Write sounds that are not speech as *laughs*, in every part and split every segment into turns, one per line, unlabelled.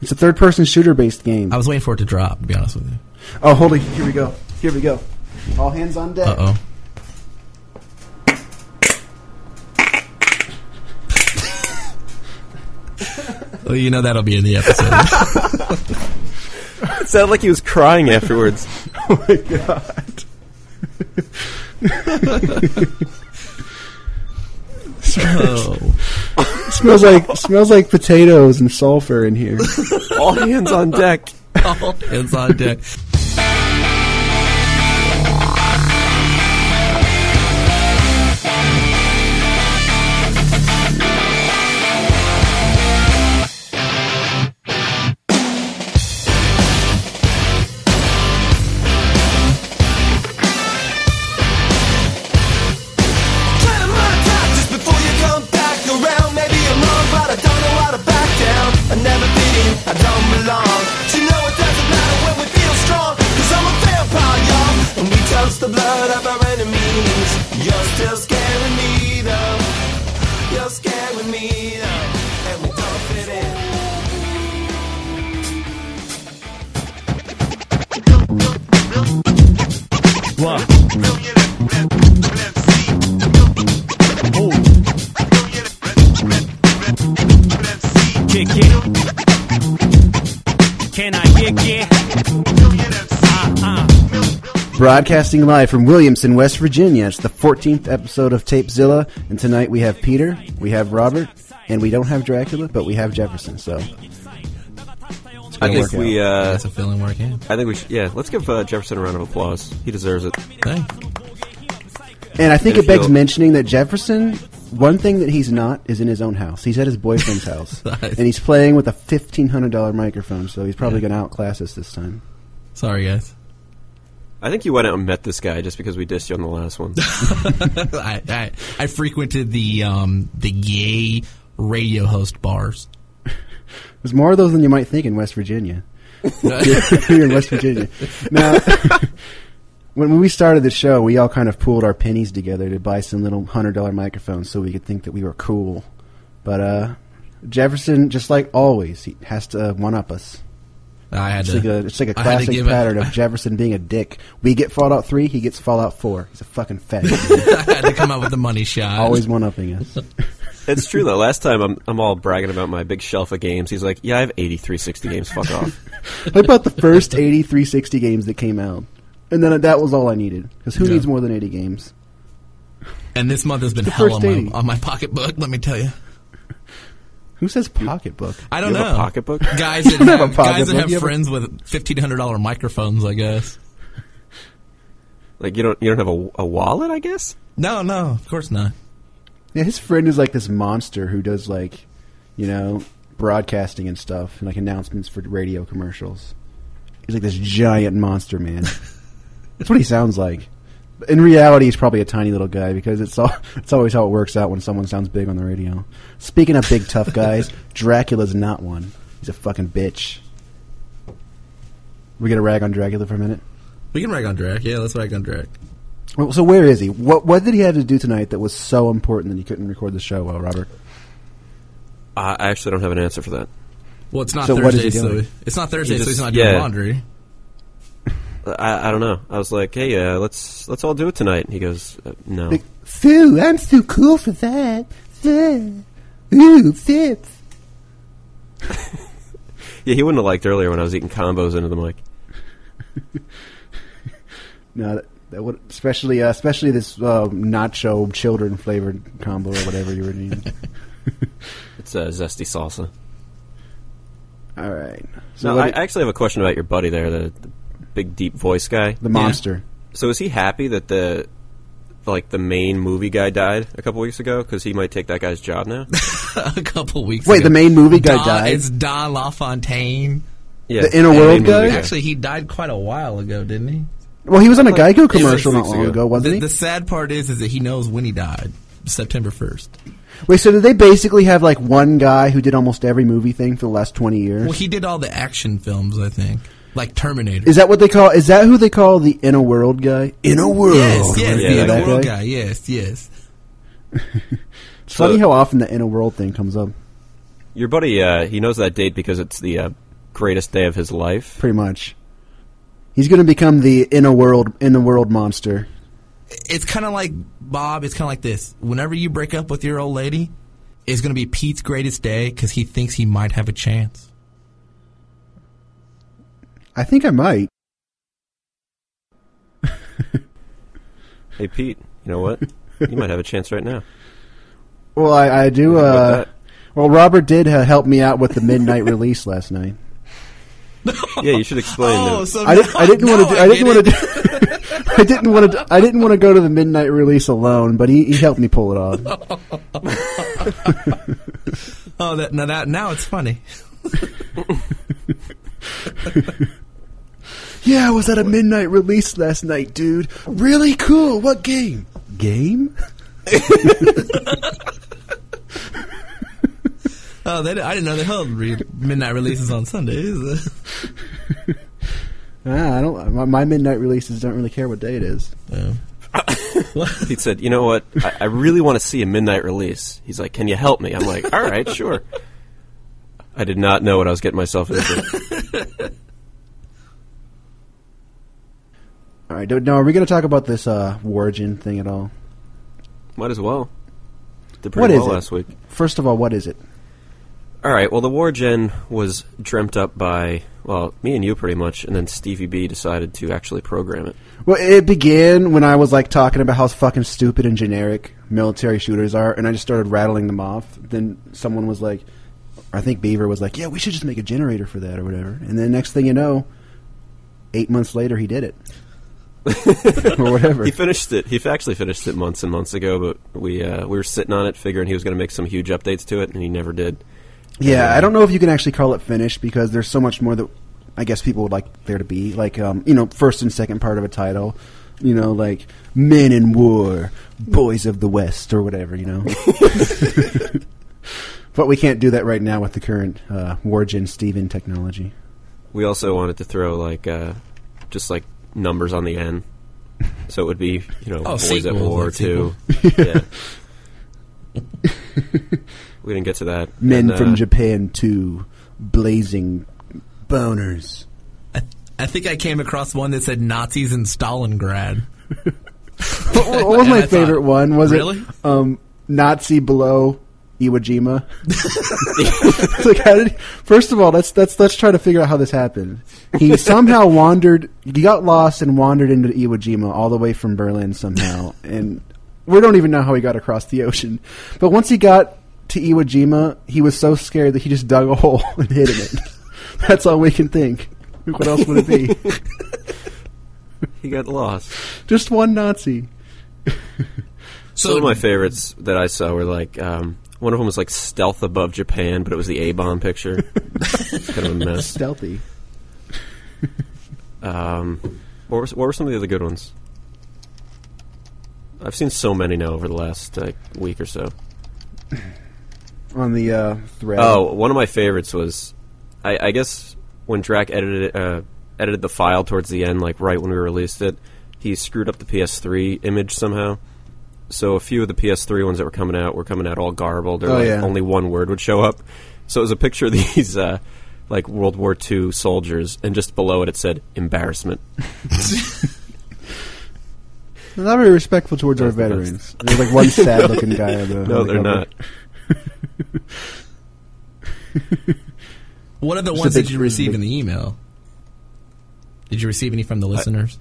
It's a third person shooter based game.
I
Oh.
was waiting for it to drop. To be honest with you.
Oh, hold it. Here we go. Here we go. All hands on deck.
Uh oh. *laughs* well, you know that'll be in
*laughs*
the episode. *laughs*
It sounded like he was crying afterwards.
Oh my god.
oh.
smells like smells like potatoes and sulfur in
*laughs*
here.
*laughs* All hands on deck.
All hands on deck.
Try to mind tap just before you come back around. Maybe I'm wrong, but I don't know how to back down. I never fit in, I don't belong. But you know it doesn't matter when we feel strong. Cause I'm a vampire, y'all. And we toast the blood of our enemies. You're still scaring me, though. You're scaring me, though. And we don't fit in.
kick it? Can I kick it?
Broadcasting live from Williamson, West Virginia. It's the 14th episode of Tapezilla, and tonight we have Peter, we have Robert, and we don't have Dracula, but we have Jefferson. So
I think we. Uh,
That's a feeling eh? working.
I think we should. Yeah, let's give uh, Jefferson a round of applause. He deserves it.
Thanks.
And I think
uh, If
it begs
you'll-
mentioning that Jefferson, one thing that he's not is in his own house. He's at his
*laughs*
boyfriend's house.
Nice.
And he's playing with a $1,500 microphone, so he's probably going to outclass us this time.
Sorry, guys. *laughs*
I think you went out and met this guy just because we dissed you on the last *laughs* one.
I, I I frequented the um the gay radio host bars.
There's more of those than you might think in West
*laughs*
Virginia. Here in West Virginia. Now, *laughs* when we started the show, we all kind of pooled our pennies together to buy some little $100 microphones so we could think that we were cool. But uh, Jefferson, just like always, he has to one up us.
I had
It's
to.
like a it's like a
I had to
classic
give it-
pattern of Jefferson being a dick. We get Fallout Three, he gets Fallout Four. He's a fucking fag.
*laughs* *laughs* I had to come out with the money shot.
Always one upping us.
it's true though. Last time I'm I'm all bragging about my big shelf of games. He's like, yeah, I have 8360 games. Fuck off. *laughs*
I bought the first 80 360 games that came out, and then that was all I needed. Because who
Yeah.
needs more than 80 games?
And this month has been hell
first
on my,
dating.
on my pocketbook. Let me tell you.
Who says pocketbook?
I don't
You have
know.
a pocketbook?
*laughs* Guys that
don't have
have,
a
guys that
pocketbook.
have
You have a-
friends with fifteen hundred dollar microphones. I guess.
Like you don't you don't have a, a wallet? I guess.
No, no, of course not.
Yeah, his friend is like this monster who does like, you know, broadcasting and stuff, and like announcements for radio commercials. He's like this giant monster man. That's what he sounds like. But In reality, he's probably a tiny little guy because it's all, *laughs* it's always how it works out when someone sounds big on the radio. Speaking of big tough guys, Dracula's not one. He's a fucking bitch. We gonna rag on Dracula for a minute.
We can rag on Drake. Yeah, let's rag on Drake.
Well, So where is he? What what did he have to do tonight that was so important that he couldn't record the show? Well, Robert.
I, I actually don't have an answer for that.
Well, it's not
So what is he
Thursday, so
doing?
it's not Thursday,
He
so he's
just-
not doing
yeah.
laundry. *laughs*
I, I don't know. I was like, hey, uh, let's let's all do it tonight. And he goes, uh, no.
Like, Phil, I'm too cool for that. Phil. Ooh, fifth.
Yeah, he wouldn't have liked earlier when I was eating combos into the mic.
No, that, that would, especially uh, especially this uh, nacho children flavored combo or whatever you were
*laughs*
eating.
It's uh, zesty salsa.
All right. So
No,
what
I,
did-
I actually have a question about your buddy there, the, the big deep voice guy.
the monster.
So is he happy that the like the main movie guy died a couple weeks ago? Because he might take that guy's
*laughs*
job now.
a couple weeks.
Wait,
ago.
the main movie guy
Don-
died?
It's Don LaFontaine.
Yeah,
The inner world
main movie
guy? Yeah.
Actually, he died quite a while ago, didn't he?
Well, he was on a
like
Geico
six
commercial not
weeks
long
ago.
ago, wasn't
The,
he?
the sad part is, is that he knows when he died, September first.
Wait, so did they basically have like one guy who did almost every movie thing for the last twenty years?
Well, he did all the action films, I think, like Terminator.
is that what they call? Is that who they call the inner world guy? Inner world.
yes, yes,
Yeah,
the
that
Immortal
guy.
guy. Yes, yes.
It's funny how often the inner world thing comes up.
Your buddy, uh, he knows that date because it's the uh, greatest day of his life.
pretty much. He's going to become the in a world in the world monster.
it's kind of like Bob. It's kind of like this. Whenever you break up with your old lady, it's going to be Pete's greatest day because he thinks he might have a chance.
I think I might.
Hey, Pete, you
*laughs*
know what? you might have a chance right now.
Well, I, I do.
How about
Uh,
that?
well, Robert did uh, help me out with the midnight *laughs* release last night.
Yeah, you should explain. that.
Oh, so
I didn't. I didn't
now
want to. Do, I didn't
get
want to. Do, *laughs* I didn't want to. I didn't want to go to the midnight release alone, but he, he helped me pull it off.
it. Oh, that now that now it's funny.
yeah, I was at a midnight release last night, dude. Really cool. What game? Game?
Oh, they, I didn't know they held re- midnight releases on
*laughs*
Sundays.
Ah, I don't. My, my midnight releases don't really care what day it is.
Yeah.
Pete said, "You know what? I, I really want to see a midnight release." He's like, "Can you help me?" I'm like, "All right, sure." I did not know what I was getting
*laughs*
myself into.
All right. do- Now, are we going to talk about this uh, Wargen thing at all?
Might as well. Did
What
pretty
is
well
it?
last week.
First of all, what is it?
All right. Well, the war gen was dreamt up by well me and you pretty much, and then Stevie B decided to actually program it.
Well, it began when I was like talking about how fucking stupid and generic military shooters are, and I just started rattling them off. Then someone was like, I think Beaver was like, "Yeah, we should just make a generator for that or whatever." And then next thing you know, eight months later, he did
*laughs*
it or whatever.
He finished it. He actually finished it months and months ago, but we uh, we were sitting on it, figuring he was going to make some huge updates to it, and he never did.
Yeah, I don't know if you can actually call it finished because there's so much more that I guess people would like there to be, like um, you know, first and second part of a title, you know, like Men in War, Boys of the West, or whatever, you know.
*laughs*
but we can't do that right now with the current uh, Wargen Steven technology.
We also wanted to throw like uh, just like numbers on the end, so it would be you know
*laughs* Oh,
Boys
sequel,
at War
like
two.
sequel. *laughs*
yeah. we didn't get to that.
Men
And,
from
uh,
Japan to blazing boners.
I, I think I came across one that said Nazis in Stalingrad.
What, what was
And I
my
thought,
favorite one? Was
really?
it um, Nazi below Iwo Jima? *laughs* It's like, how did? First of all, let's let's let's try to figure out how this happened. He somehow wandered. He got lost and wandered into Iwo Jima all the way from Berlin somehow, and we don't even know how he got across the ocean. But once he got to Iwo Jima, he was so scared that he just dug a hole *laughs* and hid in it. That's all we can think. What else would it be?
He got lost.
just one Nazi.
Some of my favorites that I saw were like um, one of them was like stealth above Japan, but it was the A bomb picture. it's kind of a mess.
Stealthy.
Um, what, were, what were some of the other good ones? I've seen so many now over the last uh, week or so.
On the uh, thread.
Oh, one of my favorites was, I, I guess when Drac edited it, uh, edited the file towards the end, like right when we released it, he screwed up the PS3 image somehow. So a few of the PS3 ones that were coming out were coming out all garbled, or
Oh,
like
yeah.
only one word would show up. So it was a picture of *laughs* these uh, like World War II soldiers, and just below it it said embarrassment.
They're not very respectful towards our
That's the
veterans. There's like one sad looking guy. On the,
*laughs* No,
on the
they're
cover.
not.
What are the ones
big-
that you receive in the email? Did you receive any from the listeners?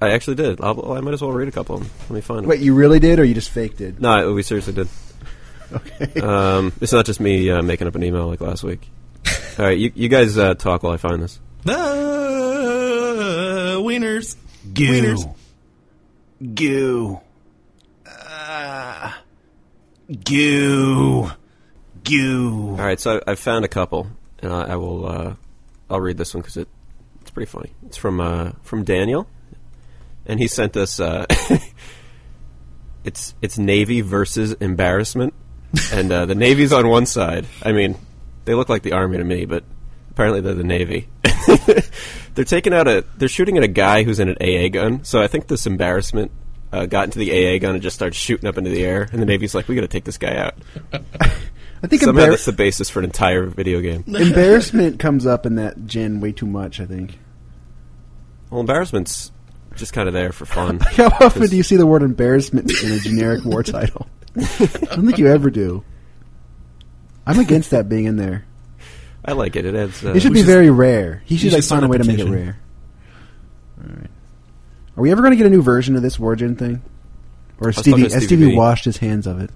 I actually did. I'll, I might as well read a couple of them. Let me find them.
Wait, you really did, or you just faked it?
No, we seriously did. Okay. Um, it's not just me uh, making up an email like last week. All right, you, you guys uh, talk while I find this.
The wieners. Wieners.
Goo. Uh, goo. Goo.
All right, so I, I found a couple, and I, I will uh, I'll read this one because it it's pretty funny. It's from uh, from Daniel, and he sent us. Uh, *laughs* it's it's Navy versus embarrassment, and uh, the Navy's on one side. I mean, they look like the Army to me, but apparently they're the Navy. *laughs* they're taking out a they're shooting at a guy who's in an AA gun. So I think this embarrassment. Uh, got into the AA gun and just started shooting up into the air, and the Navy's like, "We got to take this guy out."
I think
Somehow
embar-
that's
*laughs*
the basis for an entire video game.
embarrassment comes up in that gen way too much. I think. *laughs*
Well, embarrassment's just kind of there
*laughs*
for fun.
How often do you see the word embarrassment in a generic
*laughs*
war title? I don't think you ever do. I'm against that being in there.
I like it. It adds. Uh,
It should
we
be
should-
very rare. He should
should
like
start
find a way to make it
petition.
rare. All right. Are we ever going to get a new version of this war gen thing? Or has
was talking
Stevie,
to
has
Stevie
Stevie
B.
washed his hands of it?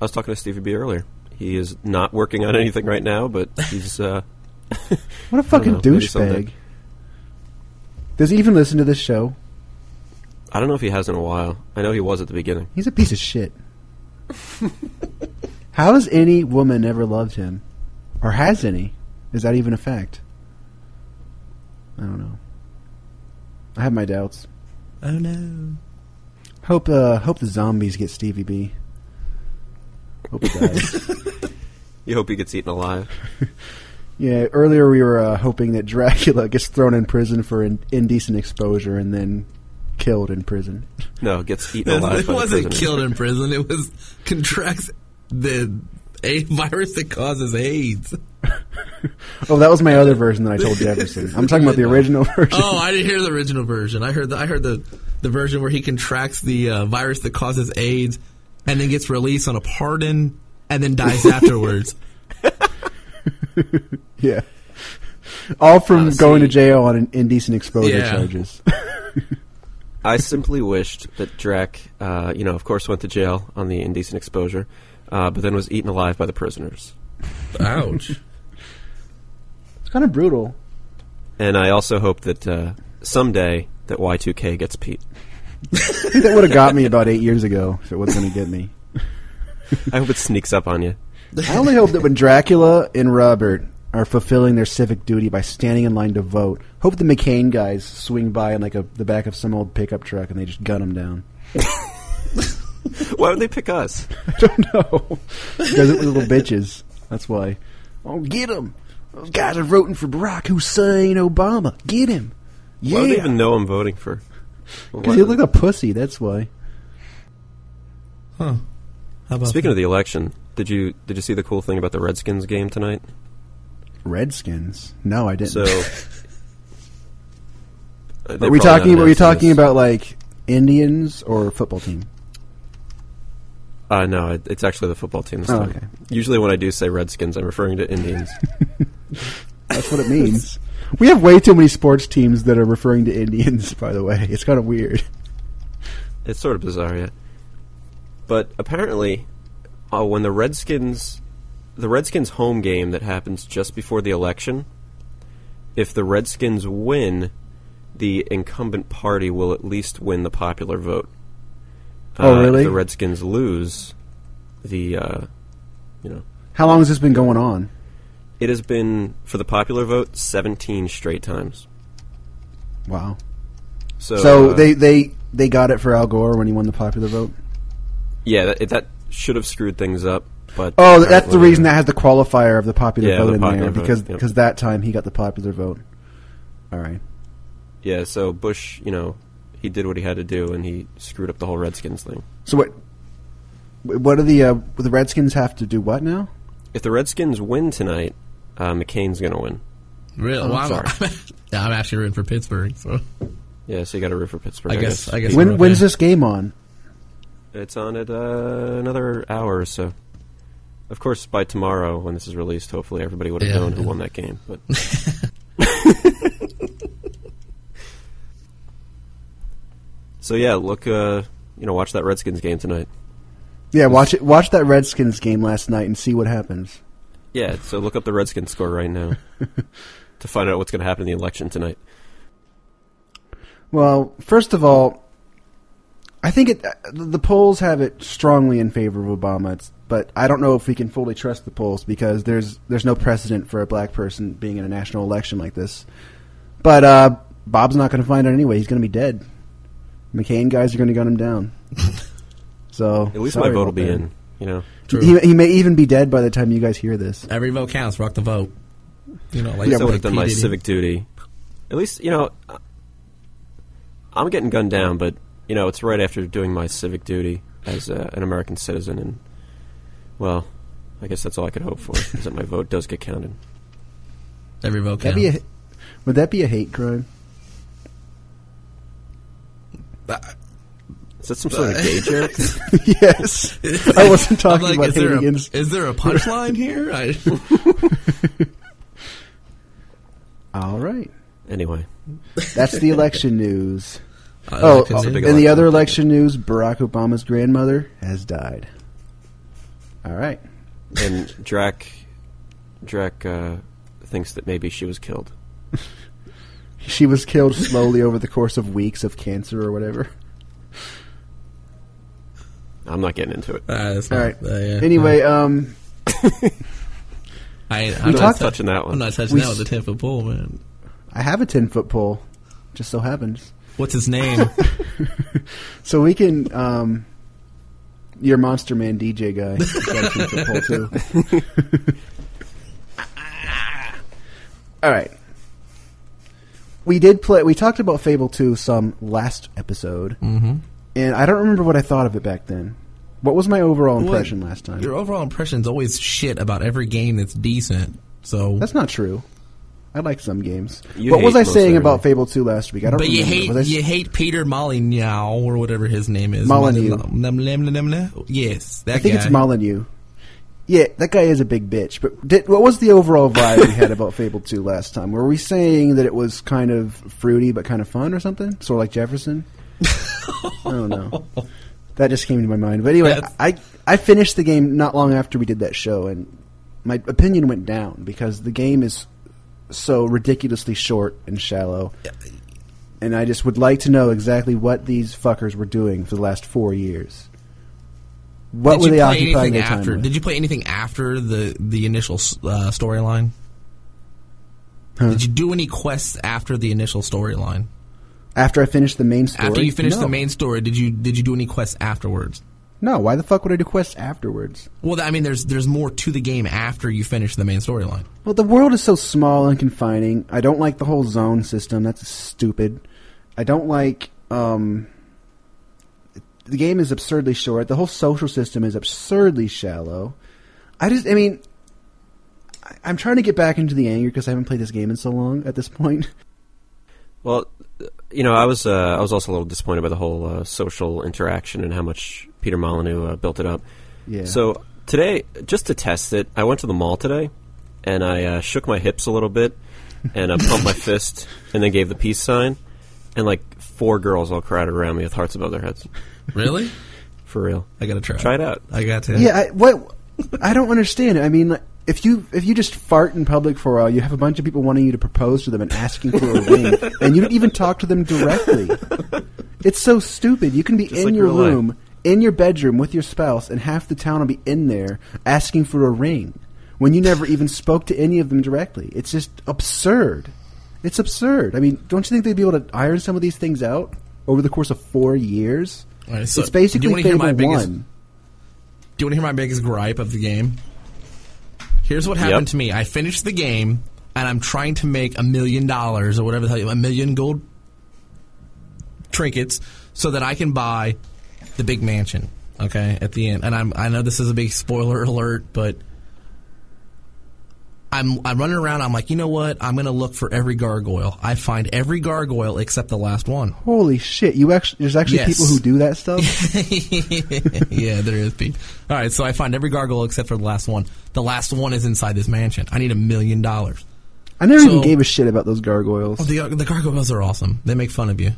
I was talking to Stevie B earlier. He is not working on anything right now, but he's. Uh,
What a fucking
know, maybe someday.
douchebag! Does he even listen to this show?
I don't know if he has in a while. I know he was at the beginning.
He's a piece of shit. How has any woman ever loved him, or has any? Is that even a fact? I don't know. I have my doubts.
Oh no.
Hope uh, hope the zombies get Stevie B. Hope he dies.
You hope he gets eaten alive.
yeah, earlier we were uh, hoping that Dracula gets thrown in prison for in- indecent exposure and then killed in prison.
No,
*laughs*
gets eaten alive.
It
by the
wasn't
prisoner.
killed in prison. It was *laughs* contracts the a virus that causes AIDS.
Oh, that was my other version that I
*laughs*
told Jefferson. I'm talking about the original version.
Oh, I didn't hear the original version. I heard the I heard the the version where he contracts the uh, virus that causes AIDS and then gets released on a pardon and then *laughs* dies afterwards.
*laughs* Yeah. All from
Uh,
going to
see.
jail on an indecent exposure
Yeah. *laughs*
charges.
I simply wished that Drac, uh, you know, of course, went to jail on the indecent exposure, uh, but then was eaten alive by the prisoners.
Ouch.
it's kind of brutal.
And I also hope that uh, someday that Y2K gets Pete.
I think that would have got me about eight years ago if it was going to get me.
I hope it sneaks up on you.
I only hope that when Dracula and Robert are fulfilling their civic duty by standing in line to vote, hope the McCain guys swing by in like a, the back of some old pickup truck and they just gun them down.
Why would they pick us?
I *laughs* don't know. because it was little bitches. That's why. Oh, get them. Those guys are voting for Barack Hussein Obama. Get him.
Why would they
Yeah.
even know I'm voting for?
Because he looked like a pussy, that's why.
Huh. How about
Speaking
that?
of the election, did you did you see the cool thing about the Redskins game tonight?
Redskins. No, I didn't. *laughs*
So, Uh, they're
are we
probably
talking?
not
Are we
announcing
talking
this.
about like Indians or football team?
Uh, no, it- it's actually the football team this
Oh,
time.
okay.
Usually, when I do say Redskins, I'm referring
*laughs*
to Indians.
That's *laughs* what it means. we have way too many sports teams that are referring to Indians. *laughs* By the way, it's kind of weird.
It's sort of bizarre, yeah. But apparently, uh, when the Redskins, the Redskins home game that happens just before the election, if the Redskins win, the incumbent party will at least win the popular vote.
Oh,
Uh,
really?
If the Redskins lose, the uh, you know
How long has this been going on?
it has been for the popular vote 17 straight times.
Wow.
So,
so
uh,
they they they got it for Al Gore when he won the popular vote.
yeah that, that should have screwed things up. But
Oh, that's the
apparently- uh,
reason that has the qualifier of the popular
Yeah,
vote
the
in
popular
there
vote,
because
yep.
because that time he got the popular vote. All right.
Yeah, so Bush, you know, he did what he had to do, and he screwed up the whole Redskins thing.
So what? What do the uh, the Redskins have to do? What now?
If the Redskins win tonight, uh, McCain's going to win.
Really?
Oh, I'm
Well, I'm,
sorry.
*laughs* Yeah, I'm actually rooting for Pittsburgh. So
Yeah, so you got to root for Pittsburgh.
I
I
guess-
guess.
I guess-
When
okay.
when's this game on?
it's on at uh, another hour or so. Of course, by tomorrow, when this is released, hopefully everybody would have
Yeah.
known who won that game.
*laughs*
But so yeah, look, uh, you know, watch that Redskins game tonight.
Yeah, watch it. Watch that Redskins game last night and see what happens.
Yeah, so look up the Redskins score
*laughs*
right now to find out what's going to happen in the election tonight.
Well, first of all, I think it, the polls have it strongly in favor of Obama, it's, but I don't know if we can fully trust the polls because there's there's no precedent for a black person being in a national election like this. But uh, Bob's not going to find out anyway. He's going to be dead. McCain guys are going to gun him
*laughs*
down. so
At least
sorry
my vote
about
will be
that.
in. You know,
True.
He, he may even be dead by the time you guys hear this.
every vote counts. Rock the vote. You know, like
I would
like
have done my
P. Diddy.
civic duty. At least, you know, I- I'm getting gunned down, but you know, it's right after doing my civic duty as uh, an American citizen, and well, I guess that's all I could hope for is that my vote does get counted.
Every vote
That'd
count.
be a, would that be a hate
*laughs*
crime? *laughs*
Is that some sort of
*laughs*
gay joke? *laughs*
yes. I wasn't
Uh, I'm
talking
like,
about
is there,
hating
a,
ins-
is there a punchline here? I, *laughs*
All right.
Anyway,
That's the election news.
I
*laughs* Oh,
like it.
and
election.
the other election news Barack Obama's grandmother has died. All right.
and Drac, Drac uh, thinks that maybe she was killed.
She was killed slowly over the course of weeks of cancer or whatever.
I'm not getting into it.
Uh, that's
All
not-
right.
uh, yeah.
Anyway, um,
I, I'm not
talked-
touching that one.
I'm not touching
We
that with
s-
a ten foot pole, man.
I have a 10 foot pole. Just so happens.
What's his *laughs* name?
So we can. Um, your Monster Man DJ guy. He's got a 10-foot pole, too. All right. We did play. We talked about Fable 2 some last episode. Mm-hmm. And I don't remember what I thought of it back then. What was my overall impression last time?
Your overall impression's always shit about every game that's decent. So,
That's not true. I like some games.
You
what was
hate
I saying
most
about Fable 2 last week? I don't
but you
remember.
hate
Was I s-
you hate Peter Molyneux or whatever his name is.
Molyneux.
Molyneux. Yes, that
I think
guy.
it's Molyneux. Yeah, that guy is a big bitch. But did, what was the overall vibe we had about Fable 2 last time? Were we saying that it was kind of fruity but kind of fun or something? Sort of like Jefferson? I don't know. That just came to my mind. But anyway,
That's-
I, I finished the game not long after we did that show, and my opinion went down because the game is so ridiculously short and shallow. And I just would like to know exactly what these fuckers were doing for the last four years. What
Did
were
you
they
play
occupying
anything
their time
after?
with?
Did you play anything after the the initial s- uh, storyline? Did you do any quests after the initial storyline?
after I finished the main story?
After you finished
no.
the main story, did you did you do any quests afterwards?
No, why the fuck would I do quests afterwards?
Well, I mean, there's there's more to the game after you finish the main storyline.
Well, the world is so small and confining. I don't like the whole zone system. That's stupid. I don't like um the game is absurdly short. The whole social system is absurdly shallow. I just I mean I- I'm trying to get back into the anger because I haven't played this game in so long at this point. *laughs*
Well, you know, I was uh, I was also a little disappointed by the whole uh, social interaction and how much Peter Molyneux uh, built it up.
Yeah.
So today, just to test it, I went to the mall today and I uh, shook my hips a little bit and I pumped my fist and then gave the peace sign and like four girls all crowded around me with hearts above their heads.
Really?
For real.
I gotta try.
Try it out.
I got to.
Yeah, I, what I don't understand. I mean, like, if you if you just fart in public for a while, you have a bunch of people wanting you to propose to them and asking for
*laughs*
a ring, and you don't even talk to them directly. It's so stupid. You can be in
like
your
real life.
room, in your bedroom with your spouse, and half the town will be in there asking for a ring when you never even spoke to any of them directly. It's just absurd. It's absurd. I mean, don't you think they'd be able to iron some of these things out over the course of four years?
All right, so
it's
you
basically
wanna hear
Fable
my biggest-
One.
Do you want to hear my biggest gripe of the game? Here's what happened
Yep.
to me. I finished the game, and I'm trying to make a million dollars or whatever the hell, a million gold trinkets, so that I can buy the big mansion. Okay, at the end, and I'm I know this is a big spoiler alert, but I'm I'm running around. I'm like, you know what? I'm gonna look for every gargoyle. I find every gargoyle except the last one.
Holy shit! You actually there's actually
Yes.
people who do that
*laughs*
stuff.
yeah, there is Pete. All right, so I find every gargoyle except for the last one. The last one is inside this mansion. I need a million dollars.
I never
So-
even gave a shit about those gargoyles.
Oh, the, the gargoyles are awesome. They make fun of you.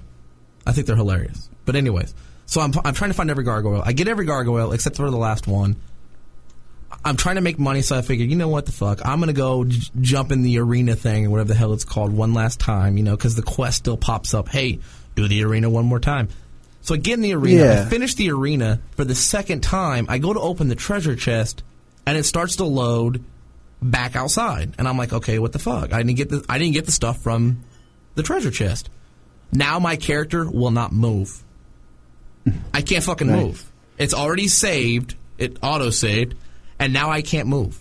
I think they're hilarious. But anyways, so I'm I'm trying to find every gargoyle. I get every gargoyle except for the last one. I'm trying to make money, so I figured, you know what the fuck, I'm gonna go j- jump in the arena thing or whatever the hell it's called one last time, you know, because the quest still pops up. Hey, do the arena one more time. So I get in the arena.
Yeah.
I finish the arena for the second time. I go to open the treasure chest, and it starts to load back outside. And I'm like, okay, what the fuck? I didn't get the I didn't get the stuff from the treasure chest. Now my character will not move. I can't fucking move. It's already saved. It auto saved, and now I can't move.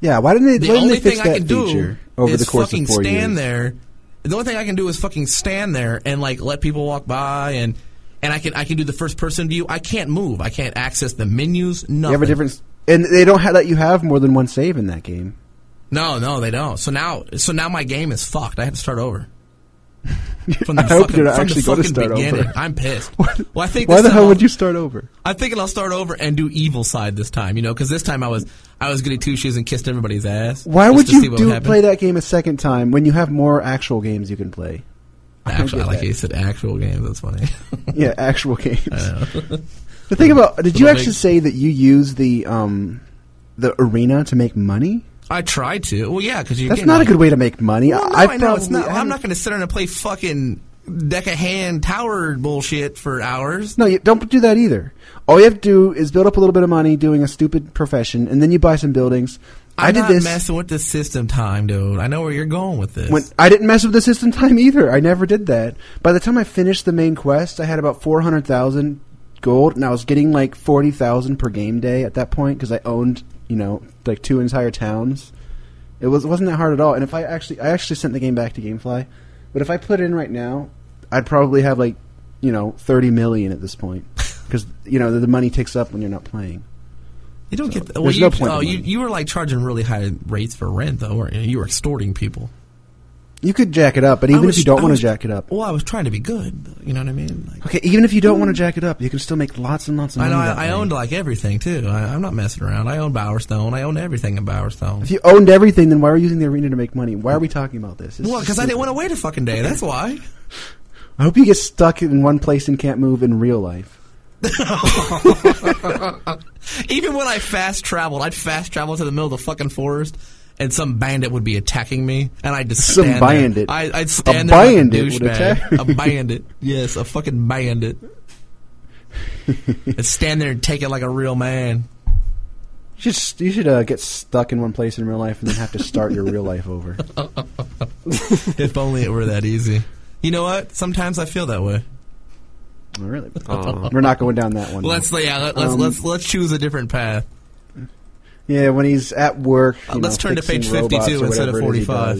yeah, why didn't they?
The
why didn't
only
they fix
thing I
that
can do
feature over
is
the course
fucking
of four
stand
years?
there. The only thing I can do is fucking stand there and like let people walk by and and I can I can do the first person view. I can't move. I can't access the menus. Nothing.
You have a different and they don't ha let you have more than one save in that game. *laughs*
No, no, they don't. So now, so now my game is fucked. I have to
*laughs*
start over. From
I hope you're not actually going to start over.
I'm pissed.
*laughs* What-
Well, I think
Why
this
the
time
hell
I'll-
would you start over?
I'm thinking I'll start over and do evil side this time. You know, because this time I was I was goody two shoes and kissed everybody's ass.
Why
just
would
to see
you
what
do
happen.
play that game a second time when you have more actual games you can play?
Actually, I
get
like
that.
you said actual games. That's funny.
*laughs* Yeah, actual *laughs* games. the thing
*laughs*
about did you
Little
actually
Uh. big-
say that you use the um the arena to make money?
I tried to. Well, yeah, because you.
That's
you
not
know,
a good way to make money.
Well, no,
I,
I,
probably
know it's not.
haven't-
I'm not going to sit there and play fucking deck of hand tower bullshit for hours.
No, you, don't do that either. All you have to do is build up a little bit of money doing a stupid profession, and then you buy some buildings. I
I'm
did
not
this
messing with the system time, dude. I know where you're going with this.
when I didn't mess with the system time either. I never did that. By the time I finished the main quest, I had about four hundred thousand gold, and I was getting like forty thousand per game day at that point because I owned you know like two entire towns. It was it wasn't that hard at all. And if I actually I actually sent the game back to GameFly, but if I put in right now, I'd probably have like you know thirty million at this
*laughs*
point because you know the, the money takes up when you're not playing.
you don't get. The, well,
there's
you,
no point
oh,
in
you,
money.
you were like charging really high rates for rent, though, weren't you? You were extorting people.
You could jack it up, but
I
even
was-
if you don't
I
want
was-
to jack it up,
Well, I was trying to be good. though, You know what I mean? Like,
okay. Even if you don't want to jack it up, you can still make lots and lots of
I
money.
know.
that
I, I
way.
owned like everything too. I, I'm not messing around. I own Bowerstone. I own everything in Bowerstone.
If you owned everything, then why are you using the arena to make money? Why are we talking about this? It's
Well,
just
because I
stupid.
didn't want to wait a fucking day. That's why.
I hope you get stuck in one place and can't move in real life.
*laughs* Even when I fast traveled, I'd fast travel to the middle of the fucking forest, and some bandit would be attacking me, and I'd just
Some
stand there.
bandit.
I, I'd stand
A
there like a
bandit would attack
douchebag.
me.
A bandit, yes, a fucking bandit. I'd stand there and take it like a real man.
You should, you should uh, get stuck in one place in real life and then have to start your real life
*laughs*
over.
If only it were that easy. You know what? Sometimes I feel that way.
Oh, really?
Aw.
We're not going down that one.
Let's yeah, let, let's
Um,
let's let's choose a different path.
yeah, when he's at work. you
Uh, let's
know,
turn to
fixing
page
robots
52
or
instead of
whatever it is he
45.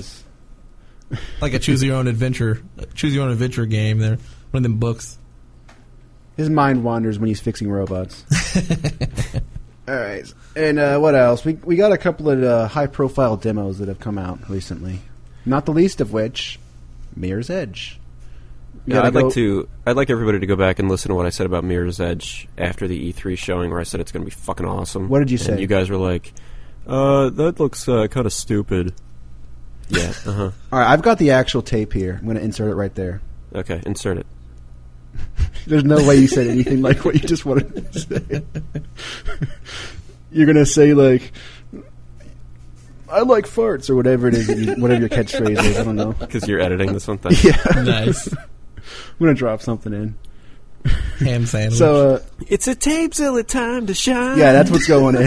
does.
Like a choose your own adventure, choose your own adventure game. There, one of them books.
His mind wanders when he's fixing robots. All right, and uh, what else? We we got a couple of uh, high profile demos that have come out recently. Not the least of which, Mirror's Edge. We
Yeah,
gotta
I'd
go-
like to. I'd like everybody to go back and listen to what I said about Mirror's Edge after the E3 showing, where I said it's going to be fucking awesome.
What did you
And
say?
You guys were like, "Uh, that looks uh, kind of stupid." Yeah. Uh huh.
All right, I've got the actual tape here. I'm going to insert it right there.
Okay. Insert it.
There's no way you said anything *laughs* like what you just wanted to say. *laughs* You're going to say like, "I like farts" or whatever it is, that you, whatever your catchphrase is. I don't know. *laughs*
Because you're editing this one thing.
Yeah,
Nice
I'm going to drop something in.
*laughs* ham sandwich.
So. Uh,
It's a tapezilla time to shine.
Yeah, that's what's going
*laughs*
in. *laughs*
*laughs* I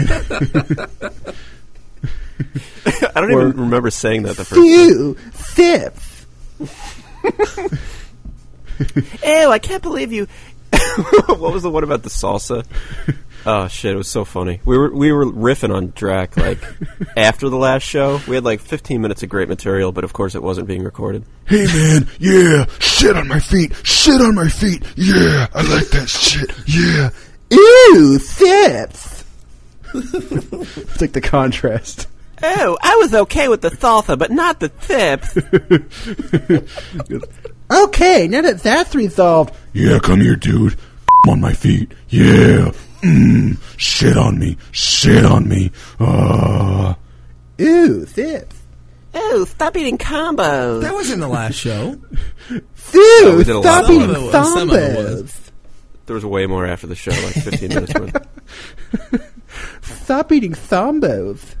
don't
or-
even remember saying that the
*laughs*
first. time.
Phew, fifth.
Ew, I can't believe you. *laughs* what was the one about
*laughs*
the salsa? Oh shit, it was so funny. We were we were riffing on
*laughs*
Drac like after the last show. We had like 15 minutes of great material, but of course it wasn't being recorded.
Hey man, yeah, shit on my feet, shit on my feet, yeah, I like that shit, yeah.
Ew, fifth. it's like the contrast.
Oh, I was okay with the salsa, but not the tips.
Okay, now that that's resolved,
Yeah, come here, dude. on my feet, yeah. Mmm, shit on me, shit on me. Uh,
ew, fifth.
Oh, stop eating combos.
that was in
*laughs*
the last show.
Ew,
we did a
stop
lot of
eating
them. Some of it was.
combos.
There was way more after the show, like 15
*laughs*
minutes worth.
Stop eating combos.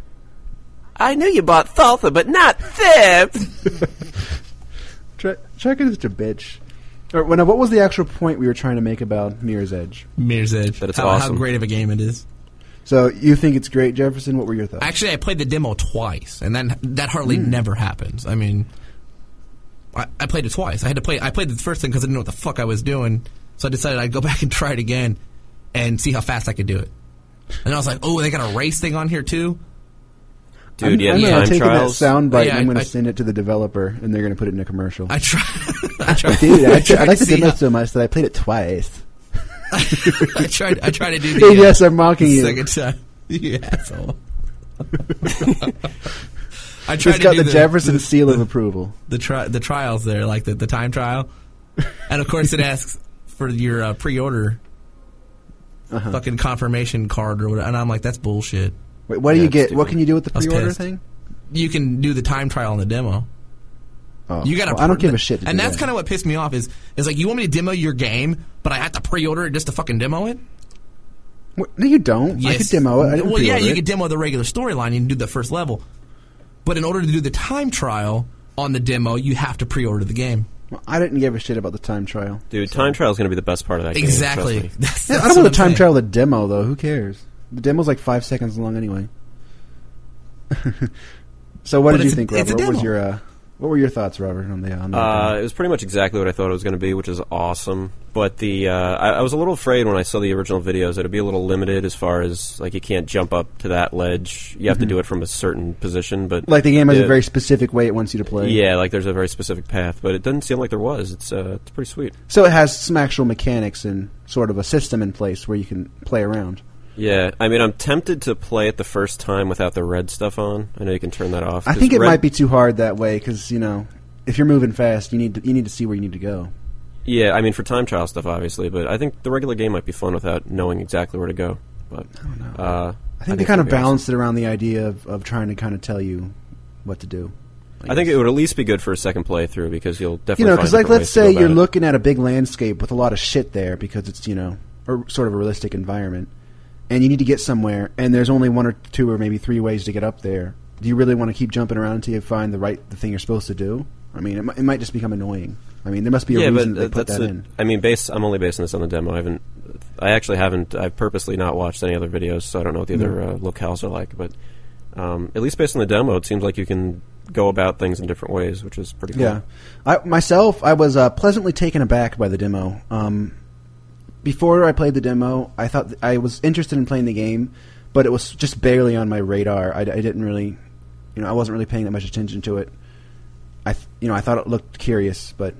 I knew you bought salsa, but not tips.
Try, try is such a bitch. Or, well, now, what was the actual point we were trying to make about Mirror's Edge?
Mirror's Edge.
That it's
how,
awesome.
how great of a game it is.
So you think it's great, Jefferson? What were your thoughts?
Actually, I played the demo twice, and then that hardly
Hmm.
never happens. I mean, I, I played it twice. I had to play. I played the first thing because I didn't know what the fuck I was doing, so I decided I'd go *laughs* back and try it again and see how fast I could do it. And I was like, oh, they got a race thing on here too.
Dude,
I'm,
yeah,
I'm gonna
time
take that
trials.
sound bite
Yeah,
and I'm
I-
going
I-
to send it to the developer, and they're going to put it in a commercial.
I tried. *laughs* I tried.
Dude, I, tr- I like the
see
demo
how-
so much that I played it twice.
*laughs* I tried. I tried to do. The,
Hey,
uh,
yes, I'm mocking
the
you.
Second time. *laughs* you asshole. I tried
It's
to
got
do
the, Jefferson seal
*laughs*
of
the,
approval.
the, tri- the trials there, like the, the time trial, and of
*laughs*
course it asks for your uh, pre-order
Uh-huh.
fucking confirmation card or whatever. And I'm like, that's bullshit.
Wait, what do
Yeah,
you get?
it's
What can you do with the
I was
pre-order
pissed.
thing?
You can do the time trial in the demo.
Oh,
You got to.
well, I don't give a shit. To
and
do
that's
that.
kind of what pissed me off is is like you want me to demo your game, but I have to pre-order it just to fucking demo it.
What- No, you don't. I could demo it. I didn't
well, yeah,
pre-order
you
it.
could demo the regular storyline. You can do the first level, but in order to do the time trial on the demo, you have to pre-order the game.
Well, I didn't give a shit about the time trial.
Dude, time trial is going to be the best part of that game. trust
exactly.
me.
*laughs* That's,
Yeah, I
that's
don't want
what
to time
I'm saying.
travel the demo though. Who cares? The demo's like five seconds long anyway. *laughs* so what
But
did you
it's a-
think,
it's
Robert?
a
What was
demo.
your uh, what were your thoughts, Robert, on the on the
Uh, it was pretty much exactly what I thought it was going to be, which is awesome. But the uh, I, I was a little afraid when I saw the original videos that it'd be a little limited as far as like you can't jump up to that ledge. You have to do it from a certain position, but
Mm-hmm. like the game has
Yeah.
a very specific way it wants you to play.
yeah, like there's a very specific path. But it doesn't seem like there was. It's uh, it's pretty sweet.
So it has some actual mechanics and sort of a system in place where you can play around.
Yeah, I mean, I'm tempted to play it the first time without the red stuff on. I know you can turn that off.
I
'cause
think it
red-
might be too hard that way because you know if you're moving fast, you need to, you need to see where you need to go.
Yeah, I mean for time trial stuff, obviously, but I think the regular game might be fun without knowing exactly where to go. But I don't know. Uh,
I think they kind of
it'd be awesome.
balanced it around the idea of, of trying to kind of tell you what to do.
I think it would at least be good for a second playthrough because you'll definitely
you know,
find
because like
different
let's
ways to go
say
about
you're
it.
looking at a big landscape with a lot of shit there because it's you know a, sort of a realistic environment, and you need to get somewhere, and there's only one or two or maybe three ways to get up there. Do you really want to keep jumping around until you find the right the thing you're supposed to do? I mean, it, mi- it might just become annoying. I mean, there must be a
yeah,
reason that
but
they
uh,
put
that's.
that
a-
in.
I mean, base. I'm only basing this on the demo. I haven't. I actually haven't. I've purposely not watched any other videos, so I don't know what the other uh, locales are like. But um, at least based on the demo, it seems like you can go about things in different ways, which is pretty cool.
Yeah, I myself, I was uh, pleasantly taken aback by the demo. Um, before I played the demo, I thought th- I was interested in playing the game, but it was just barely on my radar. I, I didn't really, you know, I wasn't really paying that much attention to it. I, th- you know, I thought it looked curious, but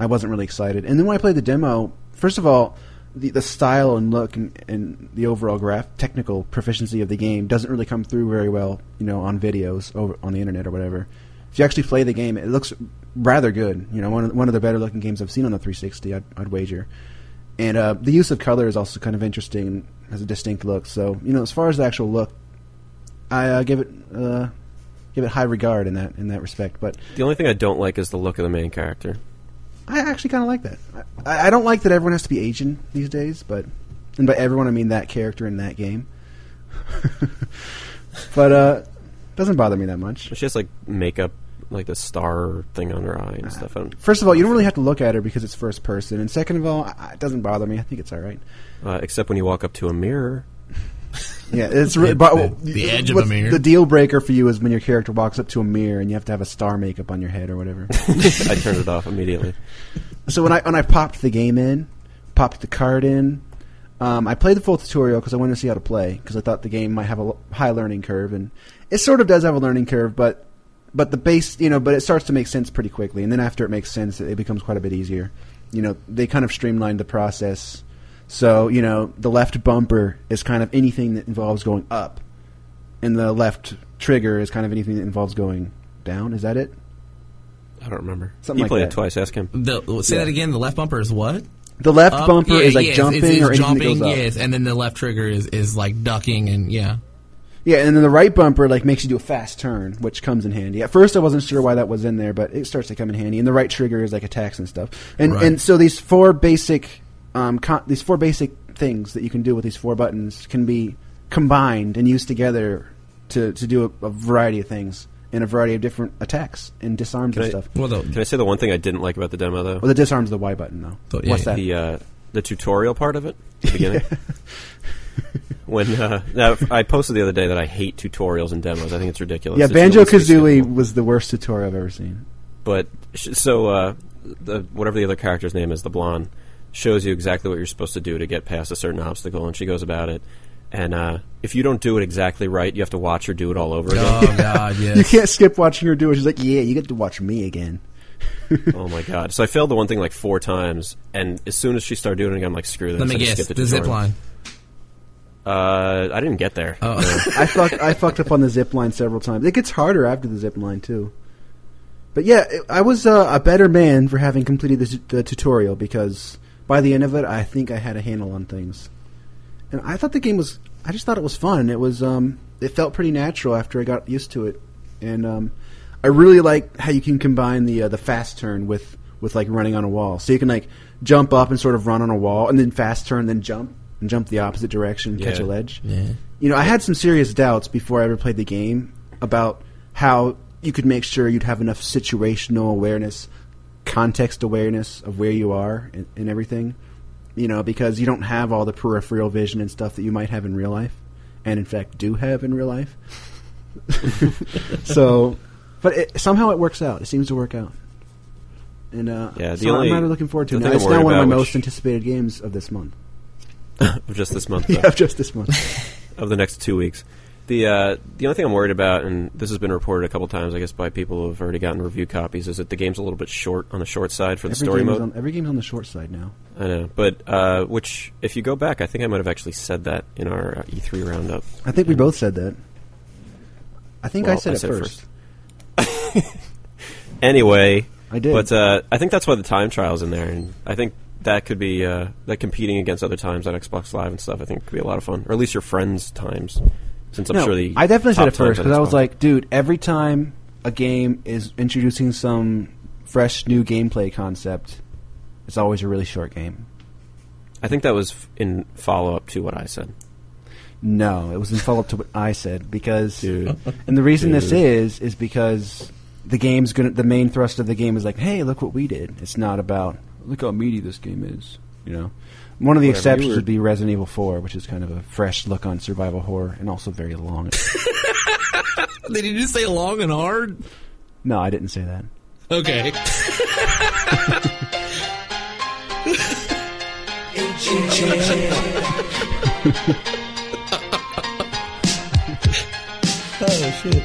I wasn't really excited. And then when I played the demo, first of all, the, the style and look and, and the overall graph technical proficiency of the game doesn't really come through very well, you know, on videos over on the internet or whatever. If you actually play the game, it looks rather good. You know, one of, one of the better looking games I've seen on the 360. I'd, I'd wager. And uh, the use of color is also kind of interesting and has a distinct look. So you know, as far as the actual look, I uh, give it uh, give it high regard in that in that respect. But
The only thing I don't like is the look of the main character.
I actually kind of like that. I, I don't like that everyone has to be Asian these days, but and by everyone I mean that character in that game. *laughs* but uh, doesn't bother me that much.
She has like makeup, like the star thing on her eye and stuff. I don't-
First of all, you don't really have to look at her because it's first person, and second of all, I- I- it doesn't bother me. I think it's all right.
Uh, except when you walk up to a mirror. *laughs*
Yeah, it's really but, well,
*laughs* the edge of
what's-
a mirror.
The deal breaker for you is when your character walks up to a mirror and you have to have a star makeup on your head or whatever.
I turned it off immediately.
so when I when I popped the game in, popped the card in, um, I played the full tutorial because I wanted to see how to play because I thought the game might have a l- high learning curve, and it sort of does have a learning curve, but but the base you know, but it starts to make sense pretty quickly, and then after it makes sense, it, it becomes quite a bit easier. You know, they kind of streamlined the process, so you know the left bumper is kind of anything that involves going up, and the left trigger is kind of anything that involves going down. Is that it?
I don't remember.
Something
you
like
played
that.
it twice. Ask him.
The, say that again. The left bumper is what?
The left
Up?
bumper
Yeah,
is like
yes,
jumping
it's- it's
or anything
jumping,
that goes up.
Yes, and then the left trigger is is like ducking and yeah.
Yeah, and then the right bumper like makes you do a fast turn, which comes in handy. At first, I wasn't sure why that was in there, but it starts to come in handy. And the right trigger is like attacks and stuff. And
Right.
and so these four basic, um, con- these four basic things that you can do with these four buttons can be combined and used together to to do a, a variety of things and a variety of different attacks and disarms
Can
and
I-
stuff.
Well, the,
Can I say the one thing I didn't like about the demo though?
Well, the disarms the Y button though.
Oh, yeah,
What's
yeah.
that?
the uh, the tutorial part of it,
*laughs*
the beginning. when uh, now, I posted the other day that I hate tutorials and demos. I think it's ridiculous.
yeah,
It's the
Banjo
least
Kazooie
reasonable.
was the worst tutorial I've ever seen.
But sh- so uh, the, whatever the other character's name is, the blonde shows you exactly what you're supposed to do to get past a certain obstacle, and she goes about it. And uh, if you don't do it exactly right, you have to watch her do it all
*laughs*
over again.
oh god, yes.
You can't skip watching her do it. She's like, yeah, you get to watch me again.
*laughs* oh my god! So I failed the one thing like four times, and as soon as she started doing it, again, I'm like, screw this.
Let me
I just
guess.
skipped
The zip
tutorial.
line.
Uh, I didn't get there.
I fucked I fucked up on the zip line several times. It gets harder after the zip line too. But yeah, it- I was uh, a better man for having completed the, the tutorial because by the end of it, I think I had a handle on things. And I thought the game was I just thought it was fun. It was um it felt pretty natural after I got used to it. And um I really like how you can combine the uh, the fast turn with with like running on a wall. So you can like jump up and sort of run on a wall and then fast turn then jump and jump the opposite direction, catch a
Yeah.
ledge
Yeah.
you know, I had some serious doubts before I ever played the game about how you could make sure you'd have enough situational awareness, context awareness of where you are and, and everything. You know, because you don't have all the peripheral vision and stuff that you might have in real life, and in fact do have in real life. *laughs* so, but it, somehow it works out. It seems to work out. And uh,
Yeah, the
so
only-
I'm rather looking forward to it.
the
Now,
thing I'm
It's now
worried
one of my
about,
most
which-
anticipated games of this
*laughs*
month.
of uh, *laughs* just this
*laughs*
month,
Yeah,
though,
of just this month.
of the next two weeks. The uh, the only thing I'm worried about, and this has been reported a couple times, I guess, by people who have already gotten review copies, is that the game's a little bit short on the short side for the
Every
story
game is
mode.
on, every game's on the short side now.
I know, but uh, which, if you go back, I think I might have actually said that in our uh, E3 roundup.
I think we both said that. I think I
Well,
said
I
it
said it
first.
*laughs* Anyway,
I did.
But uh, I think that's why the time trial's in there, and I think that could be uh, like competing against other times on Xbox Live and stuff. I think could be a lot of fun, or at least your friends' times, since I'm
no,
sure the
I definitely said
top
it first
times on
because I was
Xbox-
like, dude, every time a game is introducing some fresh new gameplay concept, it's always a really short game.
I think that was f- in follow up to what I said.
No, it was in follow up to what I said because,
Dude.
and the reason this
Dude.
is is because the game's gonna. The main thrust of the game is like, hey, look what we did. It's not about look how meaty this game is. You know, one of the
Whatever, you
exceptions
were-
would be Resident Evil Four, which is kind of a fresh look on survival horror and also very
*laughs*
long.
Did you just say long and hard?
no, I didn't say that.
Okay. oh shit.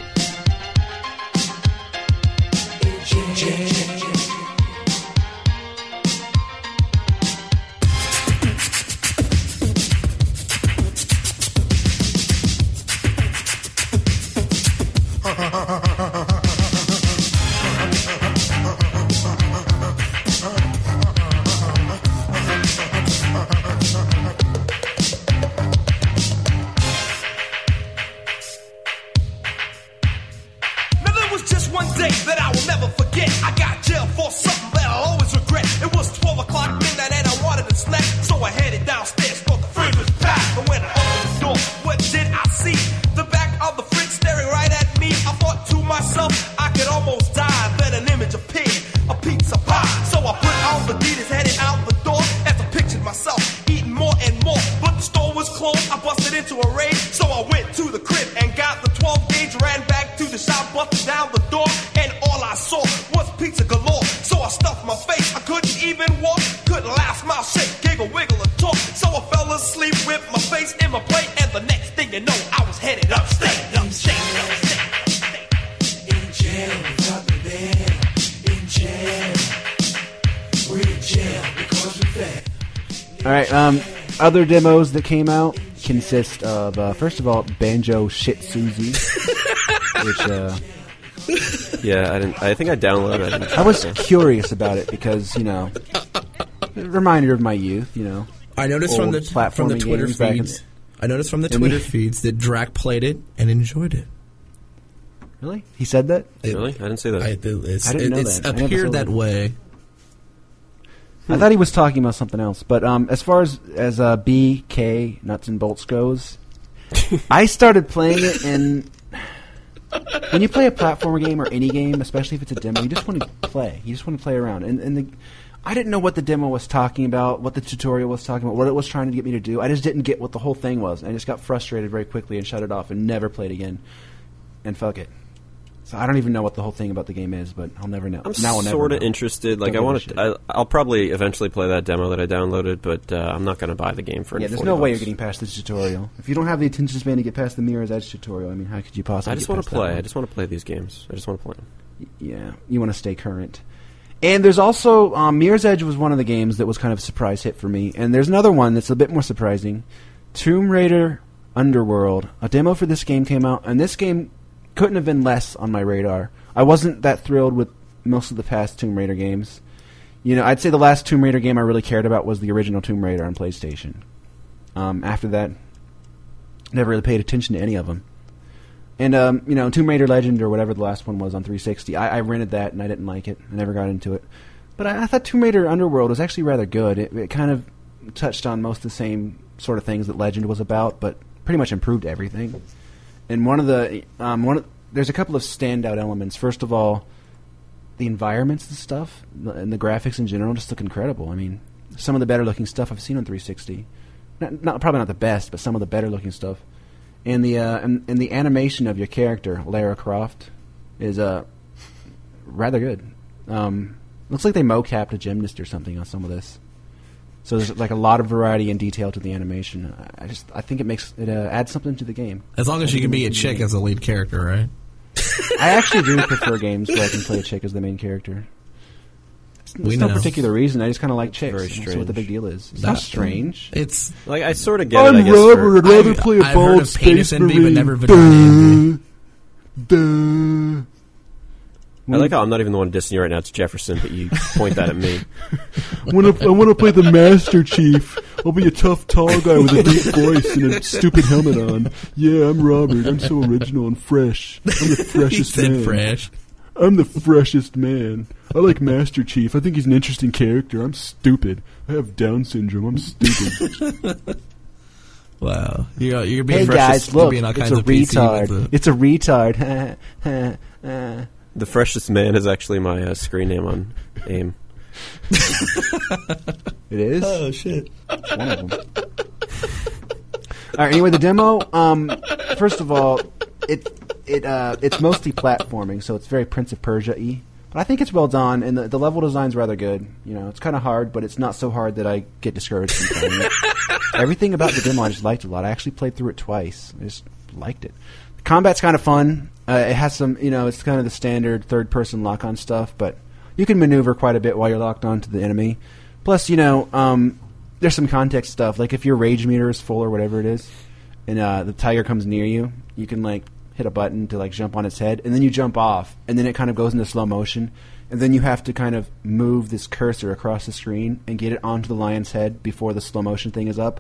Now there was just one day that I will never forget. I got jailed for something that I'll always regret. It was 12 o'clock midnight and I wanted to snack, so I headed downstairs. Thought the fridge was packed, and when I opened the door, what did I see? The back of the fridge staring right at me. I thought to myself, I could almost die. Then an image appeared, a pizza pie. So I put on the Adidas, headed out the door as I pictured myself eating more and more. But the store was closed. I busted into a rage, so I went to the crib and got the 12 gauge. Ran back to the shop, busted down the door, and all I saw was pizza galore. So I stuffed my face. I couldn't even walk, couldn't laugh, smile, shake, giggle, wiggle, and talk. So I fell asleep with my face in my plate, and the next thing you know, I was headed upstate, upstate, upstate. In jail without the bed. In jail. We're in jail because we're fed.
All right. Um, other demos that came out consist of uh, first of all Banjo Shit Susie, *laughs* which uh,
Yeah, I didn't. I think I downloaded. it. I didn't
I was curious about it because you know, reminder of my youth. You know,
I noticed from
Old
the from the
platforming
Twitter
games back in
feeds. I noticed from the
And we-
Twitter feeds that Drac played it and enjoyed it.
really, he said that.
It-
*laughs* really, I didn't say that.
I, it's,
I didn't know
it's
that. I never saw
appeared
that.
that way.
I thought he was talking about something else. But um, as far as as uh, BK Nuts and Bolts goes, I started playing it, and when you play a platformer game or any game, especially if it's a demo, you just want to play. You just want to play around. And, and the, I didn't know what the demo was talking about, what the tutorial was talking about, what it was trying to get me to do. I just didn't get what the whole thing was. And I just got frustrated very quickly and shut it off and never played again. And fuck it. So I don't even know what the whole thing about the game is, but I'll never know.
I'm
now I'll never
sort of
know.
interested.
Don't
Like, I
give a
want
shit.
to. I'll probably eventually play that demo that I downloaded, but uh, I'm not going to buy the game for.
Yeah, there's
40
no way you're
bucks.
getting past this tutorial. If you don't have the attention span to get past the Mirror's Edge tutorial, I mean, how could you possibly?
I just
want
want to play. I just want to play these games. I just want to play them.
yeah, you want to stay current. And there's also um, Mirror's Edge was one of the games that was kind of a surprise hit for me. And there's another one that's a bit more surprising, Tomb Raider Underworld. A demo for this game came out, and this game couldn't have been less on my radar. I wasn't that thrilled with most of the past Tomb Raider games. You know, I'd say the last Tomb Raider game I really cared about was the original Tomb Raider on PlayStation. Um, after that, never really paid attention to any of them. And um, you know, Tomb Raider Legend or whatever the last one was on 360, I, I rented that and I didn't like it. I never got into it. But I, I thought Tomb Raider Underworld was actually rather good. It, it kind of touched on most of the same sort of things that Legend was about, but pretty much improved everything. And one of the um, one of, there's a couple of standout elements. First of all, the environments and stuff, and the graphics in general just look incredible. I mean, some of the better looking stuff I've seen on 360. Not, not probably not the best, but some of the better looking stuff and the uh, and, and the animation of your character Lara Croft is uh, rather good. Um, looks like they mocapped a gymnast or something on some of this. So there's like a lot of variety and detail to the animation. I I just I think it makes it uh, adds something to the game.
As long as you can
Mm.
be a chick as the lead character, right?
I actually do prefer games where I can play a chick as the main character.
We
There's no
know.
particular reason. I just kind of like chicks.
very
I don't see what the big
strange.
deal is. It's not
That-
strange.
It's
Like I sort of get it. I guess for-
I'd rather play a
I've heard of penis envy, but never vagina envy.
I like how I'm not even the one dissing you right now. It's Jefferson, but you point that at me.
I want to play the Master Chief. I'll be a tough, tall guy with a deep voice and a stupid helmet on. Yeah, I'm Robert. I'm so original and fresh. I'm the
*laughs* He
freshest
said
man.
fresh.
I'm the freshest man. I like Master Chief. I think he's an interesting character. I'm stupid. I have Down syndrome. I'm stupid.
*laughs*
Wow, you're you're being fresh as- you're being all kinds of PC with the-
It's a retard. *laughs*
The freshest man is actually my uh, screen name on AIM.
it is.
oh shit!
one of them. all right. Anyway, the demo. Um, first of all, it it uh, it's mostly platforming, so it's very Prince of Persia y. But I think it's well done, and the, the level design's rather good. You know, it's kind of hard, but it's not so hard that I get discouraged from playing it. *laughs* Everything about the demo I just liked a lot. I actually played through it twice. I just liked it. The combat's kind of fun. Uh, it has some, you know, it's kind of the standard third-person lock-on stuff, but you can maneuver quite a bit while you're locked on to the enemy. Plus, you know, um, there's some context stuff. Like if your rage meter is full or whatever it is, and uh, the tiger comes near you, you can like hit a button to like jump on its head, and then you jump off, and then it kind of goes into slow motion, and then you have to kind of move this cursor across the screen and get it onto the lion's head before the slow motion thing is up.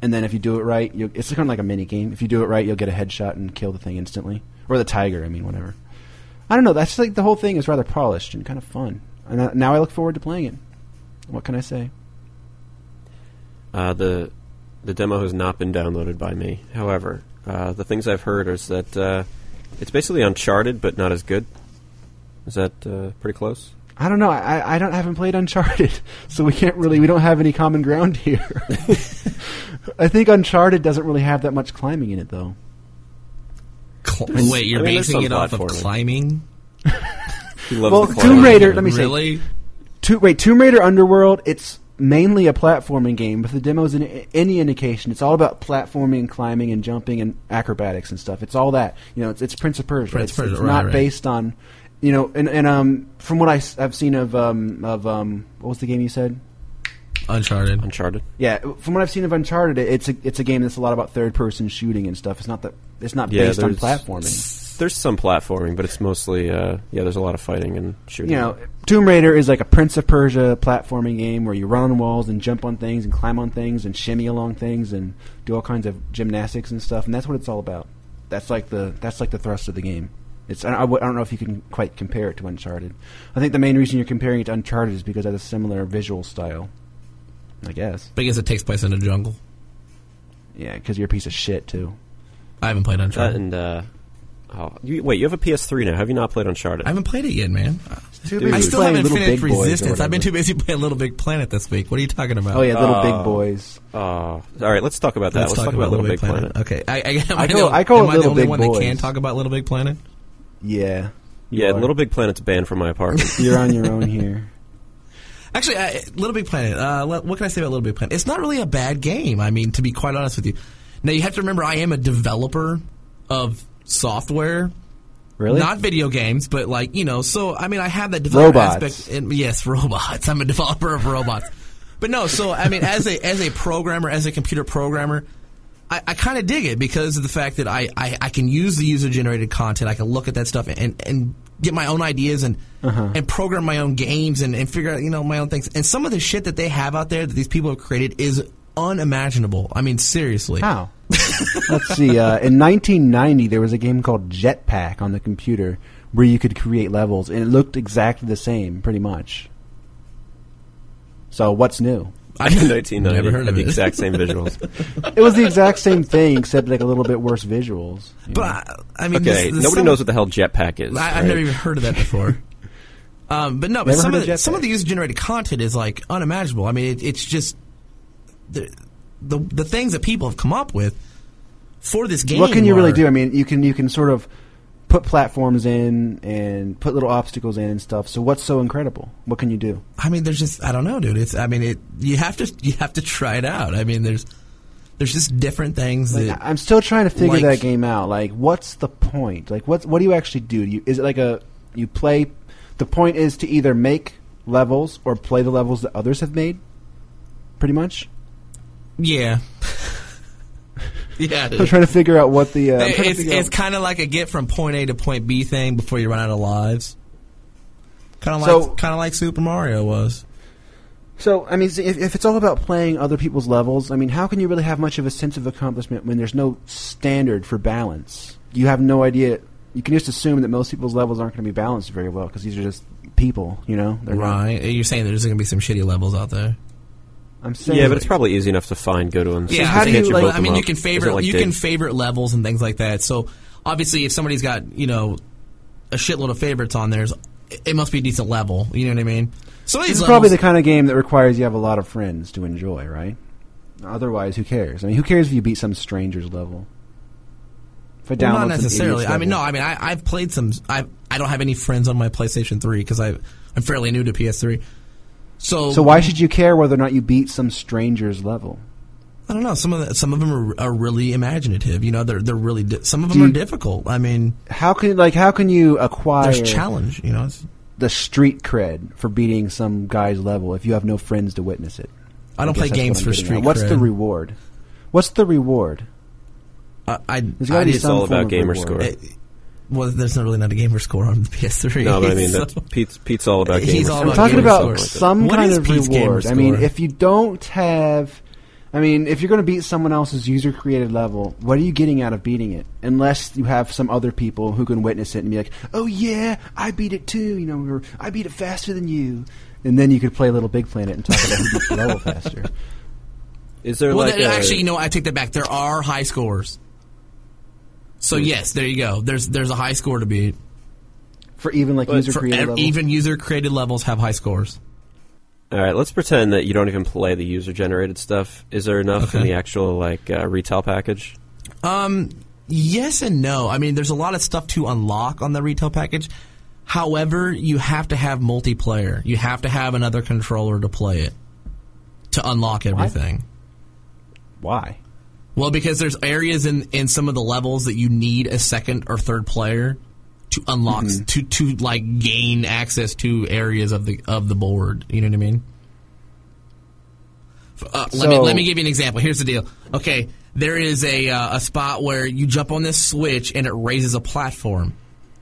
And then if you do it right, you'll, it's kind of like a mini game. If you do it right, you'll get a headshot and kill the thing instantly, or the tiger. I mean, whatever. I don't know. That's like the whole thing is rather polished and kind of fun. And uh, now I look forward to playing it. What can I say?
Uh, the the demo has not been downloaded by me. However, uh, the things I've heard is that uh, it's basically Uncharted, but not as good. Is that uh, pretty close?
I don't know. I, I- I don't I haven't played Uncharted, *laughs* so we can't really we don't have any common ground *laughs* here. I think Uncharted doesn't really have that much climbing in it, though.
Cl- wait, you're
I mean, there's
basing
some
it off of
platforming.
climbing?
He loves
Well,
the
Tomb
climb.
Raider. Let me say,
really?
To, wait, Tomb Raider Underworld. It's mainly a platforming game, but the demo's an, any indication. It's all about platforming and climbing and jumping and acrobatics and stuff. It's all that. You know, it's, it's Prince of Persia.
Prince
it's,
of Persia,
it's
right,
not
right.
based on, you know, and, and um, from what I, have seen of um, of um, what was the game you said?
Uncharted.
Uncharted.
Yeah, from what I've seen of Uncharted, it- it's a it's a game that's a lot about third person shooting and stuff. It's not that it's not
Yeah,
based on
there's-
platforming.
There's some platforming, but it's mostly uh, yeah. There's a lot of fighting and shooting.
You know, Tomb Raider is like a Prince of Persia platforming game where you run on walls and jump on things and climb on things and shimmy along things and do all kinds of gymnastics and stuff. And that's what it's all about. That's like the that's like the thrust of the game. It's I, I w- I don't know if you can quite compare it to Uncharted. I think the main reason you're comparing it to Uncharted is because it has a similar visual style. I guess.
But I guess it takes place in a jungle.
Yeah, because you're a piece of shit too.
I haven't played
that
Uncharted.
and uh, oh, you, wait, you have a PS3 now. Have you not played Uncharted?
I haven't played it yet, man.
Too
Dude.
I still
playing
haven't
Little
finished
Big Boys or
Resistance. I've been
whatever.
too busy playing Little Big Planet this week. What are you talking about?
Oh yeah, Little
Oh.
Big Boys.
Oh, all right. Let's talk about that.
Let's, talk, about, Little Big Planet. Okay, I, I, am
I
the
call-
only-
I call
am
it
the
Little
only
Big
one that
Boys.
can talk about Little Big Planet.
Yeah. You
Yeah,
are.
Little Big Planet's banned from my apartment.
You're on your own here.
Actually, I, Little Big Planet. Uh, le- what can I say about Little Big Planet? It's not really a bad game. I mean, to be quite honest with you. Now you have to remember, I am a developer of software,
Really?
not video games, but like you know. So I mean, I have that developer
Robots.
aspect. In, yes, *laughs* robots. I'm a developer of robots. But no, so I mean, as a as a programmer, as a computer programmer, I, I kind of dig it because of the fact that I, I, I can use the user generated content. I can look at that stuff and, and get my own ideas and
Uh-huh.
and program my own games and, and figure out you know my own things. And some of the shit that they have out there that these people have created is unimaginable. I mean, seriously.
How? *laughs* Let's see. Uh, in 1990, there was a game called Jetpack on the computer where you could create levels, and it looked exactly the same, pretty much. So what's new?
*laughs* I never
1990
heard
had
of
the
it.
exact same
*laughs*
visuals.
It was the exact same thing, except like a little bit worse visuals.
But I, I mean,
Okay,
this- this-
nobody
some-
knows what the hell jetpack is.
I, I've
right?
never even heard of that
*laughs*
before. um, but no, but
Never
some
heard
of,
of
the, some
Jetpack.
of the user generated content is like unimaginable. I mean, it, it's just the, the the things that people have come up with for this game.
what can you really
are-
do? I mean, you can you can sort of put platforms in and put little obstacles in and stuff. So what's so incredible? What can you do?
I mean, there's just I don't know, dude. It's I mean, it you have to you have to try it out. I mean, there's there's just different things
Like,
that
I- I'm still trying to figure
like-
that game out. Like, what's the point? Like, what's what do you actually do? You, is it like a you play? The point is to either make levels or play the levels that others have made. Pretty much.
yeah *laughs* yeah. dude.
I'm trying to figure out what the uh, I'm trying to
it's
figure
it's
out-
kind of like a get from point A to point B thing before you run out of lives. Kind of
So-
like kind of like Super Mario was.
so. I mean, if, if it's all about playing other people's levels, I mean, how can you really have much of a sense of accomplishment when there's no standard for balance? You have no idea. You can just assume that most people's levels aren't going to be balanced very well because these are just people. You know, they're not-
Right. You're saying there's going to be some shitty levels out there.
I'm saying,
Yeah, but it's probably easy enough to find good ones.
Yeah.
Just
how do
can't
you,
But,
like-
vote
I mean,
them
you
up?
can
Is it
favorite
like
you
Dig?
can favorite levels and things like that. So obviously, if somebody's got you know a shitload of favorites on theirs, it must be a decent level. You know what I mean? Some of
This
these
is
levels,
probably the kind of game that requires you have a lot of friends to enjoy, right? Otherwise, who cares? I mean, who cares if you beat some stranger's level? If I download E
Well, not
some
necessarily.
idiot's
I mean, no.
level-
I mean, I, I've played some. I I don't have any friends on my PlayStation 3 because I I'm fairly new to PS3. So
So why should you care whether or not you beat some stranger's level?
I don't know. Some of the, some of them are, are really imaginative. You know, they're they're really di- some of them
Dude.
are difficult. I mean,
How can like how can you acquire
there's challenge. You know, it's,
the street cred for beating some guy's level if you have no friends to witness it?
I don't
guess
play
that's what
games
I'm
for
getting at.
street.
What's the
cred.
reward? What's the reward?
I, I,
There's got
I
to be
just-
some
all
form
about
of
gamer
reward.
score.
it- well, there's not really not a gamer score on the *laughs* PS3.
No, but I mean,
*laughs* so-
that's, Pete's, Pete's all about
He's
games.
I'm
all about
talking
gamer
about
scores.
some
What
kind
is
of
Pete's gamer
reward. I mean,
score?
if you don't have, I mean, if you're going to beat someone else's user created level, what are you getting out of beating it? Unless you have some other people who can witness it and be like, "Oh yeah, I beat it too," you know, or "I beat it faster than you," and then you could play Little Big Planet and talk about who beat the
*laughs*
level faster.
Is there
well,
like
uh,
there-
a-
actually, you know, what, I take that back. There are high scores.
Hmm.
So yes, there you go. There's there's a high score to beat.
For even like
But
user
For
created
ev-
levels,
even user created levels have high scores.
All right, let's pretend that you don't even play the user generated stuff. Is there enough in
Okay.
the actual like uh, retail package?
Um, yes and no. I mean, there's a lot of stuff to unlock on the retail package. However, you have to have multiplayer. You have to have another controller to play it to unlock everything.
why?
Well, because there's areas in in some of the levels that you need a second or third player to unlock
Mm-hmm.
to to like gain access to areas of the of the board. You know what I mean? F- Uh, let me
So-
let me give you an example. Here's the deal. Okay, there is a uh, a spot where you jump on this switch and it raises a platform.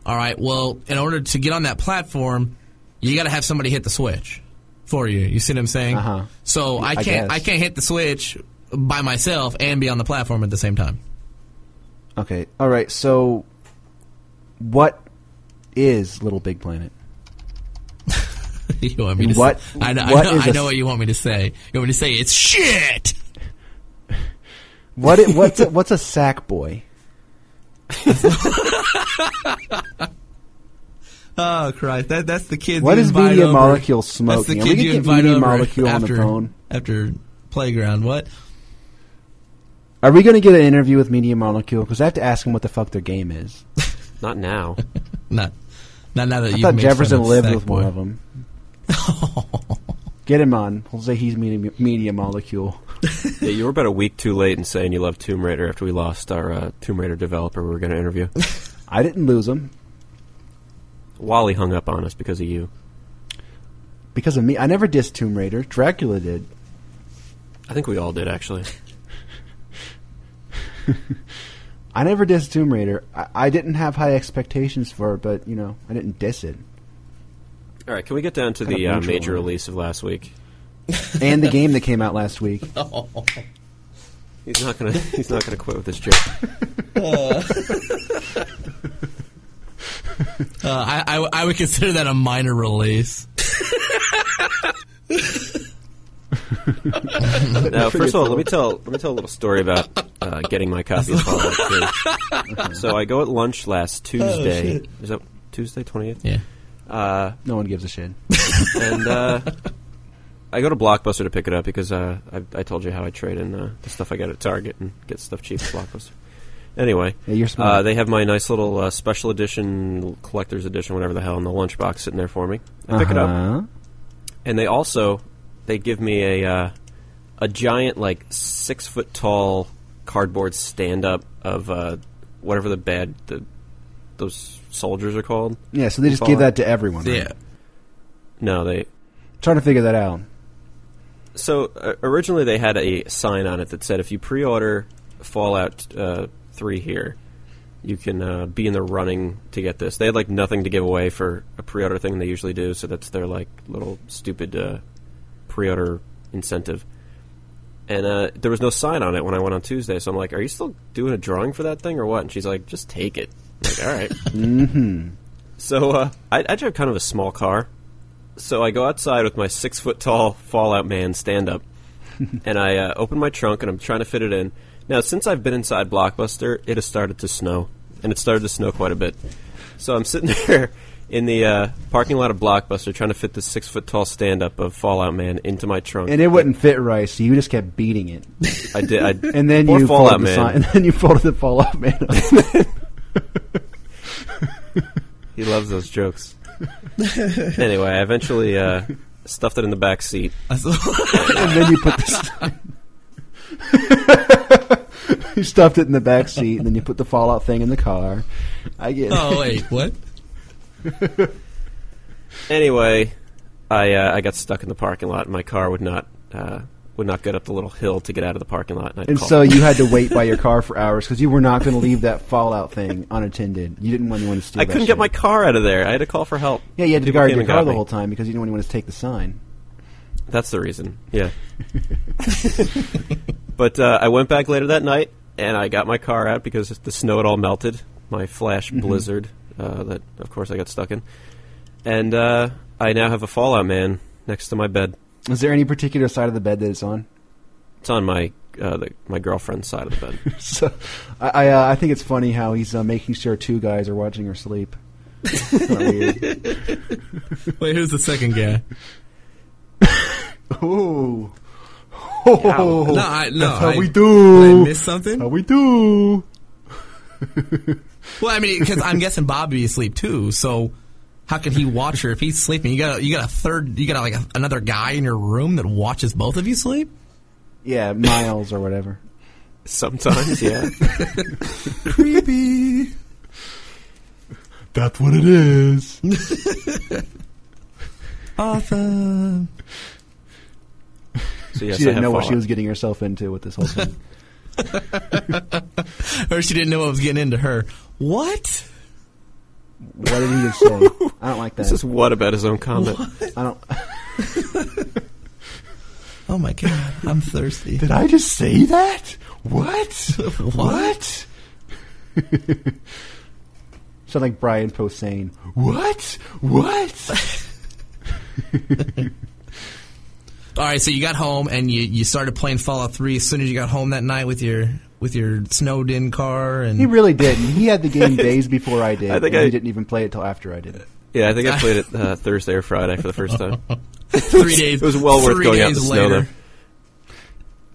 All right. Well, in order to get on that platform, you got to have somebody hit the switch for you. You see what I'm saying?
Uh-huh.
So I
I
can't I
guess.
can't hit the switch by myself and be on the platform at the same time. *laughs*
Okay, all right. So, what is Little Big Planet?
you want me to
What-
Say, I know,
what
I know,
is
I
a-
know what you want me to say. You want me to say it's shit.
What it, what's a, what's a sack boy?
Oh Christ! That, that's the kid.
What
you
is
invite
media
over.
molecule
That's the
smoking? Are we
kid
gonna
you
get
invite
media
over
molecule on the
after,
phone?
after playground. What?
Are we going to get an interview with Media Molecule? Because I have to ask him what the fuck their game is.
*laughs*
Not now.
Not not now that
I
you
thought Jefferson lived with one
*laughs*
of them. get him on. We'll say he's Media, media Molecule.
yeah, you were about a week too late in saying you love Tomb Raider after we lost our uh, Tomb Raider developer we were going
*laughs*
to interview.
I didn't lose him
Wally hung up on us because of you.
because of me. I never dissed Tomb Raider. Dracula did.
*laughs*
I think we all did actually.
I never dissed Tomb Raider. I, I didn't have high expectations for it, but you know, I didn't diss it.
All right, can we get down to
Kind of
the uh,
neutral,
major
huh?
release of last week?
And the game that came out last week.
Oh. Uh,
He's not gonna. *laughs* he's not gonna quit with this
*laughs*
joke.
Uh, I, I, I would consider that a minor release.
Now, first of all, let me tell let me tell a little story about uh, getting my copy of Fallout
*laughs*
3. So I go at lunch last Tuesday.
Oh, shit.
Is that Tuesday twenty eighth?
Yeah.
Uh,
No one gives a shit.
and uh, I go to Blockbuster to pick it up because uh, I, I told you how I trade in uh, the stuff I got at Target and get stuff cheap at Blockbuster. Anyway,
Yeah, you're
uh,
smart.
they have my nice little uh, special edition, collector's edition, whatever the hell, in the lunchbox sitting there for me. I pick it up
Uh-huh.
and they also they give me a uh, a giant like six foot tall cardboard stand up of uh, whatever the bad the those soldiers are called.
Yeah, so they just gave that to everyone. right?
Yeah.
No, they
Trying to figure that out.
so uh, originally they had a sign on it that said if you pre-order Fallout uh, Three here. You can uh, be in the running to get this. They had like nothing to give away for a pre-order thing they usually do, so that's their like little stupid uh, pre-order incentive. And uh, there was no sign on it when I went on Tuesday, so I'm like, "Are you still doing a drawing for that thing or what?" And she's like, "Just take it." I'm like,
*laughs*
all right. mm-hmm. So uh, I, I drive kind of a small car, so I go outside with my six foot tall Fallout man
*laughs*
stand up, and I uh, open my trunk and I'm trying to fit it in. Now, since I've been inside Blockbuster, it has started to snow, and it started to snow quite a bit. So I'm sitting *laughs* there in the uh, parking lot of Blockbuster trying to fit this six foot tall stand up of Fallout man into my trunk.
And it wouldn't fit right, so you just kept beating it.
I did. I,
*laughs* And then
Or
you
Fallout
folded the
Man.
sign, *laughs* and then you folded the fallout man. up.
*laughs* He loves those jokes. anyway, I eventually uh, stuffed it in the back seat.
and then you put the st- *laughs* you stuffed it in the back seat, and then you put the fallout thing in the car. I get it.
*laughs* oh wait, what?
Anyway, I uh, I got stuck in the parking lot. and My car would not uh, would not get up the little hill to get out of the parking lot. And, I'd
And
call-
so you had to wait by your car for hours because you were not going to leave that fallout thing unattended. You didn't want anyone to steal.
I
that
couldn't
shit.
get my car out of there. I had to call for help.
Yeah, you had to
People
guard
came
your
and
car
got
the
me.
whole time because you didn't want anyone to take the sign.
That's the reason. Yeah. *laughs* but uh, I went back later that night and I got my car out because the snow had all melted. My flash
Mm-hmm.
blizzard uh, that, of course, I got stuck in. And uh, I now have a Fallout man next to my bed.
Is there any particular side of the bed that it's on? *laughs*
It's on my uh, the, my girlfriend's side of the
*laughs*
bed.
So, I I, uh, I think it's funny how he's uh, making sure two guys are watching her sleep. It's kinda weird.
Wait, who's the second guy?
Oh.
Ooh.
No, I, no.
That's how
I,
we
Did I
do.
miss something?
how we do.
Well, I mean, because I'm guessing Bobby is asleep too. So how can he watch her if he's sleeping? You got a, you got a third. You got like a, another guy in your room that watches both of you sleep.
Yeah, miles or whatever.
Sometimes, yeah.
Creepy.
That's what it is.
*laughs* Awesome.
she
So yes, I
didn't
have
know what she
Fallout.
was getting herself into with this whole thing.
Or she didn't know what was getting into her. What?
what did he just say? I don't like that.
This is what about his own comment?
I don't.
Oh my god, I'm thirsty.
Did I just say that? What?
*laughs* What?
Sound like Brian Posehn.
What? What?
All right, so you got home and you, you started playing Fallout Three as soon as you got home that night with your with your snowed in car and
He really didn't. He had the game days before I did.
I think
and
I-
he didn't even play it till after I did.
Yeah, I think I played it uh, Thursday or Friday for the first
*laughs*
time.
three days.
It was well worth
three
going out in
days
the snow.
later.
There.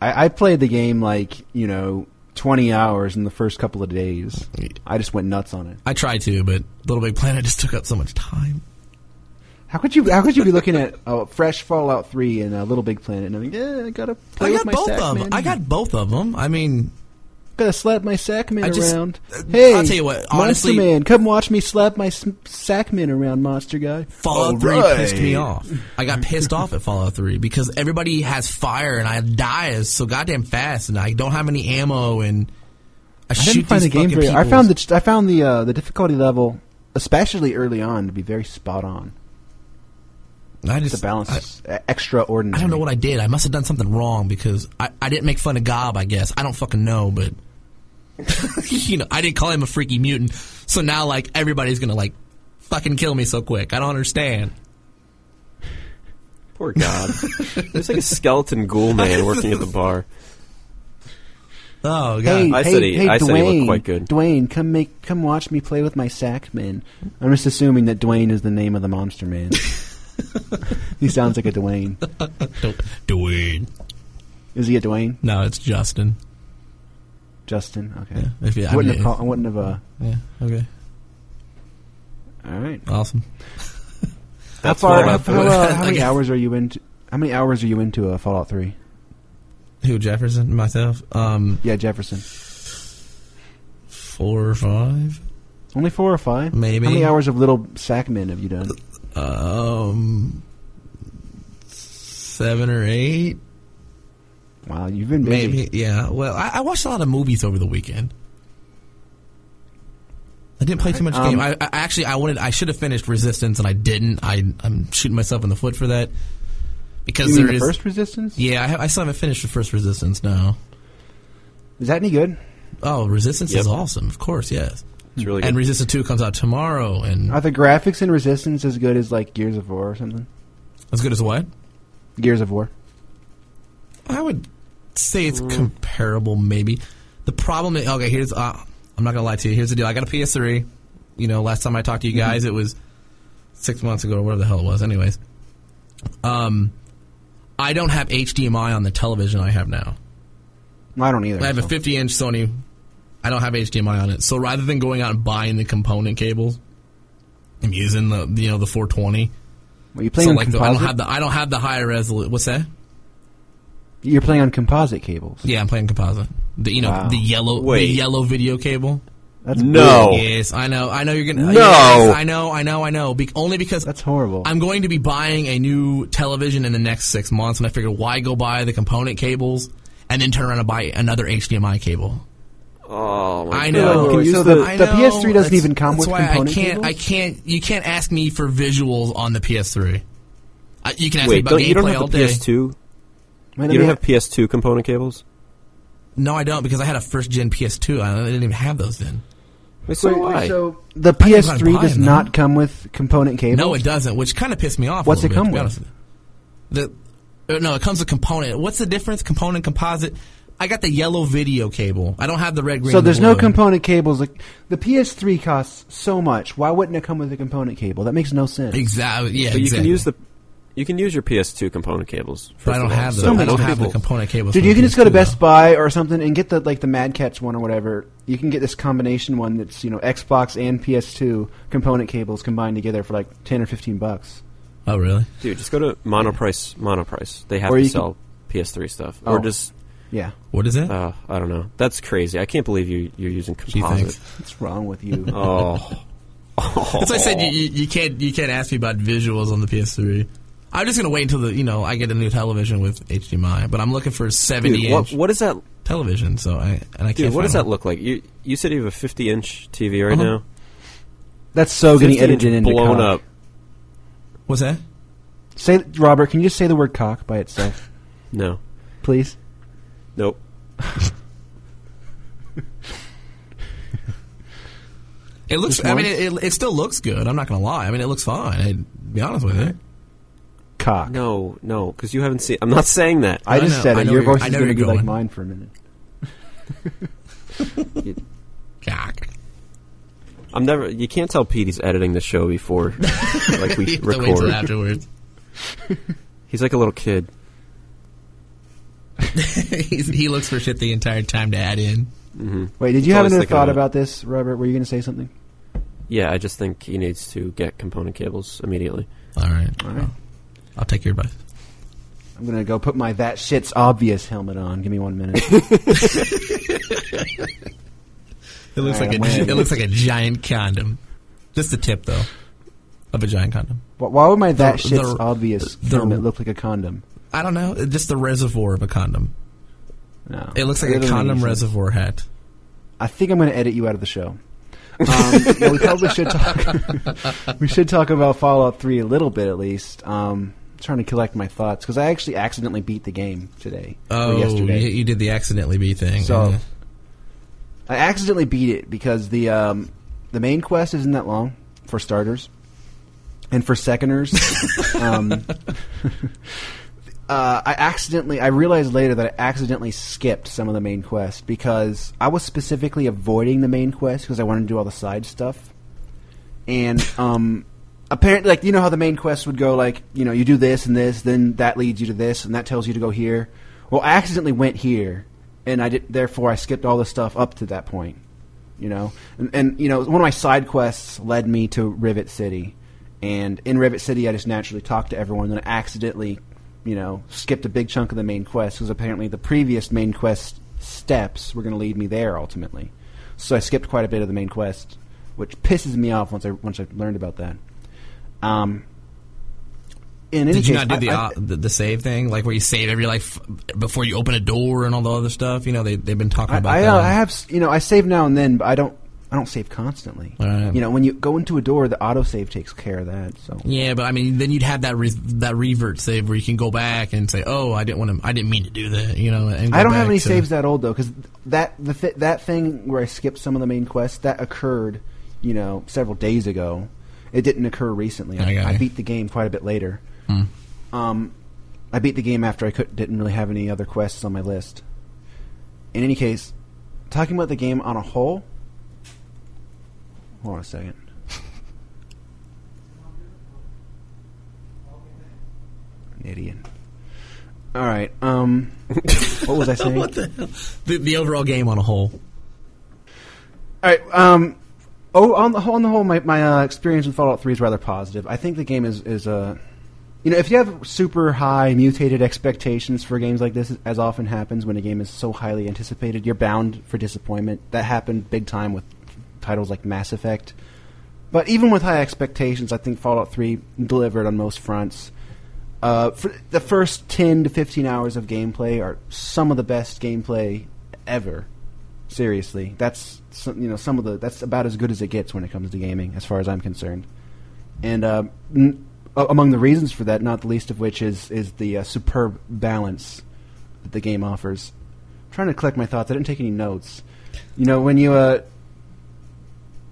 I, I played the game like you know twenty hours in the first couple of days. I just went nuts on it.
I tried to, but Little Big Planet just took up so much time.
How could you? How could you be looking at uh, fresh Fallout Three and uh, Little Big Planet knowing? Yeah, I gotta. Play
I
with
got
my
both
sack
of them.
man.
I got both of them. I mean,
gotta slap my sack man
I just-
around.
uh,
Hey,
I'll tell you what, honestly-
Monster Man, come watch me slap my s- sack man around, Monster Guy.
Fallout
All
3
right.
pissed me off. I got pissed off at Fallout 3 because everybody has fire and I die so goddamn fast and I don't have any ammo and
I
I, shoot
didn't find the
these
game
fucking
very. I
peoples.
found the I found the uh, the difficulty level, especially early on, to be very spot on.
I
The
just
balance
I,
is uh, extraordinary.
I don't know what I did. I must have done something wrong because I, I didn't make fun of Gob. I guess I don't fucking know, but *laughs* you know I didn't call him a freaky mutant. So now like everybody's gonna like fucking kill me so quick. I don't understand.
Poor God. There's like a skeleton ghoul man working at the bar.
Oh god.
Hey,
I
hey,
said he-
hey,
I
Dwayne,
said he looked quite good.
Dwayne, come make, come watch me play with my sack man. I'm just assuming that Dwayne is the name of the monster
*laughs*
man. he sounds like a Dwayne.
Nope. Dwayne.
Is he a Dwayne?
No, it's Justin.
Justin? Okay.
Yeah, if you- I
I wouldn't
mean,
have. Called, I wouldn't have. Uh,
Yeah. Okay.
all right.
Awesome.
How
all
far? How,
about
how,
the- *laughs*
uh, how many
Okay.
hours are you into? How many hours are you into uh, Fallout Three?
Who Jefferson? Myself. Um,
Yeah, Jefferson.
four or five.
Only four or five?
Maybe.
How many hours of Little Sackmen have you done?
Um, seven or eight.
Wow, you've been busy.
Maybe. Yeah. Well, I, I watched a lot of movies over the weekend. I didn't play too much
Um,
game. I, I actually I wanted I should have finished Resistance and I didn't. I I'm shooting myself in the foot for that because
You mean
there
the
is
first Resistance?
yeah I, ha- I still haven't finished the first Resistance now.
Is that any good?
Oh, Resistance
Yep.
is awesome. Of course, yes.
It's really
and
good.
Resistance Two comes out tomorrow, and
Are the graphics in Resistance as good as like Gears of War or something?
as good as what?
Gears of War.
I would say it's comparable, maybe. The problem is okay. Here's uh, I'm not gonna lie to you. Here's the deal. I got a PS3. You know, last time I talked to you
Mm-hmm.
guys, it was six months ago or whatever the hell it was. Anyways, um, I don't have HDMI on the television I have now.
No, I don't either.
I have a
so.
50 inch Sony. I don't have HDMI on it. So rather than going out and buying the component cables, I'm using the you know the 420.
Well, you playing
So
on
like the, I
composite?
don't have the I don't have the high resolution. What's that?
You're playing on composite cables.
Yeah, I'm playing composite. The you know
Wow.
the yellow
Wait.
the yellow video cable.
That's
No.
weird.
Yes, I know. I know you're gonna.
No.
yes, I know. I know. I know. Be- only because
That's horrible.
I'm going to be buying a new television in the next six months, and I figured why go buy the component cables and then turn around and buy another HDMI cable.
Oh, my
I
God.
know.
can use
so
the-
I
the
know,
PS3 doesn't
that's-
even come
that's
with
why
component
I can't.
cables?
I can't. You can't ask me for visuals on the PS3. I, you can ask me
Wait,
about
don't,
gameplay
you don't have
all
the
day.
PS2? You
Might not
don't
be-
have PS2 component cables?
No, I don't because I had a first gen PS2. I didn't even have those then.
Wait, so
Wait, wait,
why?
so the
I
PS3
buy
does
them.
not come with component cables.
No, it doesn't, which kind of pissed me off.
What's
a
it
little bit,
come
to be honest with you. The uh, no, it comes with component. What's the difference? Component composite. I got the yellow video cable. I don't have the red green.
So there's
blue.
no component cables. Like the PS3 costs so much. Why wouldn't it come with a component cable? That makes no sense.
Exactly. Yeah.
But you
exactly.
can use the you can use your PS2 component cables.
But I
first
don't
of all.
have the.
So
I
many
don't have the
people-
component cable.
Dude,
for
you
the
can just go to
PS2
Best
though.
Buy or something and get the like the Mad Catz one or whatever. You can get this combination one that's you know Xbox and PS2 component cables combined together for like ten or fifteen bucks.
Oh really?
Dude, just go to Monoprice. Monoprice. They have
Or
to
you can-
sell PS3 stuff,
Oh.
or just
Yeah,
What is it?
uh, I don't know. That's crazy. I can't believe you you're using
Gee,
composite.
*laughs* thanks.
what's wrong with you?
*laughs* Oh.
That's why I said you, you, you can't you can't ask me about visuals on the PS3. I'm just gonna wait until the you know I get a new television with HDMI. But I'm looking for a 70
Dude, what
inch
what is that?
television. So I and I
Dude,
can't.
what does
find
that
one.
look like? You you said you have a 50 inch TV right
Uh-huh.
now.
That's so getting
50 inch
edited into
blown
cock.
up.
What's that?
Say Robert, can you just say the word cock by itself, *laughs*
No,
please?
nope.
It looks.
Just
I mean,
once?
it, it, it still looks good. I'm not gonna lie. I mean, it looks fine. I, to be honest with you.
Cock.
No, no, because you haven't seen. I'm not saying that.
I
I
just
know-
said
I
it.
know
Your
you're-
voice
I
is
know
going to
you're
be like
going.
mine for a minute.
Cock.
I'm never. You can't tell Pete he's editing the show
*laughs*
before, like
You
we
have to wait till
record.
afterwards. *laughs*
He's like a little kid.
He's, he looks for shit the entire time to add in.
Wait, did you
That's
have another
what I was thinking
thought
about.
about this, Robert? Were you going to say something?
Yeah, I just think he needs to get component cables immediately.
All right.
All right.
I'll take your advice.
I'm going to go put my that shit's obvious helmet on. Give me one minute.
It
All right,
looks like a
I'm
gi-
waiting.
it looks like a giant condom. Just the tip though, of a giant condom.
Wh- Why would my that
The-
shit's
the-
obvious
the-
helmet look like a condom?
I don't know. Just the reservoir of a condom.
No,
It looks like
That
a
doesn't make
condom
any sense.
reservoir hat.
I think I'm going to edit you out of the show. Um, but we probably should talk. *laughs* we should talk about Fallout Three a little bit, at least. Um, trying to collect my thoughts because I actually accidentally beat the game today
Oh,
or yesterday.
you, you did the accidentally be thing.
So
yeah.
I accidentally beat it because the um, the main quest isn't that long for starters, and for
*laughs*
seconders, um, uh, I accidentally I realized later that I accidentally skipped some of the main quest because I was specifically avoiding the main quest because I wanted to do all the side stuff, and um, apparently, like you know how the main quest would go, like you know you do this and this, then that leads you to this, and that tells you to go here. Well, I accidentally went here, and I did. Therefore, I skipped all the stuff up to that point. You know, and, and you know one of my side quests led me to Rivet City, and in Rivet City, I just naturally talked to everyone, and I accidentally, you know, skipped a big chunk of the main quest because apparently the previous main quest steps were going to lead me there ultimately. So I skipped quite a bit of the main quest, which pisses me off once I once I learned about that. Um, in any
Did you
case,
not do
I-
the,
I-
uh, the the save thing, like where you save every like f- before you open a door and all the other stuff? You know, they they've been talking
I,
about
I,
that.
uh, I have, s- you know, I save now and then, but I don't, I don't save constantly.
Right.
You know, when you go into a door, the autosave takes care of that. So
yeah, but I mean, then you'd have that re- that revert save where you can go back and say, "Oh, I didn't want to. I didn't mean to do that." You know, and go
I don't have
back
any
to-
saves that old though, because that the th- that thing where I skipped some of the main quests that occurred, you know, several days ago. It didn't occur recently. I,
Okay.
I beat the game quite a bit later.
Hmm.
Um, I beat the game after I could, didn't really have any other quests on my list. In any case, talking about the game on a whole. Hold on a second. An idiot. All right. Um, what was I saying?
What the hell? The, the overall game on a whole.
All right. Um, oh, on the whole, on the whole, my my uh, experience with Fallout Three is rather positive. I think the game is is Uh, you know, if you have super high mutated expectations for games like this, as often happens when a game is so highly anticipated, you're bound for disappointment. That happened big time with titles like Mass Effect. But even with high expectations, I think Fallout 3 delivered on most fronts. Uh, for the first 10 to 15 hours of gameplay are some of the best gameplay ever. Seriously, that's some, you know some of the that's about as good as it gets when it comes to gaming, as far as I'm concerned. And uh, n- a- among the reasons for that, not the least of which is is the uh, superb balance that the game offers. I'm trying to collect my thoughts. I didn't take any notes. You know, when you uh,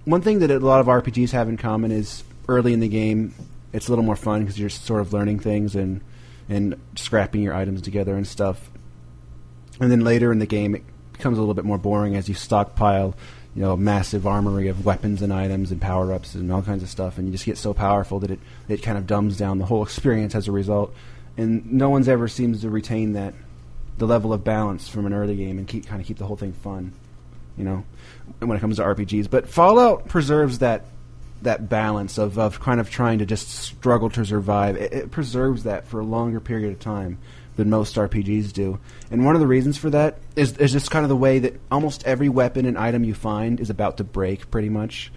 one thing that a lot of RPGs have in common is early in the game, it's a little more fun because you're sort of learning things and and scrapping your items together and stuff. And then later in the game, it becomes a little bit more boring as you stockpile, you know, a massive armory of weapons and items and power ups and all kinds of stuff, and you just get so powerful that it it kind of dumbs down the whole *laughs* experience as a result. And no one's ever seems to retain that the level of balance from an early game and keep kind of keep the whole thing fun you know, when it comes to RPGs. But Fallout preserves that that balance of, of kind of trying to just struggle to survive. It, it preserves that for a longer period of time than most RPGs do. And one of the reasons for that is is just kind of the way that almost every weapon and item you find is about to break, pretty much.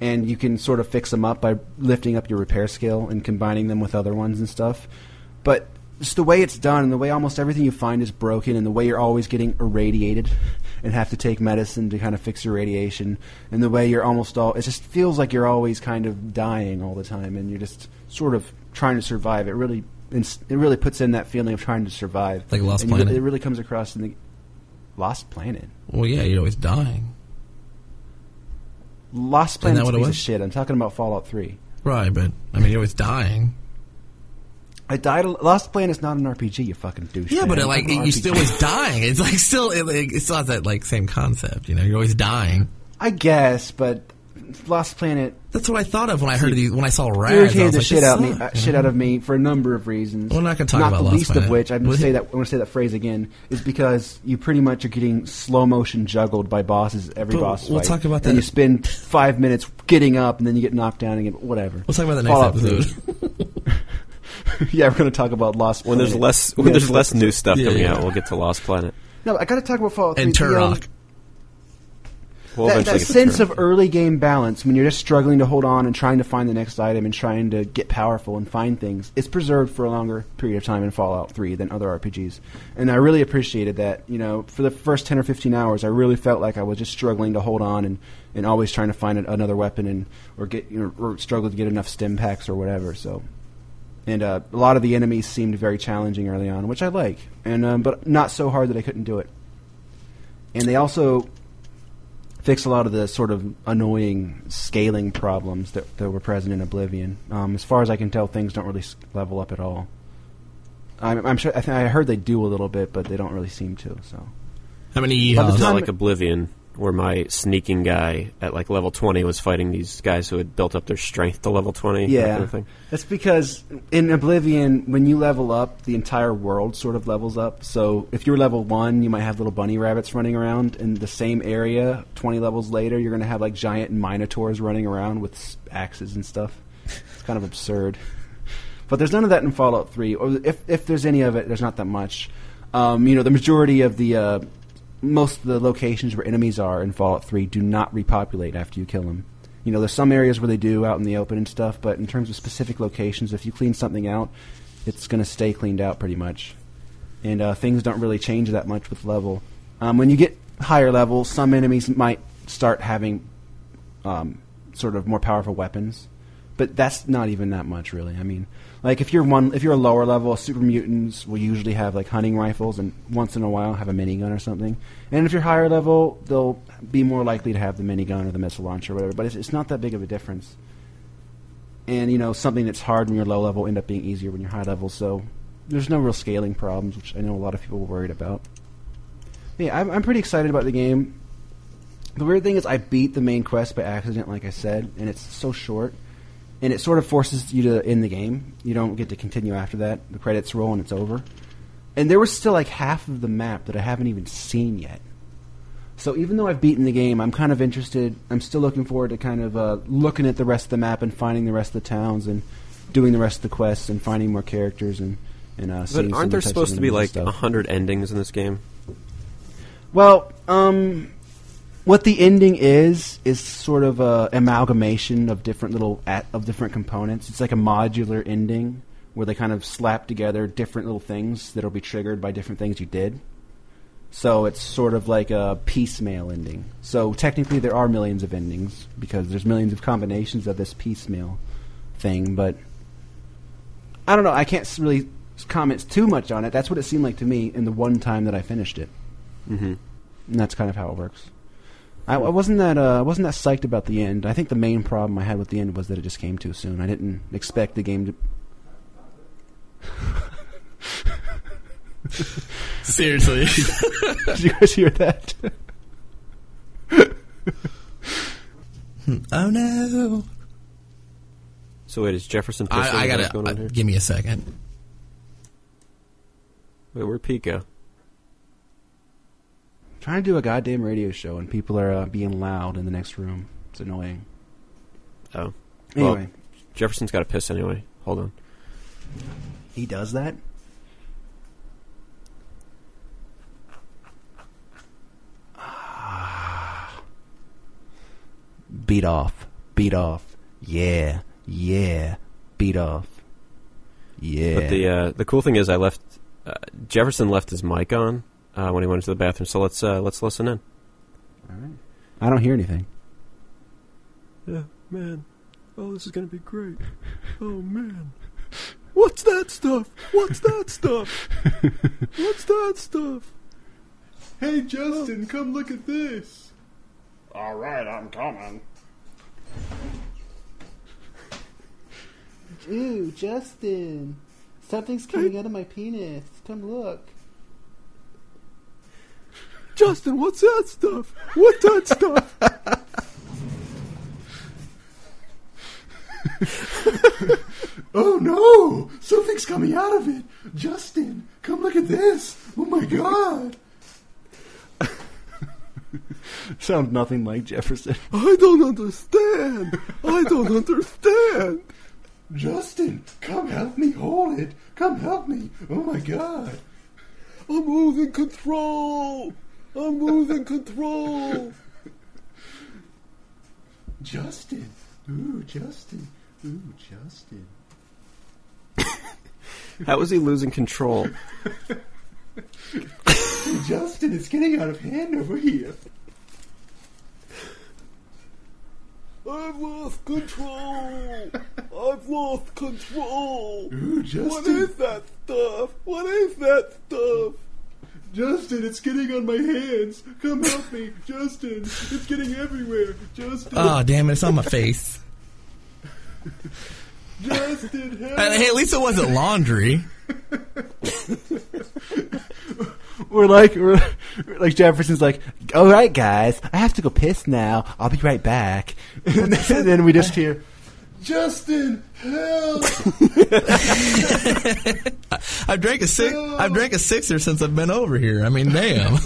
And you can sort of fix them up by lifting up your repair skill and combining them with other ones and stuff. But just the way it's done and the way almost everything you find is broken and the way you're always getting irradiated *laughs* and have to take medicine to kind of fix your radiation and the way you're almost all it just feels like you're always kind of dying all the time and you're just sort of trying to survive it really it really puts in that feeling of trying to survive
Like Lost
And you-
Planet.
it really comes across in the lost planet
Well, yeah, you're always dying,
lost
Isn't that
planet's a
what it
piece of
was?
shit i'm talking about fallout 3
right? But I mean, you're always dying.
i died a, lost planet's not an rpg you fucking douche
Yeah, but it, like you're still always dying. It's like still, it, like, it's still has that like same concept. You know, you're always dying.
i guess but lost planet
That's what I thought of when I heard of these, when I saw Raz. I
irritated
was
the
like,
shit
this
out me,
sucks,
uh,
you
shit
know?
out of me for a number of reasons.
We're not gonna talk about
the
Lost
least of
Planet.
which I'm going
Well,
to say
he-
that I'm going to say that phrase again is because you pretty much are getting slow motion juggled by bosses every
But
boss
we'll
fight.
talk about
And
that-
you spend five minutes getting up, and then you get knocked down again. Whatever.
We'll talk about that next
Fallout
episode.
*laughs* yeah, we're going to talk about Lost.
When there's
Planet.
less when there's less new stuff
Yeah,
coming
yeah.
out, we'll get to Lost Planet.
No, I got to talk about Fallout.
and
3. The, um,
Turok.
We'll
that,
eventually
that
get to
sense
turn.
of early game balance when you're just struggling to hold on and trying to find the next item and trying to get powerful and find things is preserved for a longer period of time in Fallout 3 than other RPGs. And I really appreciated that. You know, for the first 10 or 15 hours, I really felt like I was just struggling to hold on and, and always trying to find an, another weapon and or get you know, or struggle to get enough stim packs or whatever. So and uh, a lot of the enemies seemed very challenging early on, which I like, and um, but not so hard that I couldn't do it. And they also fix a lot of the sort of annoying scaling problems that, that were present in Oblivion. Um, as far as I can tell, things don't really s- level up at all. I'm, I'm sure I, th- I heard they do a little bit, but they don't really seem to. So
How many? uh,
By the
yeehaws?
It's
time-
not like Oblivion, where my sneaking guy at like level twenty was fighting these guys who had built up their strength to level twenty. that
yeah,
kind of thing.
that's because in Oblivion, when you level up, the entire world sort of levels up. So if you're level one, you might have little bunny rabbits running around in the same area. Twenty levels later, you're going to have like giant minotaurs running around with s- axes and stuff. It's kind of absurd. But there's none of that in Fallout 3, or if if there's any of it, there's not that much. Um, you know, the majority of the uh, most of the locations where enemies are in Fallout 3 do not repopulate after you kill them. You know, there's some areas where they do out in the open and stuff, but in terms of specific locations, if you clean something out, it's going to stay cleaned out pretty much. And uh, things don't really change that much with level. Um, when you get higher level, some enemies might start having um, sort of more powerful weapons. But that's not even that much, really. I mean, like if you're one, if you're a lower level, super mutants will usually have like hunting rifles, and once in a while have a minigun or something. And if you're higher level, they'll be more likely to have the minigun or the missile launcher or whatever. But it's, it's not that big of a difference. And you know, something that's hard when you're low level end up being easier when you're high level. So there's no real scaling problems, which I know a lot of people were worried about. Yeah, I'm, I'm pretty excited about the game. The weird thing is, I beat the main quest by accident, like I said, and it's so short, and it sort of forces you to end the game. You don't get to continue after that. The credits roll and it's over. And there was still like half of the map that I haven't even seen yet. So even though I've beaten the game, I'm kind of interested. I'm still looking forward to kind of uh, looking at the rest of the map and finding the rest of the towns and doing the rest of the quests and finding more characters and and uh, seeing
But
some
aren't there
types of
supposed to be
enemies and
like
stuff.
a hundred endings in this game?
Well, um, what the ending is is sort of a amalgamation of different little at, of different components. It's like a modular ending where they kind of slap together different little things that'll be triggered by different things you did. So it's sort of like a piecemeal ending. So technically, there are millions of endings because there's millions of combinations of this piecemeal thing. But I don't know. I can't s- really s- comment too much on it. That's what it seemed like to me in the one time that I finished it and that's kind of how it works. I, I wasn't that uh, I wasn't that psyched about the end. I think the main problem I had with the end was that it just came too soon. I didn't expect the game to. *laughs*
*laughs*
Seriously,
Did you guys hear that?
*laughs*
*laughs*
oh no!
So wait, is Jefferson? Pistol
I, I
what
gotta
is going on
uh,
here?
give me a second.
Wait, where Pico?
trying to do a goddamn radio show and people are uh, being loud in the next room. It's annoying.
Oh, Well-
Anyway,
Jefferson's got to piss anyway. Hold on.
he does that. Ah. Beat off, beat off, yeah, yeah, beat off, yeah.
But the uh, the cool thing is, I left uh, Jefferson left his mic on uh, when he went into the bathroom. So let's uh, let's listen in.
I don't hear anything.
Yeah, man. Oh, this is gonna be great. Oh man. What's that stuff? What's that stuff? What's that stuff?
Hey, Justin, come look at this.
All right, I'm coming.
Ooh, Justin, something's coming out of my penis. Come look.
Justin, what's that stuff? What's that stuff?
Oh no! Something's coming out of it! Justin, come look at this! Oh
*laughs*
my god!
Sounds nothing like Jefferson.
I don't understand! I don't understand! Justin, come help me hold it! Come help me! Oh my god! I'm losing control! I'm losing control! Justin. Ooh, Justin. Ooh, Justin.
*laughs* How is he losing control?
*laughs* Justin, it's getting out of hand over here.
I've lost control. I've lost control.
Ooh,
What
Justin.
is that stuff? What is that stuff?
Justin, it's getting on my hands. Come help me, Justin. It's getting everywhere. Justin,
Uh,
Oh, damn it. It's on my *laughs* face.
Justin,
*laughs*
help.
And, hey, at least it wasn't laundry.
We're like, we're like Jefferson's like, all right, guys, I have to go piss now. I'll be right back. *laughs* and then we just hear,
Justin, help.
I've drank a six. I've drank a sixer since I've been over here. I mean, *laughs* damn.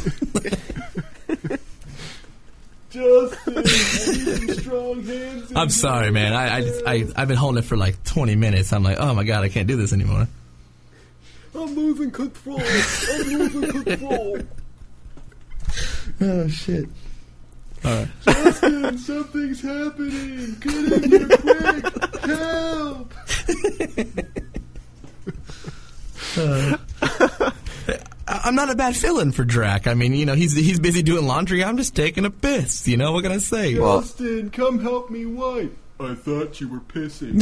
Justin, I need some strong hands. in
I'm sorry, man. I, I, just- I I've been holding it for like 20 minutes. I'm like, oh my god, I can't do this anymore.
I'm losing control. I'm losing control. Ah,
Oh shit. All right.
Justin, something's happening. Get in here quick. Help.
I- I'm not a bad fill-in for Drac. I mean, you know, he's he's busy doing laundry. I'm just taking a piss. You know what can I say?
Well,
Justin, come help me wipe. I thought you were
*laughs*
pissing.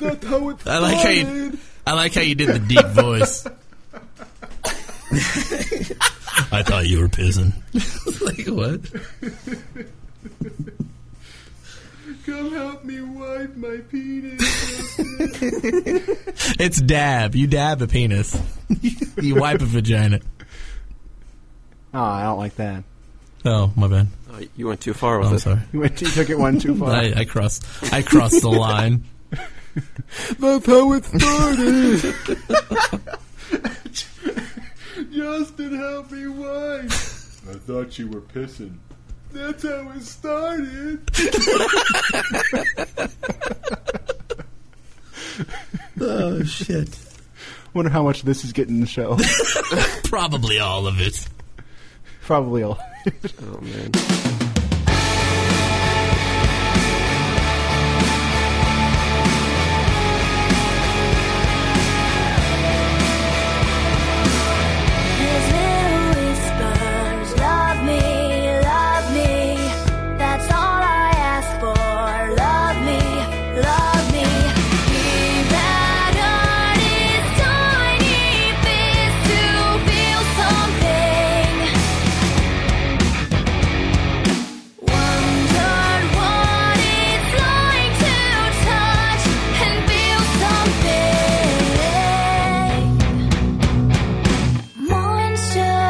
That's how it
I like how you,
started.
I like how you did the deep voice. I thought you were pissing. *laughs* like what?
Come help me wipe my penis.
It's dab. You dab a penis. you wipe a vagina.
oh, I don't like *laughs* that.
Oh my bad.
uh, you went too far with
Oh, I'm
it.
sorry.
You went, you took it one
*laughs*
too far.
I, I crossed. I crossed the line.
That's how it started.
*laughs* Justin, help me wipe. I thought you were pissing. That's how it started.
Oh shit.
Wonder how much this is getting in the
*laughs*
show.
Probably all of it.
Probably all.
Oh man.
Wondered what it's like to touch and feel something. Monster,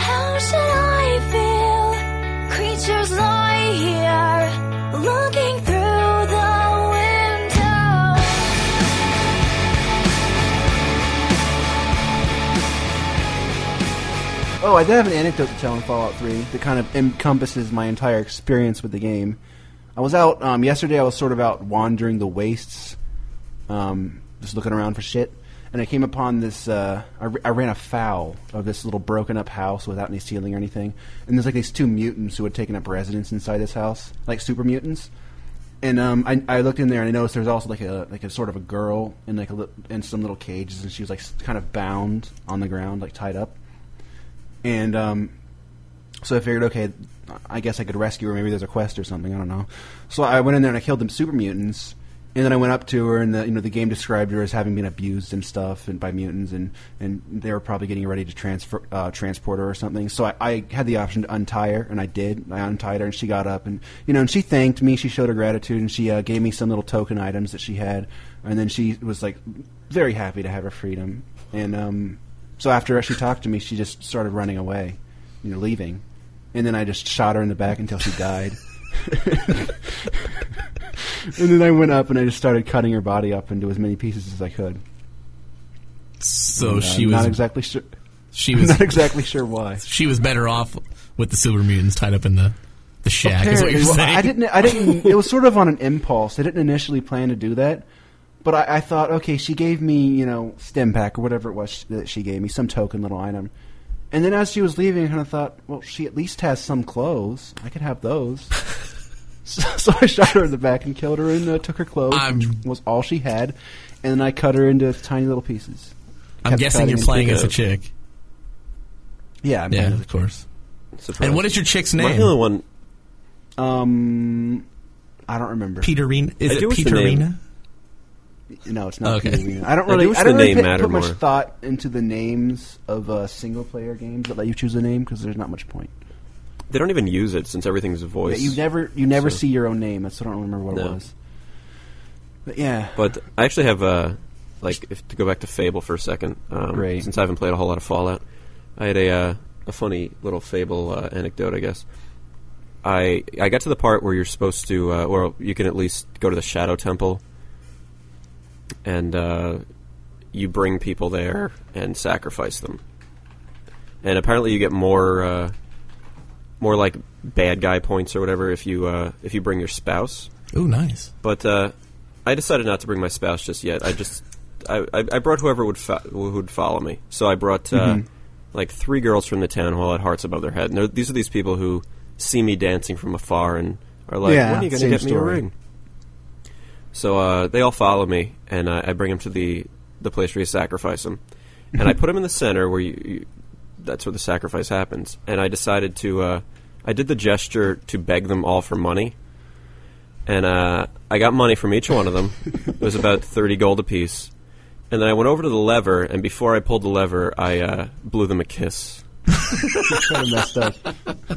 how should I feel? Creatures lie here, looking through the window.
Oh, I did have an anecdote to tell in Fallout 3 that kind of encompasses my entire experience with the game. I was out um, yesterday. I was sort of out wandering the wastes, um, just looking around for shit, and I came upon this. Uh, I, r- I ran afoul of this little broken up house without any ceiling or anything, and there's like these two mutants who had taken up residence inside this house, like super mutants. And um, I, I looked in there and I noticed there was also like a like a sort of a girl in like a li- in some little cages, and she was like s- kind of bound on the ground, like tied up and um, so I figured, okay, I guess I could rescue her. Maybe there's a quest or something. I don't know. So I went in there and I killed them super mutants, and then I went up to her, and the, you know the game described her as having been abused and stuff, and by mutants, and and they were probably getting ready to transfer uh, transport her or something. So I, I had the option to untie her, and I did. I untied her, and she got up, and you know, and she thanked me. She showed her gratitude, and she uh, gave me some little token items that she had, and then she was like very happy to have her freedom, and um. So after she talked to me, she just started running away, you know, leaving. And then I just shot her in the back until she died. and then I went up and I just started cutting her body up into as many pieces as I could.
So
Uh,
she was.
not exactly sure.
she
*laughs*
was.
Not exactly sure why.
She was better off with the super mutants tied up in the the shack. Is what you're
Well,
saying?
I didn't. I didn't. It was sort of on an impulse. I didn't initially plan to do that, but I, I thought, okay, she gave me you know stem pack or whatever it was that she gave me, some token little item, And then as she was leaving, I kind of thought, well, she at least has some clothes. I could have
*laughs*
those. so, so I shot her in the back and killed her and uh, took her clothes, which
I'm-
was all she had. And then I cut her into tiny little pieces.
I'm
Kept
guessing you're
cutting
playing
and-
as a chick.
Yeah, I'm
Yeah,
playing as
of course.
Surprise.
And what is your chick's
My
name?
only one.
a- Um, I don't remember.
Peterina? Is
I
it
do wish the
Peterina?
name-
No, it's not
Okay.
Peterina. I don't
I do
really.
wish
I, don't
the
really
name
put,
mattered
put much
more.
thought into the names of uh, single player games that let you choose a name because there's not much point.
They don't even use it since everything's
Yeah,
voice.
you never you never
So-
see your own name. That's what I don't remember what it
No.
was. But yeah,
But I actually have uh, like if to go back to Fable for a second. Um,
Great.
Since I haven't played a whole lot of Fallout, I had a uh, a funny little Fable uh, anecdote, I guess. I I got to the part where you're supposed to, uh, or you can at least go to the Shadow Temple, and uh, you bring people there and sacrifice them. And apparently, you get more uh, more like bad guy points or whatever if you uh, if you bring your spouse.
Ooh, nice.
But uh, I decided not to bring my spouse just yet. I just I, I, I brought whoever would fo- who would follow me. So I brought uh,
Mm-hmm.
like three girls from the town who all had hearts above their head. And they're- these are these people who see me dancing from afar and are like,
Yeah,
"When are you going to
same
get me a
story.
ring?" So uh, they all follow me, and uh, I bring them to the the place where you sacrifice them, and
*laughs*
I put them in the center where you, you that's where the sacrifice happens. And I decided to uh, I did the gesture to beg them all for money and uh, I got money from each one of them. it was about thirty gold apiece. And then I went over to the lever, and before I pulled the lever, I uh, blew them a kiss.
kind of messed up.
And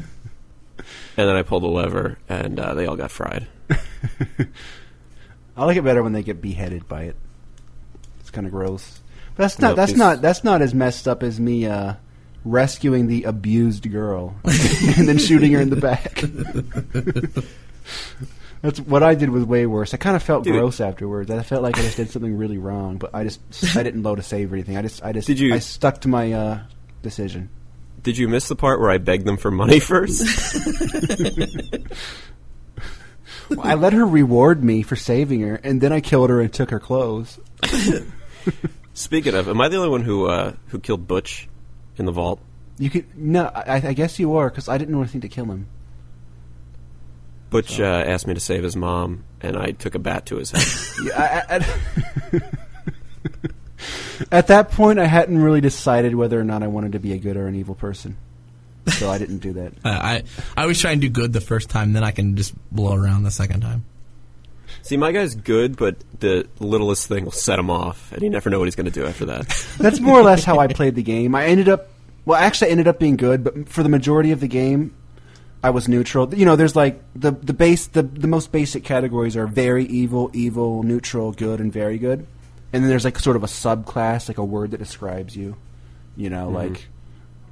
then I pulled the lever, and uh, they all got fried.
I like it better when they get beheaded by it. It's kind of gross. But that's not
Nope,
that's
it's-
not that's not as messed up as me uh, rescuing the abused
*laughs*
girl and then shooting her in the back. that's what I did was way worse. I kind of felt
Dude.
gross afterwards. I felt like I just did something really wrong, but I just I didn't load a save or anything. I just I just
Did you-
I stuck to my uh,
*laughs*
decision.
Did you miss the part where I begged them for money *laughs* first?
I let her reward me for saving her, and then I killed her and took her clothes.
Speaking of, am I the only one who uh, who killed Butch in the vault?
You could no, I, I guess you are because I didn't want anything to kill him.
Butch uh, asked me to save his mom, and I took a bat to his head.
Yeah, I, I, *laughs* I- at that point, I hadn't really decided whether or not I wanted to be a good or an evil person, so I didn't do that.
Uh, I I always try and do good the first time, then I can just blow around the second *laughs* time.
See, my guy's good, but the littlest thing will set him off, and you never know what he's going to do after that.
That's more or less how I played the game. I ended up, well, actually, I ended up being good, but for the majority of the game, I was neutral. You know, there's like the the base the the most basic categories are very evil, evil, neutral, good, and very good. And then there's like sort of a subclass, like a word that describes you. You know, like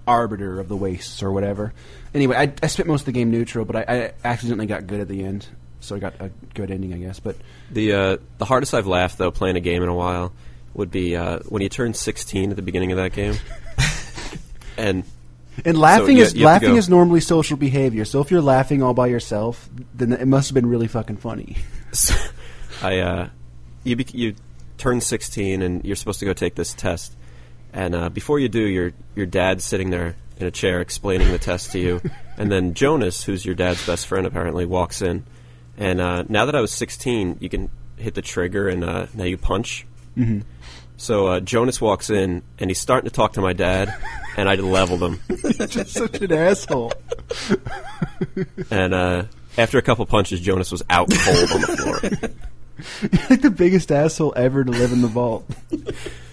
arbiter of the wastes or whatever. Anyway, I, I spent most of the game neutral, but I, I accidentally got good at the end, so I got a good ending, I guess. But
The uh, the hardest I've laughed though playing a game in a while would be uh, when you turn 16 at the beginning of that game, and
And laughing
you-
is
you have to
laughing
go-
is normally social behavior. So if you're laughing all by yourself, then it must have been really fucking funny.
*laughs* so I uh, you bec you turn 16 and you're supposed to go take this test, and uh, before you do, your your dad's sitting there in a chair explaining the test to you, and then Jonas, who's your dad's best friend apparently, walks in, and uh, now that I was 16, you can hit the trigger and uh, now you punch. So uh, Jonas walks in and he's starting to talk to my dad, and I level them.
Just such an asshole.
And uh, after a couple punches, Jonas was out cold on the floor.
*laughs* like the biggest asshole ever to live in the vault.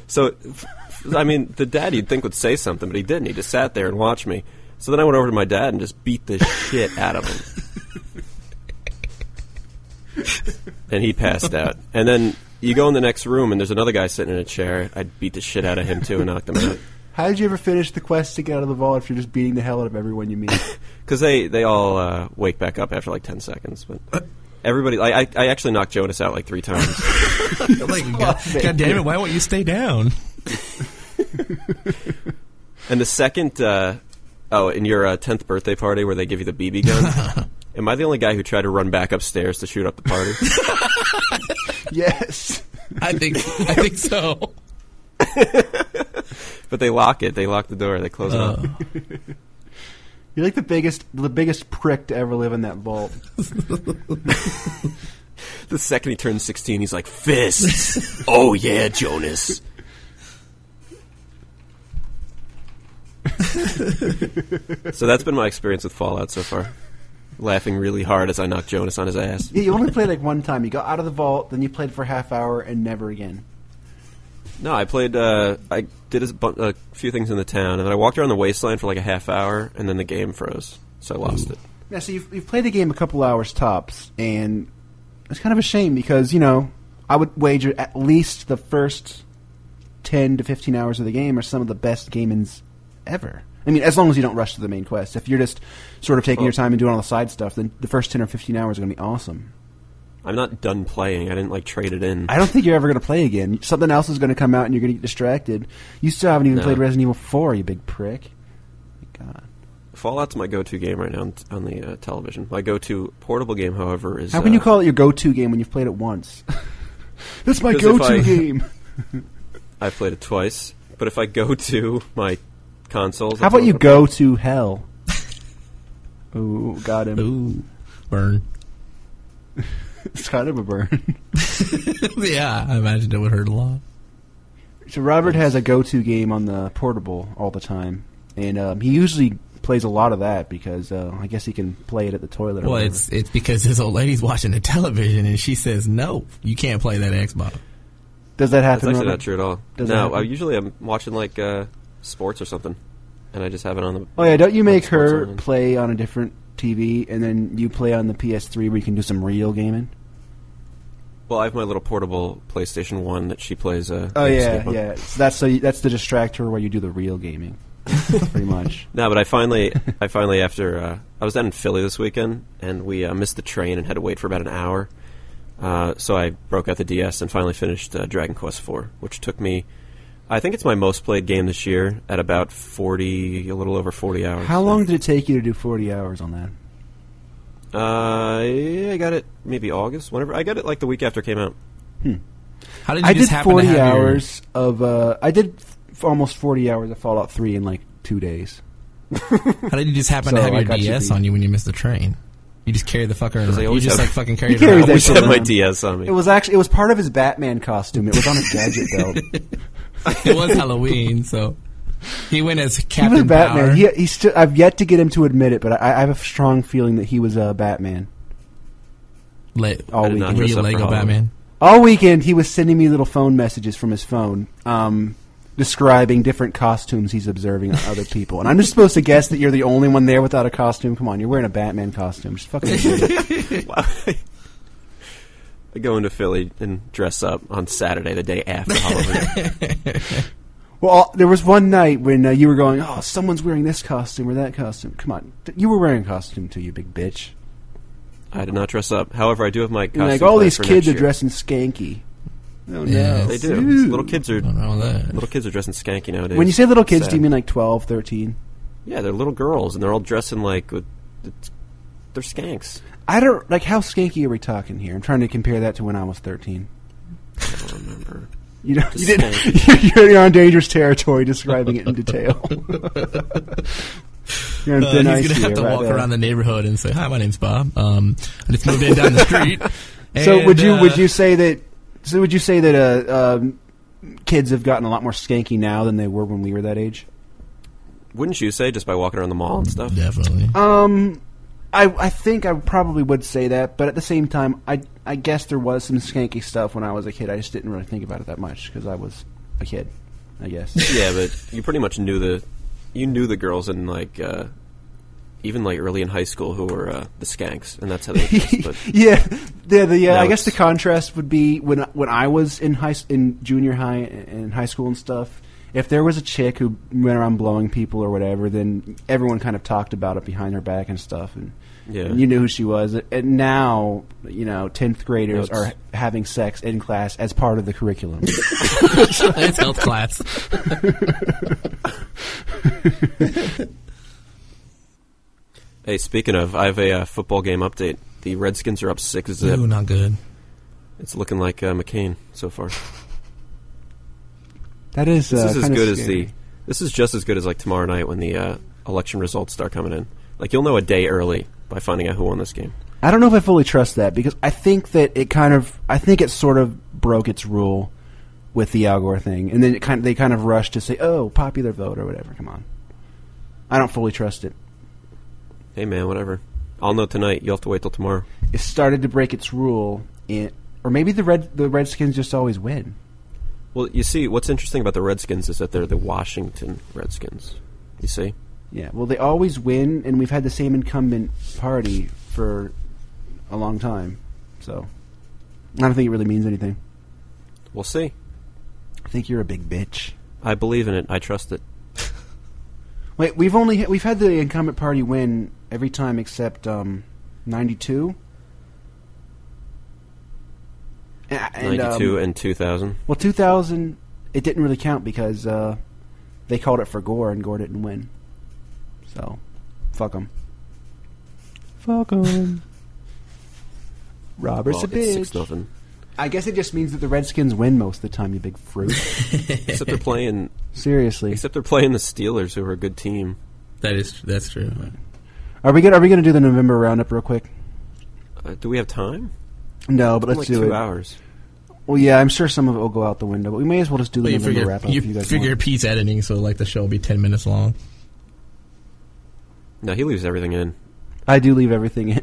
So, f- f- I mean, the dad you'd think would say something, but he didn't. He just sat there and watched me. So then I went over to my dad and just beat the shit out of him. and he passed out. And then you go in the next room, and there's another guy sitting in a chair. I beat the shit out of him, too, and knocked him out.
How did you ever finish the quest to get out of the vault if you're just beating the hell out of everyone you meet?
Because they, they all uh, wake back up after like 10 seconds. But everybody, I, I, I actually knocked Jonas out like three times.
Like, God, God damn it! Why won't you stay *laughs* down?
And the second, uh, oh, in your uh, tenth birthday party where they give you the BB gun, am I the only guy who tried to run back upstairs to shoot up the party?
yes.
I think I think so.
But they lock it. They lock the door. They close
*laughs* Uh,
it up.
You're like the biggest, the biggest prick to ever live in that vault.
The second he turns 16, he's like, fists. oh, yeah, Jonas. so that's been my experience with Fallout so far. Laughing really hard as I knock Jonas on his ass.
Yeah, you only played like one time. You got out of the vault, then you played for a half hour, and never again.
No, I played. Uh, I did a, bu- a few things in the town, and then I walked around the wasteland for like a half hour, and then the game froze, so I lost it.
Yeah, so you've, you've played the game a couple hours tops, and it's kind of a shame because you know I would wager at least the first ten to fifteen hours of the game are some of the best gamins ever. I mean, as long as you don't rush to the main quest. If you're just sort of taking your time and doing all the side stuff, then the first ten or fifteen hours are going to be awesome.
I'm not done playing. I didn't like trade it in.
I don't think you're ever going to play again. Something else is going to come out, and you're going to get distracted. You still haven't even
No.
played Resident Evil Four, you big prick. God.
Fallout's my go-to game right now on, on the uh, television. My go-to portable game, however, is
How can you
uh,
call it your go-to game when you've played it once? *laughs* That's my
'Cause if
go-to
I- *laughs*
game.
I've played it twice, but if I go *laughs* to my consoles,
How
I'll
about you
open-
go to hell? *laughs* Ooh, got him.
ooh, burn.
It's kind of a burn.
*laughs*
*laughs*
yeah, I imagined it would hurt a lot.
so Robert has a go-to game on the portable all the time, and um, he usually plays a lot of that because uh, I guess he can play it at the toilet. Or
Well,
whatever.
it's it's because this old lady's watching the television and she says, "No, you can't play that Xbox."
does that
That's
happen?
actually
Robert?
not true at all.
Does that
no,
happen?
I usually I'm watching like uh, sports or something, and I just have it on the.
Oh yeah, don't you make
Xbox
her
on.
play on a different TV and then you play on the PS3 where you can do some real gaming?
Well, I have my little portable PlayStation One that she plays. Uh,
Oh
Escape
yeah,
on.
yeah. So that's so you, that's to distract her while you do the real gaming, *laughs* pretty much.
No, but I finally, I finally after uh, I was down in Philly this weekend, and we uh, missed the train and had to wait for about an hour. Uh, so I broke out the DS and finally finished uh, Dragon Quest IV, which took me. I think it's my most played game this year at about forty, a little over forty hours.
How long did it take you to do forty hours on that?
Uh, yeah, I got it maybe August, whenever I got it, like the week after it
*laughs*
came out.
How did you
I
just
did
happen to
forty
have your-
hours of. Uh, I did f- almost forty hours of Fallout Three in like two days.
How did you just happen to
So
have
I
your
got you
DS
beat.
on you when you missed the train? You just carry the fucker.
I
Around. You
always
just
have-
like fucking carry
You
it
carry
I
around.
that
always
shit
have my
around.
DS on
um, It
me.
was actually it was part of his Batman costume. It was on a gadget *laughs* belt.
it was Halloween, so he went as
he was
Captain Power.
Batman. He, he still. I've yet to get him to admit it, but I, I have a strong feeling that he was uh, Batman
Le-
all
did not
weekend.
were
dress
you
up for
Lego
Halloween.
Batman?
All weekend, he was sending me little phone messages from his phone, um, describing different costumes he's observing on other people. And I'm just supposed to guess that you're the only one there without a costume. Come on, you're wearing a Batman costume. Just *laughs* fucking. admit it.
*laughs* I go into Philly and dress up on Saturday, the day
*laughs*
after Halloween.
Well, uh, there was one night when uh, you were going, "Oh, someone's wearing this costume or that costume." Come on, Th- you were wearing a costume too, you big bitch.
I did not dress up. However, I do have my
And,
costume.
like all
planned
these
for
kids
next
are
year.
dressing skanky. Oh no,
Yes.
They do.
Ew.
Little kids are
I don't know that.
little kids are dressing skanky nowadays.
When you say little kids,
Sad.
do you mean like 12, 13?
yeah, they're little girls and they're all dressing like with- it's- they're skanks.
I don't like how skanky are we talking here? I'm trying to compare that to when I was thirteen.
I don't remember.
You know,
Just
you didn't, *laughs*
skanky.
you're on dangerous territory describing it in detail. you're on
Uh,
thin ice
he's
here,
gonna have to
right
walk
there.
around the neighborhood and say, "Hi, my name's Bob. Um, I just moved in down the *laughs* street."
So
And,
would you
uh,
would you say that? So would you say that uh, um, kids have gotten a lot more skanky now than they were when we were that age?
Wouldn't you say just by walking around the mall and stuff?
uh, *laughs* Definitely.
Um, I I think I probably would say that, but at the same time, I I guess there was some skanky stuff when I was a kid. I just didn't really think about it that much because I was a kid. I guess.
Yeah, but you pretty much knew the you knew the girls in like uh, even like early in high school who were uh, the skanks, and that's how they.
*laughs*
dressed, but
yeah, the the uh,
Now
I guess the
it's-
contrast would be when when I was in high s- in junior high and high school and stuff. If there was a chick who went around blowing people or whatever, then everyone kind of talked about it behind her back and stuff, and
Yeah.
you knew who she was. And now, you know, tenth graders
Now
are
it's-
having sex in class as part of the
*laughs*
curriculum.
it's health class.
hey, speaking of, I have a uh, football game update. The Redskins are up six zip.
Ooh, not good.
It's looking like uh, McCain so far.
that is
This
uh,
is as
kinda
good as
scary.
the This is just as good as like tomorrow night when the uh, election results start coming in. Like you'll know a day early by finding out who won this game.
I don't know if I fully trust that because I think that it kind of I think it sort of broke its rule with the Al Gore thing, and then it kind of, they kind of rushed to say, "Oh, popular vote" or whatever. Come on, I don't fully trust it.
Hey man, whatever. I'll know tonight. You'll have to wait till tomorrow.
It started to break its rule, in, or maybe the red the Redskins just always win.
Well, you see, what's interesting about the Redskins is that they're the Washington Redskins. You see?
Yeah, well, they always win, and we've had the same incumbent party for a long time, so I don't think it really means anything.
We'll see.
I think you're a big bitch.
I believe in it. I trust it.
Wait, we've only we've had the incumbent party win every time except um, ninety two.
Ninety-two and two thousand.
um, Well, 2000, it didn't really count because uh, they called it for Gore and Gore didn't win. So, fuck them. Fuck them. *laughs* Robert's a
Well, it's
bitch.
six nothing.
*laughs* I guess it just means that the Redskins win most of the time, you big fruit.
*laughs* Except they're playing.
Seriously.
Except they're playing the Steelers, who are a good team.
That is that's true.
Are we gonna are we gonna do the November roundup real quick?
Uh, do we have time?
No, but
It's
let's
been, like
do
two
it.
hours.
Well, yeah, I'm sure some of it will go out the window, but we may as well just do the
But you
November
figure
wrap up.
you,
if you guys
figure
want.
Pete's editing, so like the show will be ten minutes long.
No, he leaves everything in.
I do leave everything
*laughs*
in.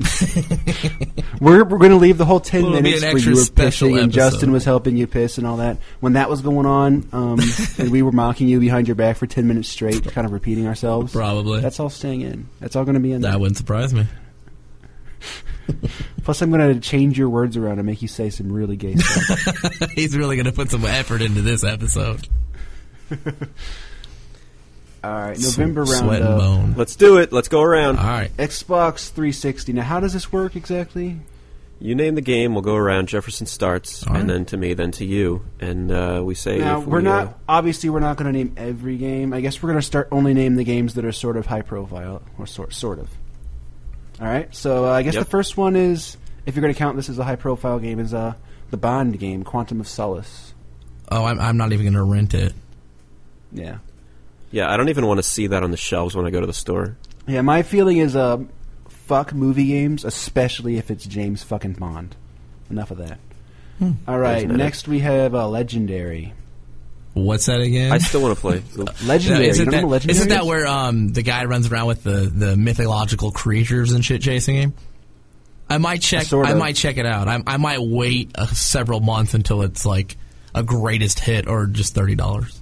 we're we're going to leave the whole 10
Well, it'll be
minutes
an
where you
extra
were
special
pissing and
episode.
Justin was helping you piss and all that. When that was going on,
*laughs*
um, and we were mocking you behind your back for 10 minutes straight, kind of repeating ourselves.
Probably.
That's all staying in. That's all going to be in there.
That wouldn't surprise me. *laughs*
Plus, I'm going to change your words around and make you say some really gay
*laughs*
stuff.
He's really gonna put some effort into this episode.
all right, November
Sweat and
roundup.
bone.
Let's do it. Let's go around.
All right.
Xbox 360. Now, how does this work exactly?
You name the game. We'll go around. Jefferson starts,
All right.
and then to me, then to you, and uh, we say
Now,
if
we're
we,
not
uh,
obviously we're not going to name every game. I guess we're going to start only name the games that are sort of high profile or sort sort of. All right. So uh, I guess
Yep.
the first one is if you're going to count this as a high profile game is uh the Bond game Quantum of Solace.
Oh, I'm, I'm not even gonna rent it.
Yeah.
yeah, I don't even want to see that on the shelves when I go to the store.
Yeah, my feeling is uh fuck movie games, especially if it's James fucking Bond. Enough of that.
Hmm.
All right.
Isn't it?
Next we have uh, Legendary.
What's that again?
I still want to play. The-
Yeah,
Legendary. you
isn't,
don't know what
that,
Legendary
isn't that
is?
where um, the guy runs around with the, the mythological creatures and shit chasing him? I might check.
Sort
I
of.
might check it out. I, I might wait uh, several months until it's like a greatest hit or just thirty dollars.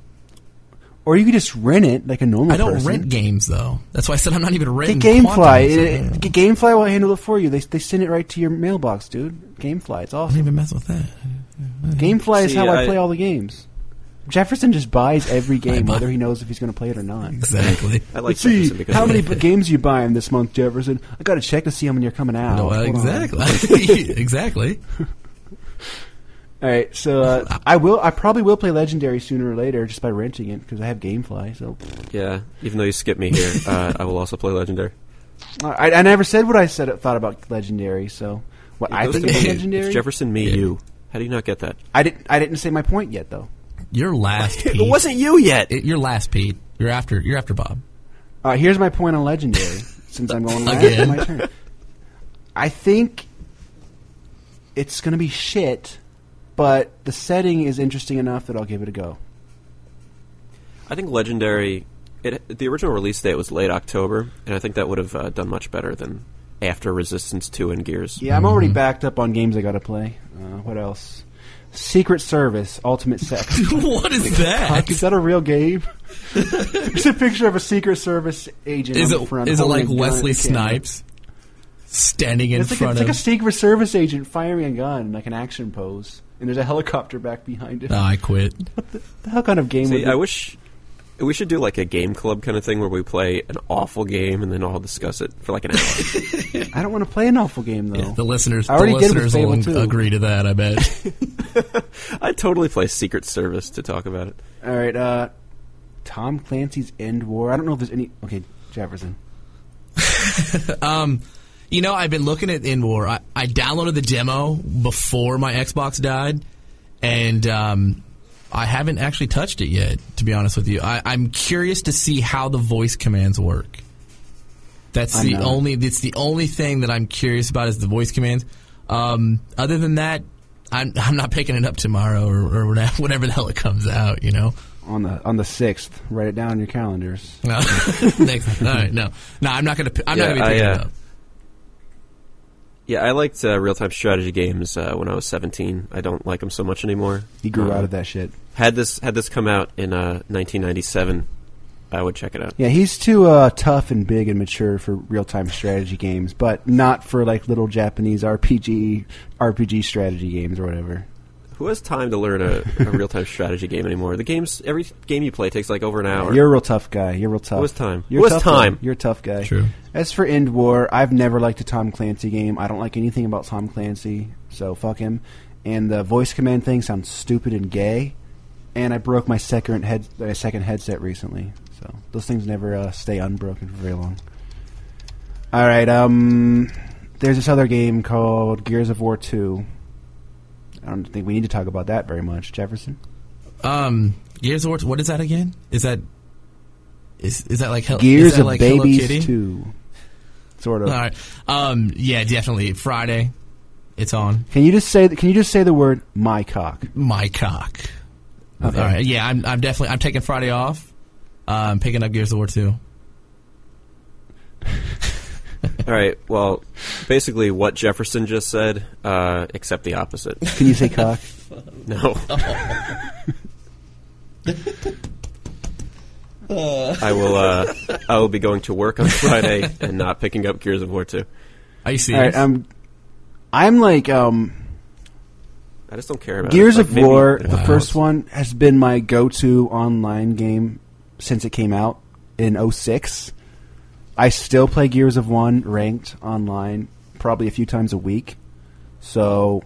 Or you could just rent it like a normal
I don't
person.
rent games though. That's why I said I'm not even renting.
Get GameFly. It,
Quantum, so-
it- GameFly will handle it for you. They, they send it right to your mailbox, dude. GameFly, it's
I
awesome.
didn't even mess with that.
GameFly is
See,
how I,
I-
play all the games. Jefferson just buys every game,
buy-
whether he knows if he's going to play it or not. *laughs*
Exactly.
I like
Let's see
Jefferson because
how many b- games you buying this month, Jefferson. I got to check to see how many are coming out.
No, uh,
Hold on.
exactly.
*laughs*
*laughs* exactly.
All right, so uh, I will. I probably will play Legendary sooner or later, just by renting it because I have GameFly. So
*laughs* yeah, even though you skip me here, uh, I will also play Legendary.
I, I never said what I said. Thought about Legendary. So what I
Those
think
two
of
games,
Legendary.
It's Jefferson, me,
Yeah.
you. How do you not get that?
I didn't. I didn't say my point yet, though.
Your last. Pete.
It wasn't you yet.
It- your last Pete. You're after. You're after
*laughs*
Bob.
All right, Uh, here's my point on
*laughs*
legendary. since I'm going last,
Again.
my turn. I think it's going to be shit, but the setting is interesting enough that I'll give it a go.
I think Legendary. It, the original release date was late October, and I think that would have uh, done much better than after Resistance Two and Gears.
Yeah, I'm
Mm-hmm.
already backed up on games I got to play. Uh, what else? Secret Service Ultimate
*laughs*
Sex.
what is that?
Fuck, is that a real game?
*laughs*
it's a picture of a Secret Service agent.
Is
on the
it
front
is it
holding
like
a gun at
Wesley
the camera.
Snipes standing in
It's like, a,
front
it's like a
of?
Secret Service agent firing a gun, like an action pose, and there's a helicopter back behind it.
Oh, I quit.
How kind of game? would
See,
be-
I wish we should do like a game club kind of thing where we play an awful game and then all discuss it for like
*laughs*
an hour.
I don't want to play an awful game though.
The listeners,
I
the
already did with
listeners will
Fable 2.
agree to that. I bet.
I totally play Secret Service to talk about it.
All right, uh, Tom Clancy's End War. I don't know if there's any. Okay, Jefferson.
you know, I've been looking at In War. I, I downloaded the demo before my Xbox died, and um, I haven't actually touched it yet, to be honest with you. I, I'm curious to see how the voice commands work. That's
I'm
the
not.
only. It's the only thing that I'm curious about is the voice commands. Um, other than that, I'm I'm not picking it up tomorrow or, or whatever- *laughs* whenever the hell it comes out. You
*laughs*
know. *laughs*
on the on the sixth. Write it down in your calendars.
No. Next, all right, no, no, I'm not gonna. pi- I'm
Yeah,
not gonna be picking
I,
it
uh,
up.
Yeah, I liked uh, real time strategy games uh, when I was 17. I don't like them so much anymore.
He grew
Uh,
out of that shit.
Had this had this come out in uh, 1997, I would check it out.
Yeah, he's too uh, tough and big and mature for real time strategy games, but not for like little Japanese RPG RPG strategy games or whatever.
Who has time to learn a, a real time strategy game anymore? The games, every game you play takes like over an hour.
You're a real tough guy. You're real tough.
It was time.
You're
It was
tough
time.
Guy. You're a tough guy.
True.
As for End War, I've never liked a Tom Clancy game. I don't like anything about Tom Clancy, so fuck him. And the voice command thing sounds stupid and gay. And I broke my second head my second headset recently, so those things never uh, stay unbroken for very long. All right. Um, there's this other game called Gears of War Two. I don't think we need to talk about that very much, Jefferson.
Um, Gears of War. What is that again? Is that is is that like Hel-
Gears
is that
of
like Hello Kitty?
Babies Two. Sort of.
All right. Um, yeah, definitely Friday. It's on
Can you just say? Can you just say the word "my cock"?
my cock.
Okay.
All right. Yeah, I'm I'm definitely I'm taking Friday off. Uh, I'm picking up Gears of War two.
All right, well, basically what Jefferson just said, uh, except the opposite.
Can you say cock?
No. I will. Uh, I will be going to work on Friday and not picking up Gears of War two.
Are you
All right.
serious?
Um, I'm like um,
I just don't care about
Gears
it. Like,
of
maybe-
War. The
Wow.
first one has been my go-to online game since it came out in 06. I still play Gears of One ranked online probably a few times a week. So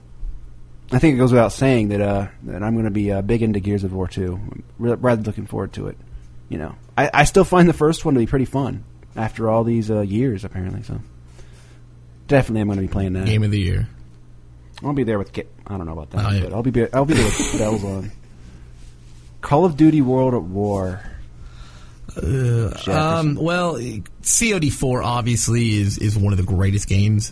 I think it goes without saying that uh, that I'm going to be uh, big into Gears of War two. I'm re- rather looking forward to it. You know, I, I still find the first one to be pretty fun after all these uh, years apparently. So definitely, I'm going to be playing that.
Game of the year.
I'll be there with Ga- I don't know about that,
Oh, yeah.
but I'll be be- I'll be there
*laughs*
with bells on. Call of Duty World at War.
Um, well, COD four obviously is is one of the greatest games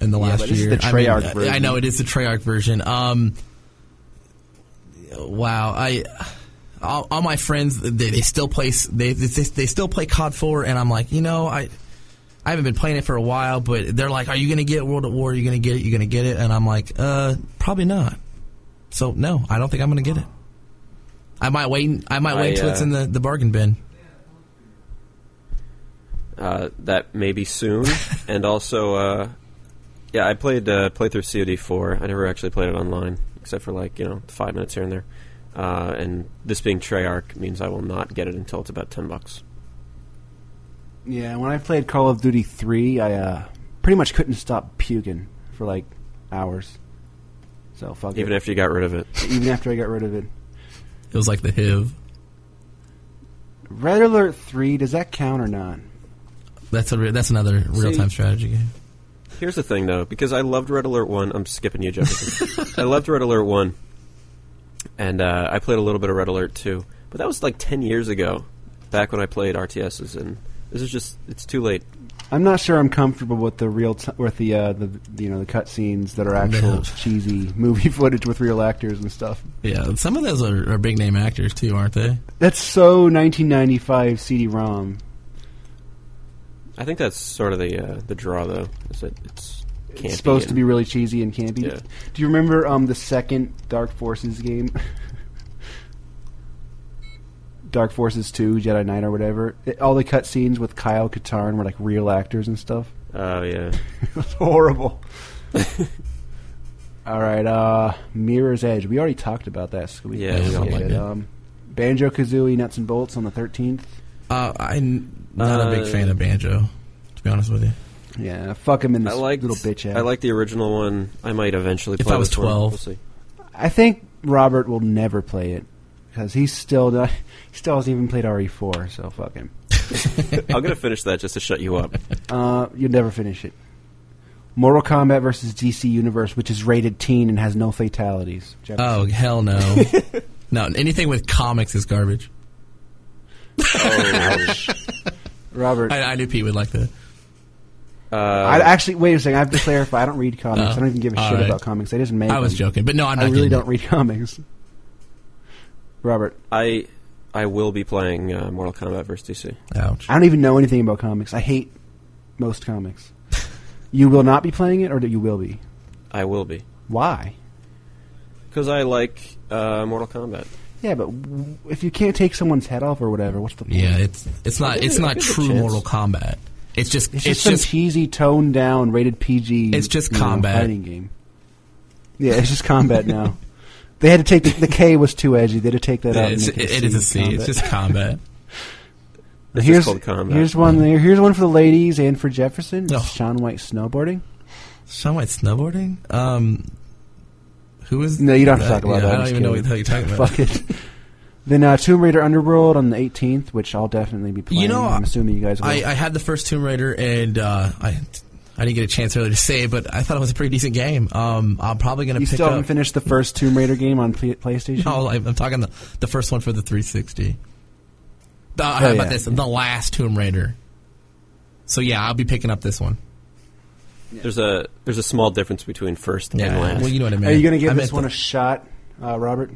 in the last
but this is
year.
the
I mean,
Treyarch
I-
version.
I know it is the Treyarch version. Um, wow, I. All, all my friends, they, they still play. s- They, they they still play COD four, and I'm like, you know, I I haven't been playing it for a while, but they're like, are you gonna get World at War? Are you gonna get it? You gonna get it? And I'm like, uh, probably not. So no, I don't think I'm gonna get it. I might wait. I might wait
I,
until it's
uh,
in the, the bargain bin.
uh, that maybe soon, and also, uh, yeah, I played uh, played through COD four. I never actually played it online except for like you know five minutes here and there. Uh, and this being Treyarch means I will not get it until it's about ten bucks.
Yeah, when I played Call of Duty three, I uh, pretty much couldn't stop puking for like hours. So fuck
Even
it.
after you got rid of it,
even after I got rid of it.
It was like the HIV.
Red Alert three does that count or not?
That's a re- that's another real time strategy game.
Here's the thing, though, because I loved Red Alert One. I'm skipping you, Jefferson. I loved Red Alert One, and uh, I played a little bit of Red Alert Two, but that was like ten years ago, back when I played RTSs, and this is just—it's too late.
I'm not sure I'm comfortable with the real t- with the, uh, the the, you know the cutscenes that are actual
No.
cheesy *laughs* movie footage with real actors and stuff.
Yeah, some of those are, are big name actors too, aren't they?
That's so 1995 CD-ROM.
I think that's sort of the uh, the draw, though. Is that it's campy
It's supposed to
and-
be really cheesy and campy.
Yeah.
Do you remember um, the second Dark Forces game? *laughs* Dark Forces 2, Jedi Knight or whatever. It- all the cutscenes with Kyle Katarn were like real actors and stuff. *laughs*
Oh yeah,
It was
*laughs*
horrible. all right, uh, Mirror's Edge. We already talked about that. So we
Yeah, we all
liked it.
Um, Banjo Kazooie Nuts and Bolts on the 13th.
Uh, I'm not a big
Uh,
fan of Banjo, to be honest with you.
Yeah, fuck him in
I
this
like
little bitch ass.
I like the original one. I might eventually.
If
play
I was
this one.
12.
We'll see.
I think Robert will never play it because he's still not, *laughs* he still hasn't even played RE4. So fuck him.
I'm gonna finish that just to shut
*laughs*
you up.
Uh, you'll never finish it. Mortal Kombat *laughs*
Uh,
versus DC Universe, which is rated teen and has no fatalities. Jefferson.
Oh hell no! No, anything with comics is garbage.
Oh,
Robert.
I, I knew Pete would like that.
uh,
I actually wait a second. I have to clarify. I don't read comics.
Oh,
I don't even give a
all
shit
right.
about comics. I just make.
I was
them.
joking, but no, I'm not
I really
getting
don't
it.
read comics. Robert,
I I will be playing uh, Mortal Kombat versus DC.
Ouch.
I don't even know anything about comics. I hate most
*laughs*
comics. you will not be playing it, or that you will be.
I will be
Why?
because I like uh, Mortal Kombat.
Yeah, but w- if you can't take someone's head off or whatever, what's the point?
Yeah, it's it's not it's not
give it a
true
chance.
Mortal Kombat. It's just
It's just some cheesy, toned down, rated PG.
It's just
you know,
combat.
fighting game. Yeah, it's just combat now. They had to take the, the K was too edgy. They had to take that out.
it's,
and make
it is a C.
combat.
It's just combat.
This
here's
is called combat.
here's one there. Here's one for the ladies and for Jefferson. It's
Oh.
Sean White snowboarding.
Sean White snowboarding. Um, who is?
No, you don't have to
that?
talk about
Yeah,
that.
I
I'm
don't
just
even know what
kidding.
the hell you're
*laughs*
talking about.
Fuck it. Then uh, Tomb Raider Underworld on the 18th, which I'll definitely be playing.
You know,
I'm assuming you guys will.
I, I had the first Tomb Raider, and uh, I I didn't get a chance really to say, it, but I thought it was a pretty decent game. Um, I'm probably gonna
you
pick
still
up.
haven't finished the first Tomb Raider game on P- PlayStation.
No, I- I'm talking the the first one for the 360. Uh, how
Oh,
about
yeah,
this?
yeah.
The last Tomb Raider. So yeah, I'll be picking up this one.
There's a there's a small difference between first
Yeah,
and last.
well, you know what I mean.
Are you going to give
I
this
meant
one
the-
a shot, uh, Robert?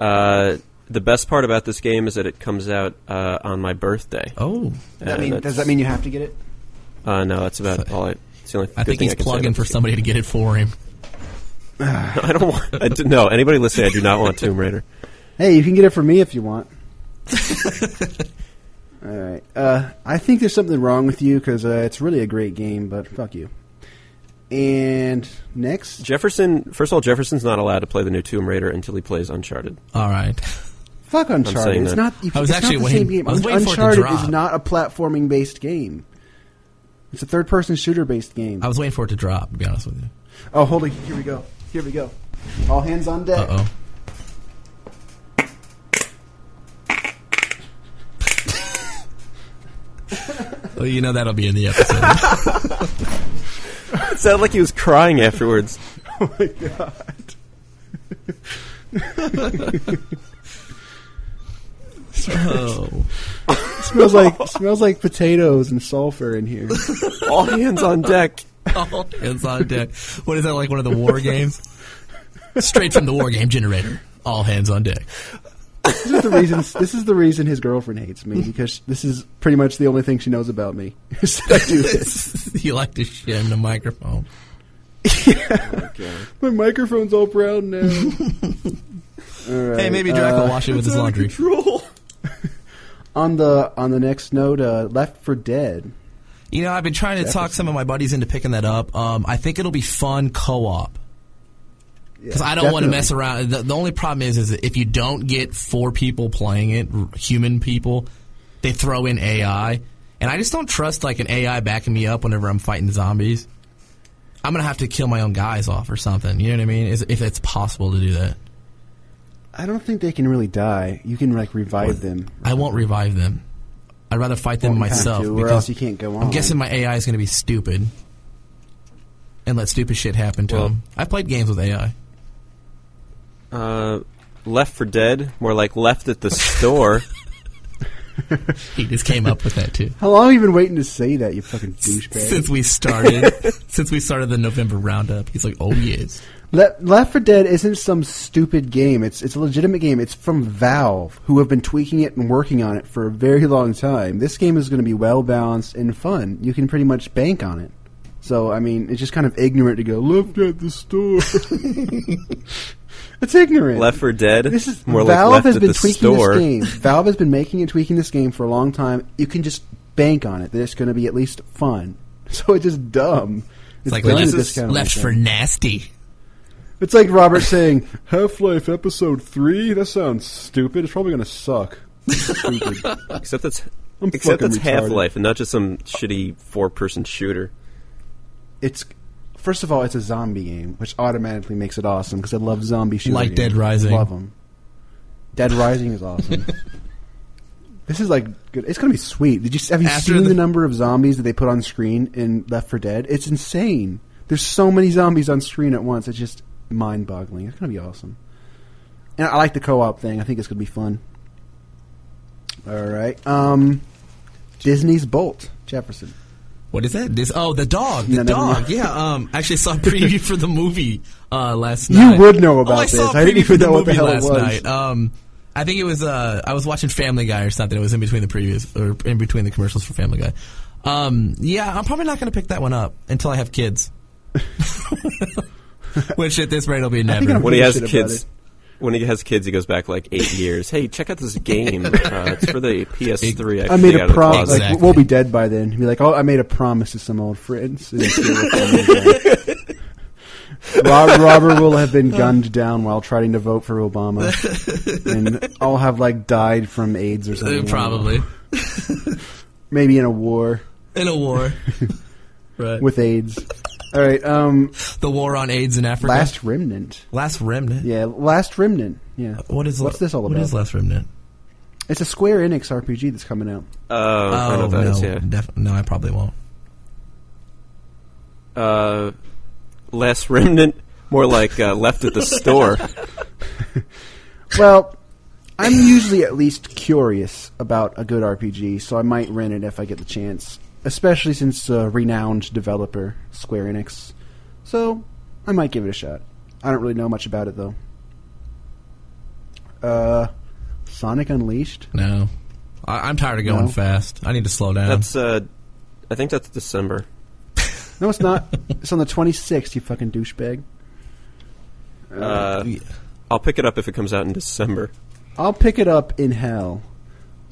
Uh, the best part about this game is that it comes out uh, on my birthday.
Oh,
Does that
Uh,
mean,
that's-
does that mean you have to get it?
Uh, no, that's about all. I, it's the only
I
good
think
thing
he's
I can say
plugging
about
for
this
somebody to get it for him.
game. *laughs* I don't want. I do, no, anybody listening, I do not want Tomb Raider.
Hey, you can get it for me if you
*laughs*
want. All right. Uh, I think there's something wrong with you because uh, it's really a great game, but fuck you. And next,
Jefferson. First of all, Jefferson's not allowed to play the new Tomb Raider until he plays Uncharted.
All right.
fuck Uncharted.
saying
It's
that.
not. You,
I was
it's
actually
not the
waiting-
same game.
I was waiting for it to
Uncharted is
drop.
not a platforming-based game. It's a third-person shooter-based game.
I was waiting for it to drop. To be honest with you.
Oh, hold it. Here we go. Here we go. All hands on deck.
Uh oh. *laughs* well, you know that'll be in the episode.
It sounded like he was crying afterwards.
oh. *laughs*
smells like smells like potatoes and sulfur in
*laughs*
here.
All hands on deck.
All hands on deck. What is that like? One of the war games? Straight from the war game generator. All hands on deck. *laughs*
This is the reason. This is the reason his girlfriend hates me because this is pretty much the only thing she knows about me. *laughs* is that I do
*laughs*
this.
you like to shim the microphone.
My microphone's all brown now. All right,
Hey, maybe Drac
uh,
will wash it with his laundry.
*laughs* on the on the next note, uh, Left for Dead.
You know, I've been trying to talk some of my buddies into picking that up. Um, I think it'll be fun co-op because I don't want to mess around. The, the only problem is, is that if you don't get four people playing it, r- human people, they throw in AI, and I just don't trust like an AI backing me up whenever I'm fighting zombies. I'm gonna have to kill my own guys off or something. You know what I mean? Is, if it's possible to do that,
I don't think they can really die. You can like revive them.
I won't revive them. I'd rather fight them
Well, you have
myself
to, or
because
else you can't go on.
I'm guessing my AI is going to be stupid and let stupid shit happen to
Well-
him. I played games with AI.
Uh, left for dead, more like left at the store.
He just came up with that too.
How long have you been waiting to say that? You fucking douchebag.
Since we started, since we started the November roundup, he's like, "Oh yes,
Le- Left for Dead isn't some stupid game. It's it's a legitimate game. It's from Valve, who have been tweaking it and working on it for a very long time. This game is going to be well balanced and fun. You can pretty much bank on it. So I mean, it's just kind of ignorant to go left at the store. *laughs* it's ignorant.
left for dead,
This is
more like
Valve
left
has
at
been
the
tweaking
store.
this game. Valve has been making and tweaking this game for a long time. You can just bank on it that it's going to be at least fun. *laughs* So it's just dumb. It's
like
done
left,
at this kind of
left
thing.
for nasty."
It's like Robert saying,
Half Life Episode 3? That sounds stupid. It's probably going to
*laughs*
suck. Stupid.
Except that's
I'm
except that's
fucking retarded.
Half Life, and not just some shitty four person shooter.
it's first of all, it's a zombie game, which automatically makes it awesome because I love zombie shooting.
Like Dead Rising.
love them. Dead Rising is
*laughs*
awesome. this is like good. It's gonna be sweet. Did you have you
After
seen
the-
the, number of zombies that they put on screen in Left for Dead? It's insane. There's so many zombies on screen at once. It's just mind boggling. It's gonna be awesome. And I like the co-op thing. I think it's going to be fun. All right. Um, Disney's Bolt Jefferson.
What is that? This oh the dog, the
No, never
dog.
mind.
Yeah, um, actually
*laughs*
saw a preview for the movie uh, last
You
night.
would know
Oh,
about
I saw
this.
a
I didn't
preview for
even
the
know what the
movie
hell it
last
was.
night. Um, I think it was uh, I was watching Family Guy or something. It was in between the previews or in between the commercials for Family Guy. Um, yeah, I'm probably not going to pick that one up until I have kids. *laughs* Which at this rate will be
think I'm-
never.
When he
give a
has
shit about
kids,
it.
when he has kids, he goes back like eight years. Hey, check out this *laughs* game. Uh, it's for the PS3.
I made
got out of
a
the
promise.
closet.
Like
Exactly.
we'll be dead by then. Be like, oh, I made a promise to some old friends. And it's here with
*laughs*
them again. Rob, Robert will have been gunned down while trying to vote for
*laughs*
Obama, and I'll have like died from AIDS or
Uh,
something.
Probably *laughs*
maybe in a war
in
*laughs*
a war. right.
with AIDS. All right, um,
the war on AIDS in Africa.
Last Remnant.
Last remnant.
Yeah, Last Remnant. Yeah,
What is
what's this all about?
What is last remnant?
it's a Square Enix RPG that's coming out.
Oh, I don't know what that
no,
is, yeah.
def- no, I probably won't.
uh, last remnant, more like uh, left at the *laughs* store.
Well, I'm usually at least curious about a good RPG, so I might rent it if I get the chance. Especially since uh, renowned developer Square Enix, so I might give it a shot. I don't really know much about it though. Uh, Sonic Unleashed.
No, I- I'm tired of going
No.
fast. I need to slow down.
That's uh, I think that's December.
No, it's not. it's on the 26th. You fucking douchebag.
Uh, I'll pick it up if it comes out in December.
I'll pick it up in hell.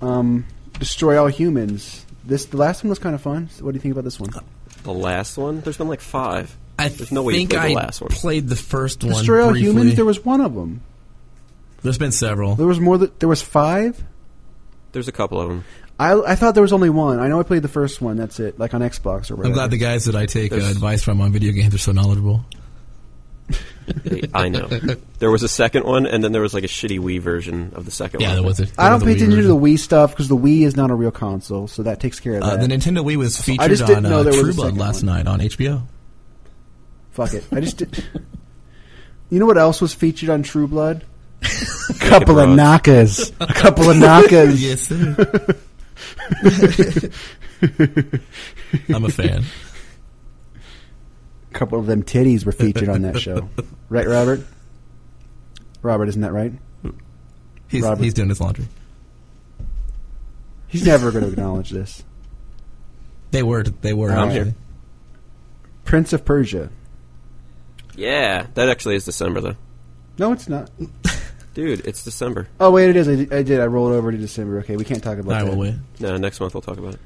Um, Destroy all humans. This the last one was kind of fun. So what do you think about this one?
The last one? There's been like five.
I
There's no way you
think
played
I
the last one.
played the first one.
Destroy all
briefly.
humans. There was one of them.
There's been several.
There was more. That, there was five.
There's a couple of them.
I, I thought there was only one. I know I played the first one. That's it. Like on Xbox or whatever.
I'm glad the guys that I take uh,
There's-
advice from on video games are so knowledgeable. *laughs*
I know. There was a second one, and then there was like a shitty Wii version of the second
Yeah,
one.
there was a.
I don't pay
think
attention to the Wii stuff because the Wii is not a real console, so that takes care of
Uh,
that.
the Nintendo Wii was featured
just
on
didn't know
uh,
there was
True
a
Blood
second
last
one.
night on HBO.
Fuck it.
*laughs*
I just did. You know what else was featured on True Blood? A couple of
*laughs*
Broad.
knockers. A couple of knockers.
Yes, sir. *laughs* I'm a fan.
A couple of them titties were featured on that show. Right, Robert? Robert, isn't that right?
He's,
Robert.
he's doing his laundry.
He's never going to acknowledge this.
They were. They were.
I'm
actually.
here. Prince of Persia.
Yeah, that actually is December though.
No, it's not.
Dude, it's December.
Oh, wait, it is. I, I did. I rolled over to December. Okay, we can't talk about
I
that.
will win.
No, next month we'll talk about it.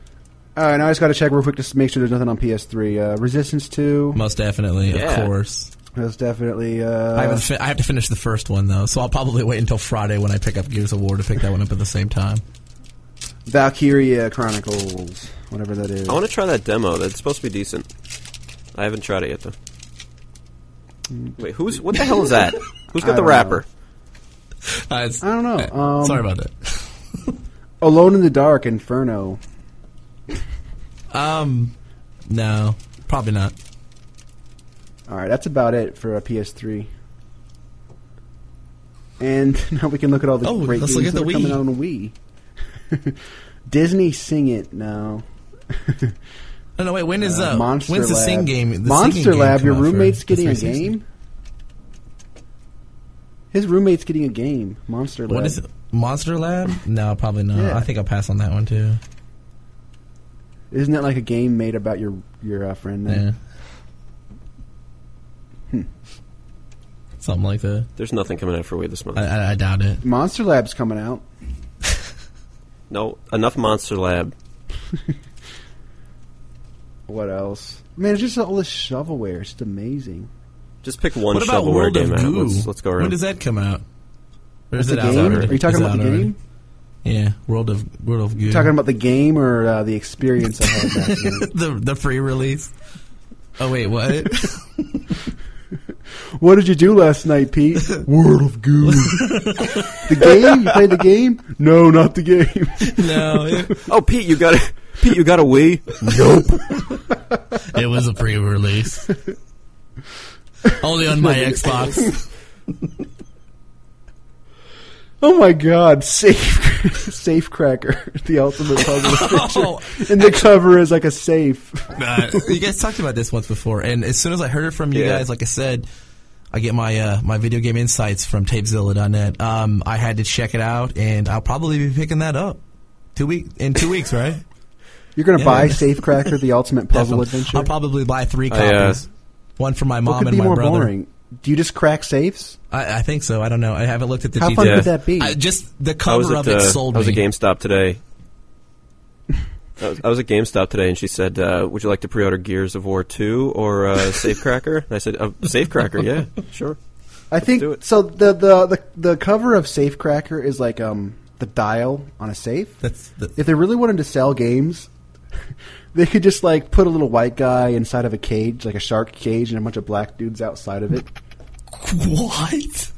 All right, now I just got to check real quick just to make sure there's nothing on PS3. Uh, Resistance 2.
Most definitely,
Yeah.
of course.
That's definitely. Uh,
I, haven't fi- I have to finish the first one though, so I'll probably wait until Friday when I pick up Gears of War to pick that one up at the same time.
Valkyria Chronicles. Whatever that is.
I want to try that demo. That's supposed to be decent. I haven't tried it yet though. Wait, who's what the hell is that? Who's
I
got the
don't
rapper?
Uh, it's-
I don't know.
uh,
Um,
sorry about that.
Alone in the Dark Inferno.
Um, no, probably not.
All right, that's about it for uh, a PS3. And *laughs* now we can look at all the
Oh,
great
let's
games
look at
that
the
are coming
Wii.
out on the Wii. *laughs* Disney Sing It now.
No, no, wait. When is uh,
Monster
when's the
Lab.
sing game? The singing
Monster
game
Lab.
come
Your
out for
roommate's
the
getting a
360?
game. His roommate's getting a game. Monster Lab.
What is it? Monster Lab? No, probably not.
Yeah.
I think I'll pass on that one too.
Isn't that like a game made about your your uh, friend?
Yeah.
then? Hmm.
Something like that.
There's nothing coming out for Wii this month.
I, I, I doubt it.
Monster Lab's coming out.
no, enough Monster Lab.
What else? Man, it's just all this shovelware. It's just amazing.
Just pick one
what about
shovelware
World
game
of
out.
Goo?
Let's, let's go around.
When does that come out? Or is
the
it out
game?
already?
Are you talking
Is it
about
out
the
already?
game?
Yeah, World of World of Goo.
Talking
*laughs*
about the game or uh, the experience I had back then?
the the free release. Oh wait, what?
*laughs* What did you do last night, Pete? World of Goo. *laughs* the game? You played the game? No, not the game.
no, it,
Oh, Pete, you got a, Pete, you got a Wii.
it was a free release. *laughs* Only on my Xbox.
Oh my God! Safe, *laughs* safe cracker, the ultimate
*laughs*
puzzle
Oh.
picture, and the cover is like a safe.
Uh, you guys talked about this once before, and as soon as I heard it from you
Yeah.
guys, like I said, I get my uh, my video game insights from Tapezilla.net. Um, I had to check it out, and I'll probably be picking that up two week in two weeks, right?
You're gonna
Yeah.
buy Safe Cracker, the ultimate puzzle
Definitely.
adventure.
I'll probably buy three
I, uh,
copies, one for my
what
mom
could
and
be
my
more
brother.
boring? Do you just crack safes?
I, I think so. I don't know. I haven't looked at the
How
details.
fun
Yeah.
could that be?
I, just the
I was
cover of
at uh,
it sold
I was
me.
at GameStop today. I was- I was at GameStop today, and she said, uh, "Would you like to pre-order Gears of War Two or *laughs* uh, Safecracker?" And I said, uh, "Safecracker, yeah, *laughs* sure."
I
do
think
it.
so. The, the the the cover of Safe Cracker is like um the dial on a safe.
That's the,
if they really wanted to sell games, *laughs* they could just like put a little white guy inside of a cage, like a shark cage, and a bunch of black dudes outside of it. *laughs*
*laughs* what?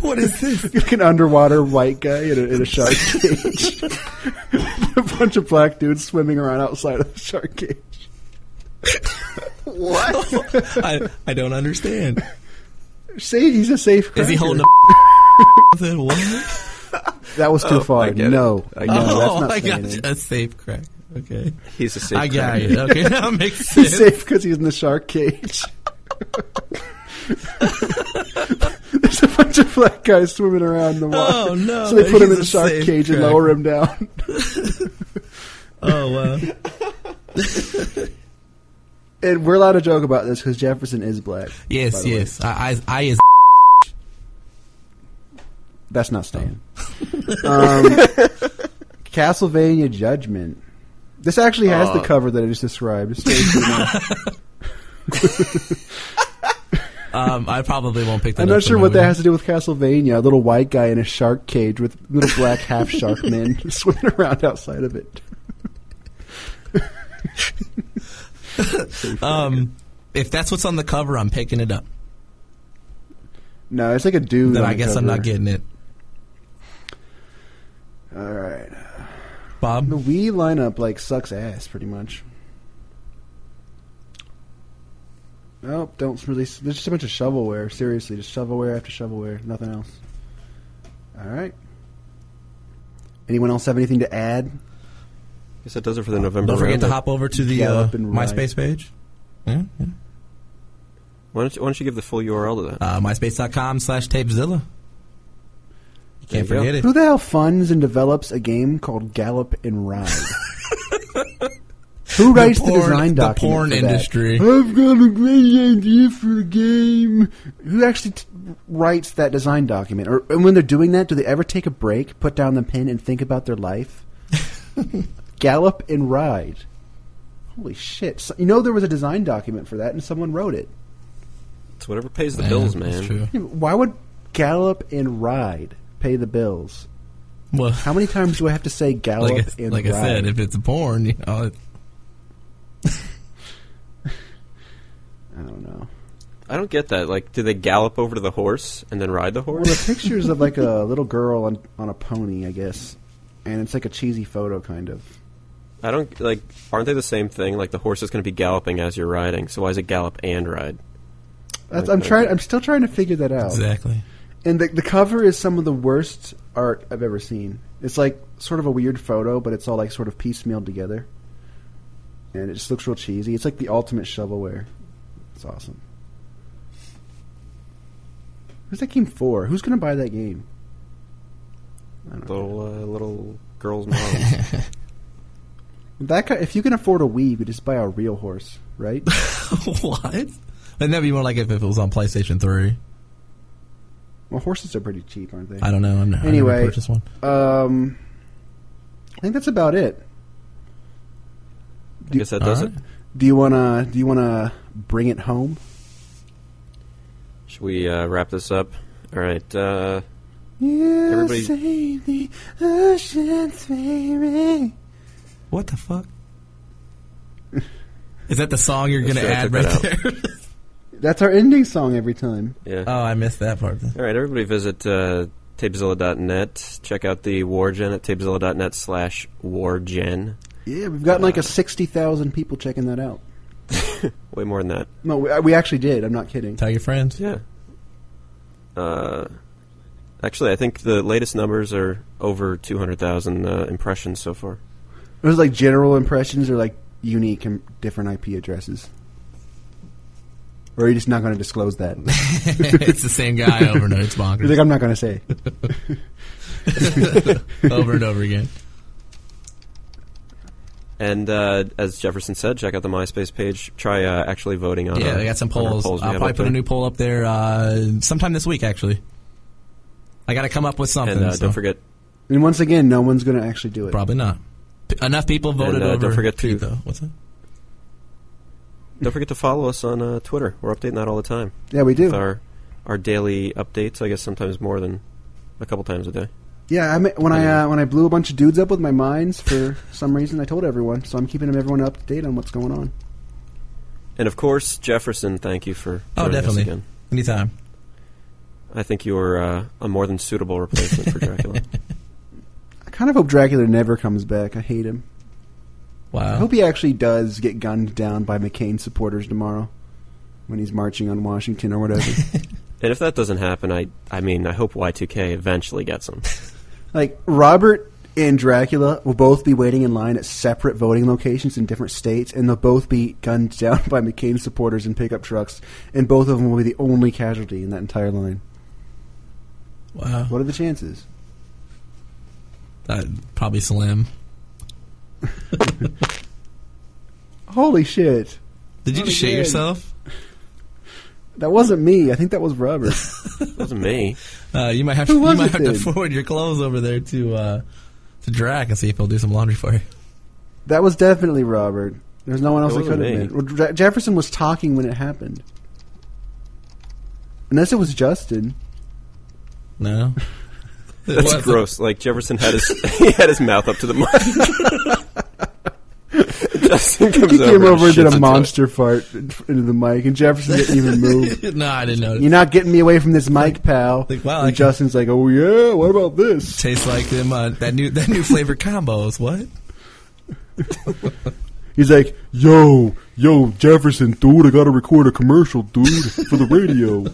what is this?
like an underwater white guy in a, in a shark *laughs* cage. a bunch of black dudes swimming around outside of the shark cage.
I, I don't understand.
Say he's a safe.
Is he
cracker.
holding a *laughs* what? Oh,
That was too far.
I get it.
No,
I
no,
get it.
that's not
I
saying
got
anything.
a safe crack. Okay,
He's a safe.
I got
cracker.
it. Okay,
*laughs*
that makes
He's
sense.
safe because he's in the shark cage. *laughs* There's a bunch of black guys swimming around in the water.
Oh, no,
So they put him in
he's a
the shark
safe
cage and
cracker.
lower him down. *laughs*
Oh wow.
And we're allowed to joke about this because Jefferson is black. by
Yes,
the way.
yes. I, I, I is.
That's not staying.
Oh.
*laughs* um, Castlevania Judgment. This actually has
Uh.
the cover that I just described.
*laughs*
It's very cool.
Um, I probably won't pick that.
I'm
up
not
for
sure
my
what that
wedding.
has to do with Castlevania. A little white guy in a shark cage with little black half shark men *laughs* swimming around outside of it.
Um, if that's what's on the cover, I'm picking it up.
No, it's like a dude.
Then
on
I
the
guess I'm
cover.
not getting it.
All right,
Bob,
the Wii lineup like sucks ass pretty much. Nope, Oh, don't really. There's just a bunch of shovelware. Seriously, just shovelware after shovelware. Nothing else. All right. Anyone else have anything to add?
Guess that does it for the November.
don't forget to
roundup.
hop over to the uh,
Gallop and ride.
MySpace page. Yeah, yeah.
Why don't, you, why don't you give the full URL to that?
Uh, MySpace.com slash Tapezilla. You
There you
can't
go.
forget
Who
it.
the hell funds and develops a game called Gallop and Ride? Who writes the,
porn-
design
the
document
porn
for that?
industry.
I've got a great idea for a game. Who actually t- writes that design document? Or and when they're doing that, do they ever take a break, put down the pen, and think about their
*laughs*
life? Gallop and Ride. Holy shit! So, you know there was a design document for that, and someone wrote it.
It's whatever pays the
Yeah,
bills,
That's
man.
true.
Why would Gallop and Ride pay the bills?
Well,
How many times do I have to say Gallop
*laughs* like I,
and
like I
Ride?
said, if it's a porn, you know, it,
I don't know.
I don't get that. Like, do they gallop over to the horse and then ride the
Well, the
*laughs*
horse?
picture's of like a *laughs* little girl on, on a pony, I guess, and it's like a cheesy photo, kind of.
I don't like. Aren't they the same thing? Like the horse is going to be galloping as you're riding. So why is it gallop and ride?
That's, I'm trying. I'm still trying to figure that out.
exactly. *laughs*
And the the cover is some of the worst art I've ever seen. It's like sort of a weird photo, but it's all like sort of piecemealed together, and it just looks real cheesy. It's like the ultimate shovelware. It's awesome. Who's that game for? Who's gonna buy that game? I don't know.
Little uh, little
*laughs*
girls models.
That kind, if you can afford a Wii, you could just buy a real horse,
*laughs*
right?
what? Wouldn't that be more like if it was on PlayStation 3?
well, horses are pretty cheap, aren't they?
I don't know. I'm not, I
Anyway.
never purchased one.
Um, I think that's about it.
I guess that does
All right.
it.
Do you wanna do you wanna bring it home?
Should we uh, wrap this up? All right. Uh,
Yeah,
Everybody-
save the ocean's baby.
What
*laughs*
the fuck? Is that the song you're going to
Sure, I
add
took
right
that
there? *laughs*
That's our ending song every time.
yeah.
oh, I missed that part.
All right, everybody visit uh, tapezilla.net. Check out the wargen at tapezilla.net slash wargen.
Yeah, we've gotten like a sixty thousand people checking that out.
Way more than that.
No, we, we actually did. I'm not kidding.
Tell your friends.
Yeah. Uh, actually, I think the latest numbers are over 200,000 uh, impressions so far.
It was like general impressions or like unique and different IP addresses. Or are you just not going to disclose that?
*laughs*
*laughs*
it's the same guy over and over. It's bonkers.
You're like, I'm not going to say.
*laughs* over and over again.
And uh, as Jefferson said, check out the MySpace page. Try uh, actually voting on.
Yeah,
our-
they got some
on our
polls.
we
I'll
have
probably
up
put a
there.
new poll up there uh, sometime this week. Actually, I got to come up with something.
And uh,
so-
don't forget,
And once again, no one's going to actually do it.
probably not. P- enough people voted
And, uh,
over.
don't forget to-
Pete, though. What's that?
don't forget to follow us on uh, Twitter. We're updating that all the time.
Yeah, we do.
With our our daily updates. I guess sometimes more than a couple times a day.
Yeah, I mean, when I uh, when I blew a bunch of dudes up with my mines for *laughs* some reason, I told everyone, so I'm keeping everyone up to date on what's going on.
And of course, Jefferson, thank you for
Oh,
joining
definitely.
us again.
Anytime.
I think you were uh, a more than suitable replacement for
*laughs*
Dracula.
I kind of hope Dracula never comes back. I hate him.
*laughs* Wow.
I hope he actually does get gunned down by McCain supporters tomorrow when he's marching on Washington or whatever.
And if that doesn't happen, I I mean, I hope Y2K eventually gets him.
like Robert and Dracula will both be waiting in line at separate voting locations in different states, and they'll both be gunned *laughs* down by McCain supporters in pickup trucks, and both of them will be the only casualty in that entire line.
wow.
What are the chances?
Uh, probably slim.
Holy shit!
Did you
Not
just shit
again.
yourself?
That wasn't me. I think that was Robert. *laughs*
wasn't me.
Uh, you might have to,
Who
you
was
might
it
have to
then?
forward your clothes over there to uh, to Drac and see if he'll do some laundry for you.
that was definitely Robert. There's no one else that
It
could have
wasn't
been.
me.
Well, Dra- Jefferson was talking when it happened. Unless it was Justin.
*laughs* No. It
That's
wasn't. *laughs*
gross. Like Jefferson had his *laughs* he had his mouth up to the mic. *laughs* Justin comes
He came over and
shits
did a
into it.
monster fart into the mic, and Jefferson didn't even move.
no, I didn't notice.
You're not getting me away from this mic, pal.
like, wow,
and
I can-
Justin's
*laughs*
like, oh yeah, what about this?
Tastes like them uh, that new that new flavor combos. What?
He's like, yo, yo, Jefferson, dude, I gotta record a commercial, dude, for the radio.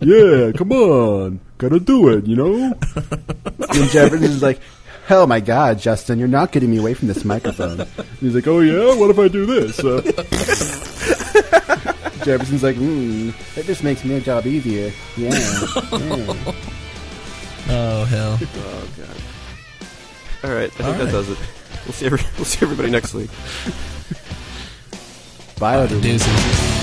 yeah, come on, gotta do it, you know. and Jefferson's like, hell, my god, Justin, you're not getting me away from this microphone. And he's like, oh yeah, what if I do this? Uh, *laughs* Jefferson's like, hmm, that just makes my job easier. Yeah.
Oh hell.
All right, I think
All
that
right.
does it. *laughs* We'll see, every, we'll see everybody next week.
Bye, everyone.
Deuces.